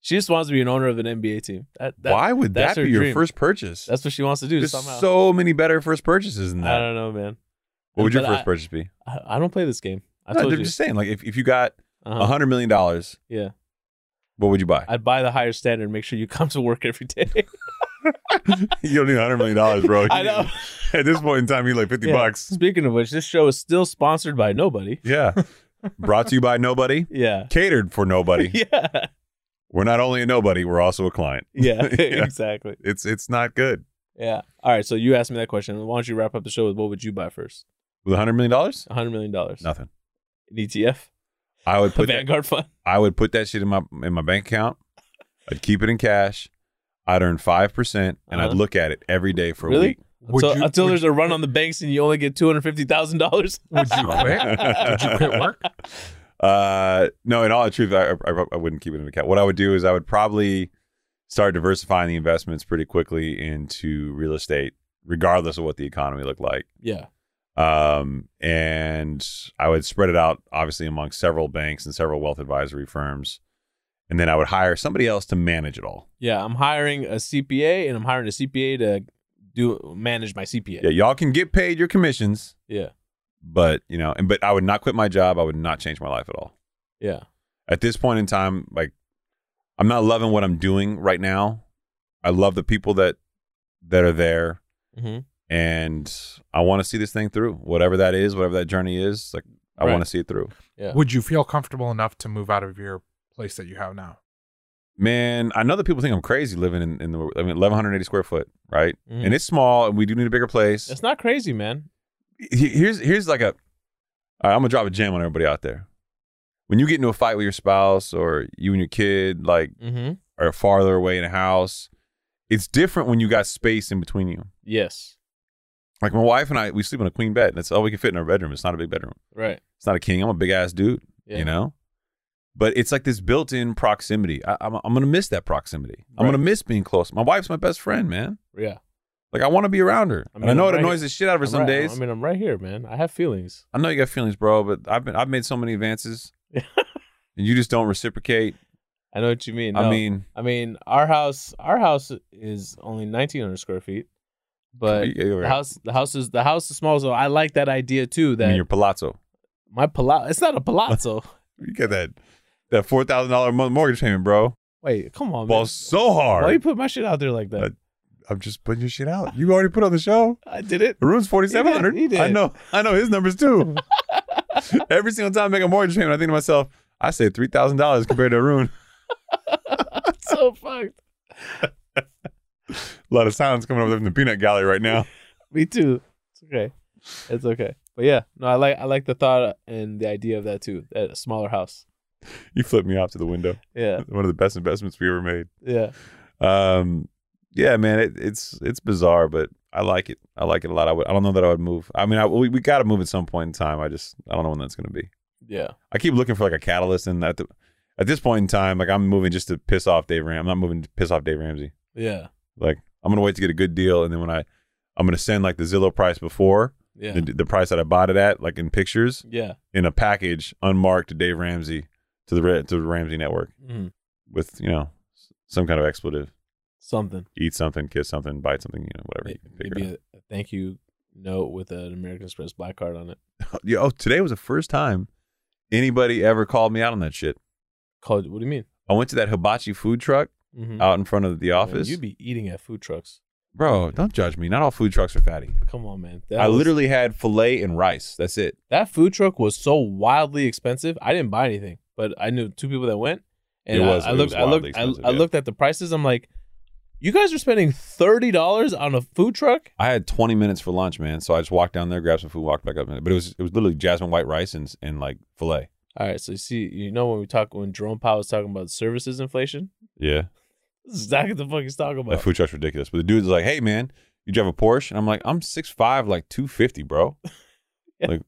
[SPEAKER 2] She just wants to be an owner of an NBA team. That, that-
[SPEAKER 1] why would that
[SPEAKER 2] that's
[SPEAKER 1] be
[SPEAKER 2] her
[SPEAKER 1] your
[SPEAKER 2] dream.
[SPEAKER 1] first purchase?
[SPEAKER 2] That's what she wants to do.
[SPEAKER 1] There's
[SPEAKER 2] somehow,
[SPEAKER 1] so many better first purchases than
[SPEAKER 2] I
[SPEAKER 1] that.
[SPEAKER 2] don't know, man.
[SPEAKER 1] What would your
[SPEAKER 2] But
[SPEAKER 1] first
[SPEAKER 2] I-
[SPEAKER 1] purchase be?
[SPEAKER 2] I, I don't play this game. I
[SPEAKER 1] No,
[SPEAKER 2] told
[SPEAKER 1] I'm
[SPEAKER 2] you.
[SPEAKER 1] just saying, like if, if you got
[SPEAKER 2] Uh-huh.
[SPEAKER 1] a hundred million dollars,
[SPEAKER 2] Yeah.
[SPEAKER 1] what would you buy?
[SPEAKER 2] I'd buy the higher standard. Make sure you come to work every day.
[SPEAKER 1] you don't need a hundred million dollars, bro.
[SPEAKER 2] I know.
[SPEAKER 1] At this point in time, you need like fifty
[SPEAKER 2] Yeah.
[SPEAKER 1] bucks.
[SPEAKER 2] Speaking of which, this show is still sponsored by nobody.
[SPEAKER 1] Yeah. Brought to you by nobody.
[SPEAKER 2] Yeah.
[SPEAKER 1] Catered for nobody.
[SPEAKER 2] Yeah.
[SPEAKER 1] We're not only a nobody, we're also a client.
[SPEAKER 2] Yeah.
[SPEAKER 1] Yeah.
[SPEAKER 2] Exactly.
[SPEAKER 1] It's it's not good.
[SPEAKER 2] Yeah. All right. So you asked me that question. Why don't you wrap up the show with what would you buy first?
[SPEAKER 1] With a hundred million dollars?
[SPEAKER 2] $100 million.
[SPEAKER 1] Nothing.
[SPEAKER 2] An ETF?
[SPEAKER 1] I would
[SPEAKER 2] A
[SPEAKER 1] put that,
[SPEAKER 2] Vanguard fund?
[SPEAKER 1] I would put that shit in my in my bank account. I'd keep it in cash. I'd earn five percent and I'd
[SPEAKER 2] Uh-huh.
[SPEAKER 1] look at it every day for
[SPEAKER 2] Really?
[SPEAKER 1] a week.
[SPEAKER 3] Would
[SPEAKER 2] until
[SPEAKER 3] you-
[SPEAKER 2] until
[SPEAKER 3] would-
[SPEAKER 2] there's a run on the banks and you only get $250,000?
[SPEAKER 3] Would you quit? Would you quit work?
[SPEAKER 1] Uh, no, in all the truth, I, I, I wouldn't keep it in account. What I would do is I would probably start diversifying the investments pretty quickly into real estate, regardless of what the economy looked like.
[SPEAKER 2] Yeah.
[SPEAKER 1] Um, and I would spread it out, obviously, among several banks and several wealth advisory firms. And then I would hire somebody else to manage it all.
[SPEAKER 2] Yeah. I'm hiring a CPA and I'm hiring a CPA to do manage my CPA.
[SPEAKER 1] Yeah, y'all can get paid your commissions,
[SPEAKER 2] Yeah.
[SPEAKER 1] but you know, and but I would not quit my job. I would not change my life at all.
[SPEAKER 2] Yeah.
[SPEAKER 1] at this point in time, like I'm not loving what I'm doing right now. I love the people that that are there,
[SPEAKER 2] hmm
[SPEAKER 1] and I want to see this thing through. Whatever that is, whatever that journey is, like I
[SPEAKER 2] Right.
[SPEAKER 1] want to see it through.
[SPEAKER 2] Yeah.
[SPEAKER 3] Would you feel comfortable enough to move out of your place that you have now?
[SPEAKER 1] Man, I know that people think I'm crazy living in, in the I mean 1180 square foot, right?
[SPEAKER 2] Mhm.
[SPEAKER 1] And it's small, and we do need a bigger place.
[SPEAKER 2] That's not crazy, man.
[SPEAKER 1] he- here's here's like a all right, I'm gonna drop a gem on everybody out there. When you get into a fight with your spouse or you and your kid, like
[SPEAKER 2] Mm-hmm.
[SPEAKER 1] are farther away in a house, it's different when you got space in between you.
[SPEAKER 2] Yes.
[SPEAKER 1] Like my wife and I, we sleep on a queen bed. That's all we can fit in our bedroom. It's not a big bedroom.
[SPEAKER 2] Right.
[SPEAKER 1] It's not a king. I'm a big ass dude,
[SPEAKER 2] Yeah.
[SPEAKER 1] you know. But it's like this built-in proximity. I, I'm I'm gonna miss that proximity. I'm
[SPEAKER 2] Right.
[SPEAKER 1] gonna miss being close. My wife's my best friend, man.
[SPEAKER 2] Yeah.
[SPEAKER 1] Like I want to be around her.
[SPEAKER 2] I
[SPEAKER 1] and I
[SPEAKER 2] mean,
[SPEAKER 1] know
[SPEAKER 2] I'm
[SPEAKER 1] it
[SPEAKER 2] right
[SPEAKER 1] annoys the shit out of her
[SPEAKER 2] I'm
[SPEAKER 1] some
[SPEAKER 2] right-
[SPEAKER 1] days.
[SPEAKER 2] I mean, I'm right here, man. I have feelings.
[SPEAKER 1] I know you got feelings, bro. But I've been I've made so many advances, and you just don't reciprocate.
[SPEAKER 2] I know what you mean.
[SPEAKER 1] I
[SPEAKER 2] No.
[SPEAKER 1] mean,
[SPEAKER 2] I mean, our house, our house is only 1,900 square feet, but
[SPEAKER 1] you-
[SPEAKER 2] the house, the house is the house is small. So I like that idea too.
[SPEAKER 1] I
[SPEAKER 2] That
[SPEAKER 1] mean, your palazzo.
[SPEAKER 2] my palazzo, it's not a palazzo.
[SPEAKER 1] You got that that four thousand dollar month mortgage payment, bro.
[SPEAKER 2] Wait, come on,
[SPEAKER 1] Well,
[SPEAKER 2] Oh, man.
[SPEAKER 1] so
[SPEAKER 2] Why you
[SPEAKER 1] hard.
[SPEAKER 2] put my shit out there like that?
[SPEAKER 1] Uh, I'm just putting your shit out. You already put on the show.
[SPEAKER 2] I did it.
[SPEAKER 1] Maroon's 4,700.
[SPEAKER 2] He did, he
[SPEAKER 1] I
[SPEAKER 2] did.
[SPEAKER 1] know. I know his numbers too. Every single time I make a mortgage payment, I think to myself, I saved $3,000 compared to Arun.
[SPEAKER 2] so fucked.
[SPEAKER 1] A lot of sounds coming up from the peanut gallery right now.
[SPEAKER 2] Me too. It's okay. It's okay. But yeah, no, I like I like the thought and the idea of that too. That a smaller house.
[SPEAKER 1] You flipped me off to the window.
[SPEAKER 2] Yeah,
[SPEAKER 1] One of the best investments we ever made.
[SPEAKER 2] yeah.
[SPEAKER 1] Um, yeah, man, it, it's it's bizarre, but I like it. I like it a lot. I would. I don't know that I would move. I mean, I, we we got to move at some point in time. I just I don't know when that's going to be.
[SPEAKER 2] Yeah.
[SPEAKER 1] I keep looking for like a catalyst, and at the, at this point in time, like I'm moving just to piss off Dave Ram. I'm not moving to piss off Dave Ramsey.
[SPEAKER 2] Yeah.
[SPEAKER 1] Like I'm gonna wait to get a good deal, and then when I I'm gonna send like the Zillow price before
[SPEAKER 2] Yeah.
[SPEAKER 1] the, the price that I bought it at, like in pictures,
[SPEAKER 2] Yeah.
[SPEAKER 1] in a package unmarked to Dave Ramsey to the Ra- to the Ramsey network
[SPEAKER 2] Mm.
[SPEAKER 1] with you know s- some kind of expletive.
[SPEAKER 2] Something.
[SPEAKER 1] eat something, kiss something, bite something, you know, whatever. You can figure
[SPEAKER 2] Maybe a, a thank you note with an American Express black card on it.
[SPEAKER 1] out. Yeah, oh, today was the first time anybody ever called me out on that shit.
[SPEAKER 2] Called. What do you mean?
[SPEAKER 1] I went to that hibachi food truck
[SPEAKER 2] Mm-hmm.
[SPEAKER 1] out in front of the office.
[SPEAKER 2] You'd be eating at food trucks.
[SPEAKER 1] Bro, don't judge me. Not all food trucks are fatty.
[SPEAKER 2] Come on, man. That
[SPEAKER 1] I
[SPEAKER 2] was-
[SPEAKER 1] literally had filet and rice. That's it.
[SPEAKER 2] that food truck was so wildly expensive. I didn't buy anything, but I knew two people that went, and
[SPEAKER 1] It was-
[SPEAKER 2] I, I
[SPEAKER 1] it
[SPEAKER 2] looked.
[SPEAKER 1] was
[SPEAKER 2] I looked.
[SPEAKER 1] wildly
[SPEAKER 2] I,
[SPEAKER 1] expensive,
[SPEAKER 2] I
[SPEAKER 1] yeah.
[SPEAKER 2] looked at the prices. I'm like, you guys are spending thirty dollars on a food truck.
[SPEAKER 1] I had 20 minutes for lunch, man. So I just walked down there, grabbed some food, walked back up. But it was it was literally jasmine white rice and and like filet.
[SPEAKER 2] All right, so you see, you know when we talk when Jerome Powell was talking about services inflation,
[SPEAKER 1] Yeah.
[SPEAKER 2] this is exactly what the fuck he's talking
[SPEAKER 1] That
[SPEAKER 2] about.
[SPEAKER 1] food truck's ridiculous. But the dude's like, hey man, you drive a Porsche? And I'm like, I'm 6'5, like 250, bro.
[SPEAKER 2] Yeah.
[SPEAKER 1] Like,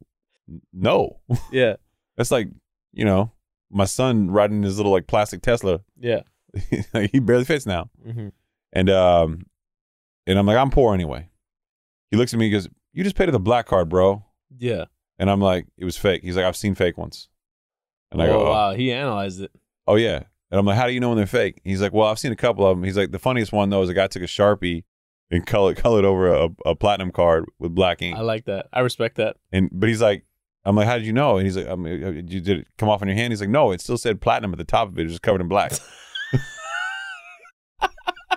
[SPEAKER 1] n- no.
[SPEAKER 2] yeah,
[SPEAKER 1] That's like, you know, my son riding his little like plastic Tesla.
[SPEAKER 2] yeah,
[SPEAKER 1] he barely fits now.
[SPEAKER 2] hmm
[SPEAKER 1] And um and I'm like, I'm poor anyway. He looks at me and goes, You just paid with a black card, bro.
[SPEAKER 2] yeah.
[SPEAKER 1] And I'm like, it was fake. He's like, I've seen fake ones. And I
[SPEAKER 2] oh
[SPEAKER 1] go, oh,
[SPEAKER 2] wow, he analyzed it.
[SPEAKER 1] oh yeah. And I'm like, how do you know when they're fake? He's like, well, I've seen a couple of them. He's like, the funniest one though is a guy took a sharpie and colored colored over a, a platinum card with black ink.
[SPEAKER 2] I like that. I respect that.
[SPEAKER 1] And but he's like, I'm like, how did you know? And he's like, I mean, uh, you did it come off on your hand? He's like, no, it still said platinum at the top of it. It was just covered in black.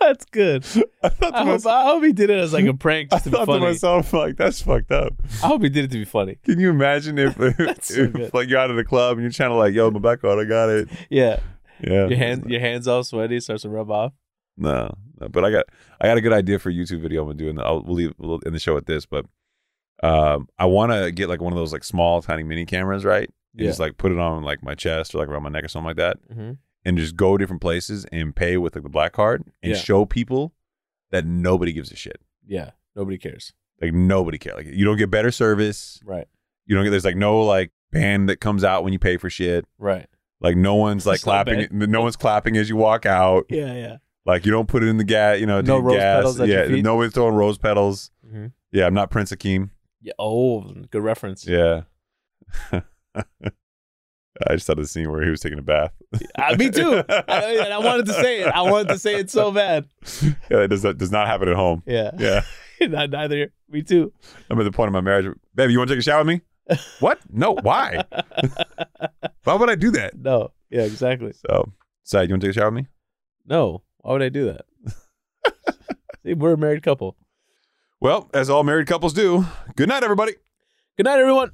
[SPEAKER 2] That's good.
[SPEAKER 1] I thought
[SPEAKER 2] I hope, I hope he did it as like a prank
[SPEAKER 1] I
[SPEAKER 2] Oh, just to be
[SPEAKER 1] thought to
[SPEAKER 2] funny.
[SPEAKER 1] myself, like, that's fucked up.
[SPEAKER 2] I hope he did it to be funny.
[SPEAKER 1] Can you imagine if, if,
[SPEAKER 2] so good.
[SPEAKER 1] like you're out of the club and you're trying to like, yo, my black card, I got it.
[SPEAKER 2] Yeah,
[SPEAKER 1] Yeah.
[SPEAKER 2] your hands, your hands all sweaty, starts to rub off.
[SPEAKER 1] No, no, but I got I got a good idea for a YouTube video I'm gonna do, and I'll we'll leave we'll end the show at this. But um, I want to get like one of those like small, tiny mini cameras, right? And
[SPEAKER 2] Yeah.
[SPEAKER 1] just like put it on like my chest or like around my neck or something like that,
[SPEAKER 2] Mm-hmm.
[SPEAKER 1] and just go different places and pay with like the black card and
[SPEAKER 2] Yeah.
[SPEAKER 1] show people that nobody gives a shit.
[SPEAKER 2] Yeah, nobody cares.
[SPEAKER 1] Like nobody cares. Like you don't get better service.
[SPEAKER 2] Right,
[SPEAKER 1] You don't get there's like no like band that comes out when you pay for shit.
[SPEAKER 2] right.
[SPEAKER 1] Like no one's like
[SPEAKER 2] It's not
[SPEAKER 1] clapping. No one's clapping as you walk out.
[SPEAKER 2] Yeah, yeah.
[SPEAKER 1] Like you don't put it in the gas. You know, to
[SPEAKER 2] No
[SPEAKER 1] get
[SPEAKER 2] rose
[SPEAKER 1] gas.
[SPEAKER 2] petals at
[SPEAKER 1] yeah,
[SPEAKER 2] your feet?
[SPEAKER 1] no one's throwing rose petals.
[SPEAKER 2] Mm-hmm.
[SPEAKER 1] Yeah, I'm not Prince Akeem.
[SPEAKER 2] Yeah. Oh, good reference.
[SPEAKER 1] Yeah. I just thought of the scene where he was taking a bath.
[SPEAKER 2] Uh, me too. I, and I wanted to say it. I wanted to say it so bad.
[SPEAKER 1] yeah, that does that does not happen at home.
[SPEAKER 2] Yeah.
[SPEAKER 1] Yeah,
[SPEAKER 2] Not uh, neither. Me too.
[SPEAKER 1] I'm at the point of my marriage. Baby, you want to take a shower with me? what? No. Why? why would I do that?
[SPEAKER 2] No. Yeah. Exactly.
[SPEAKER 1] So, Sad, you want to take a shower with me?
[SPEAKER 2] No. Why would I do that? See, we're a married couple.
[SPEAKER 1] Well, as all married couples do. Good night, everybody.
[SPEAKER 2] Good night, everyone.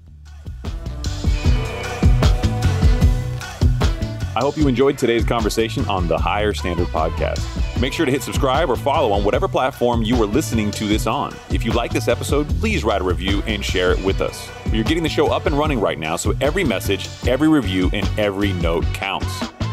[SPEAKER 4] I hope you enjoyed today's conversation on the Higher Standard Podcast. Make sure to hit subscribe or follow on whatever platform you are listening to this on. If you like this episode, please write a review and share it with us. You're getting the show up and running right now, so every message, every review, and every note counts.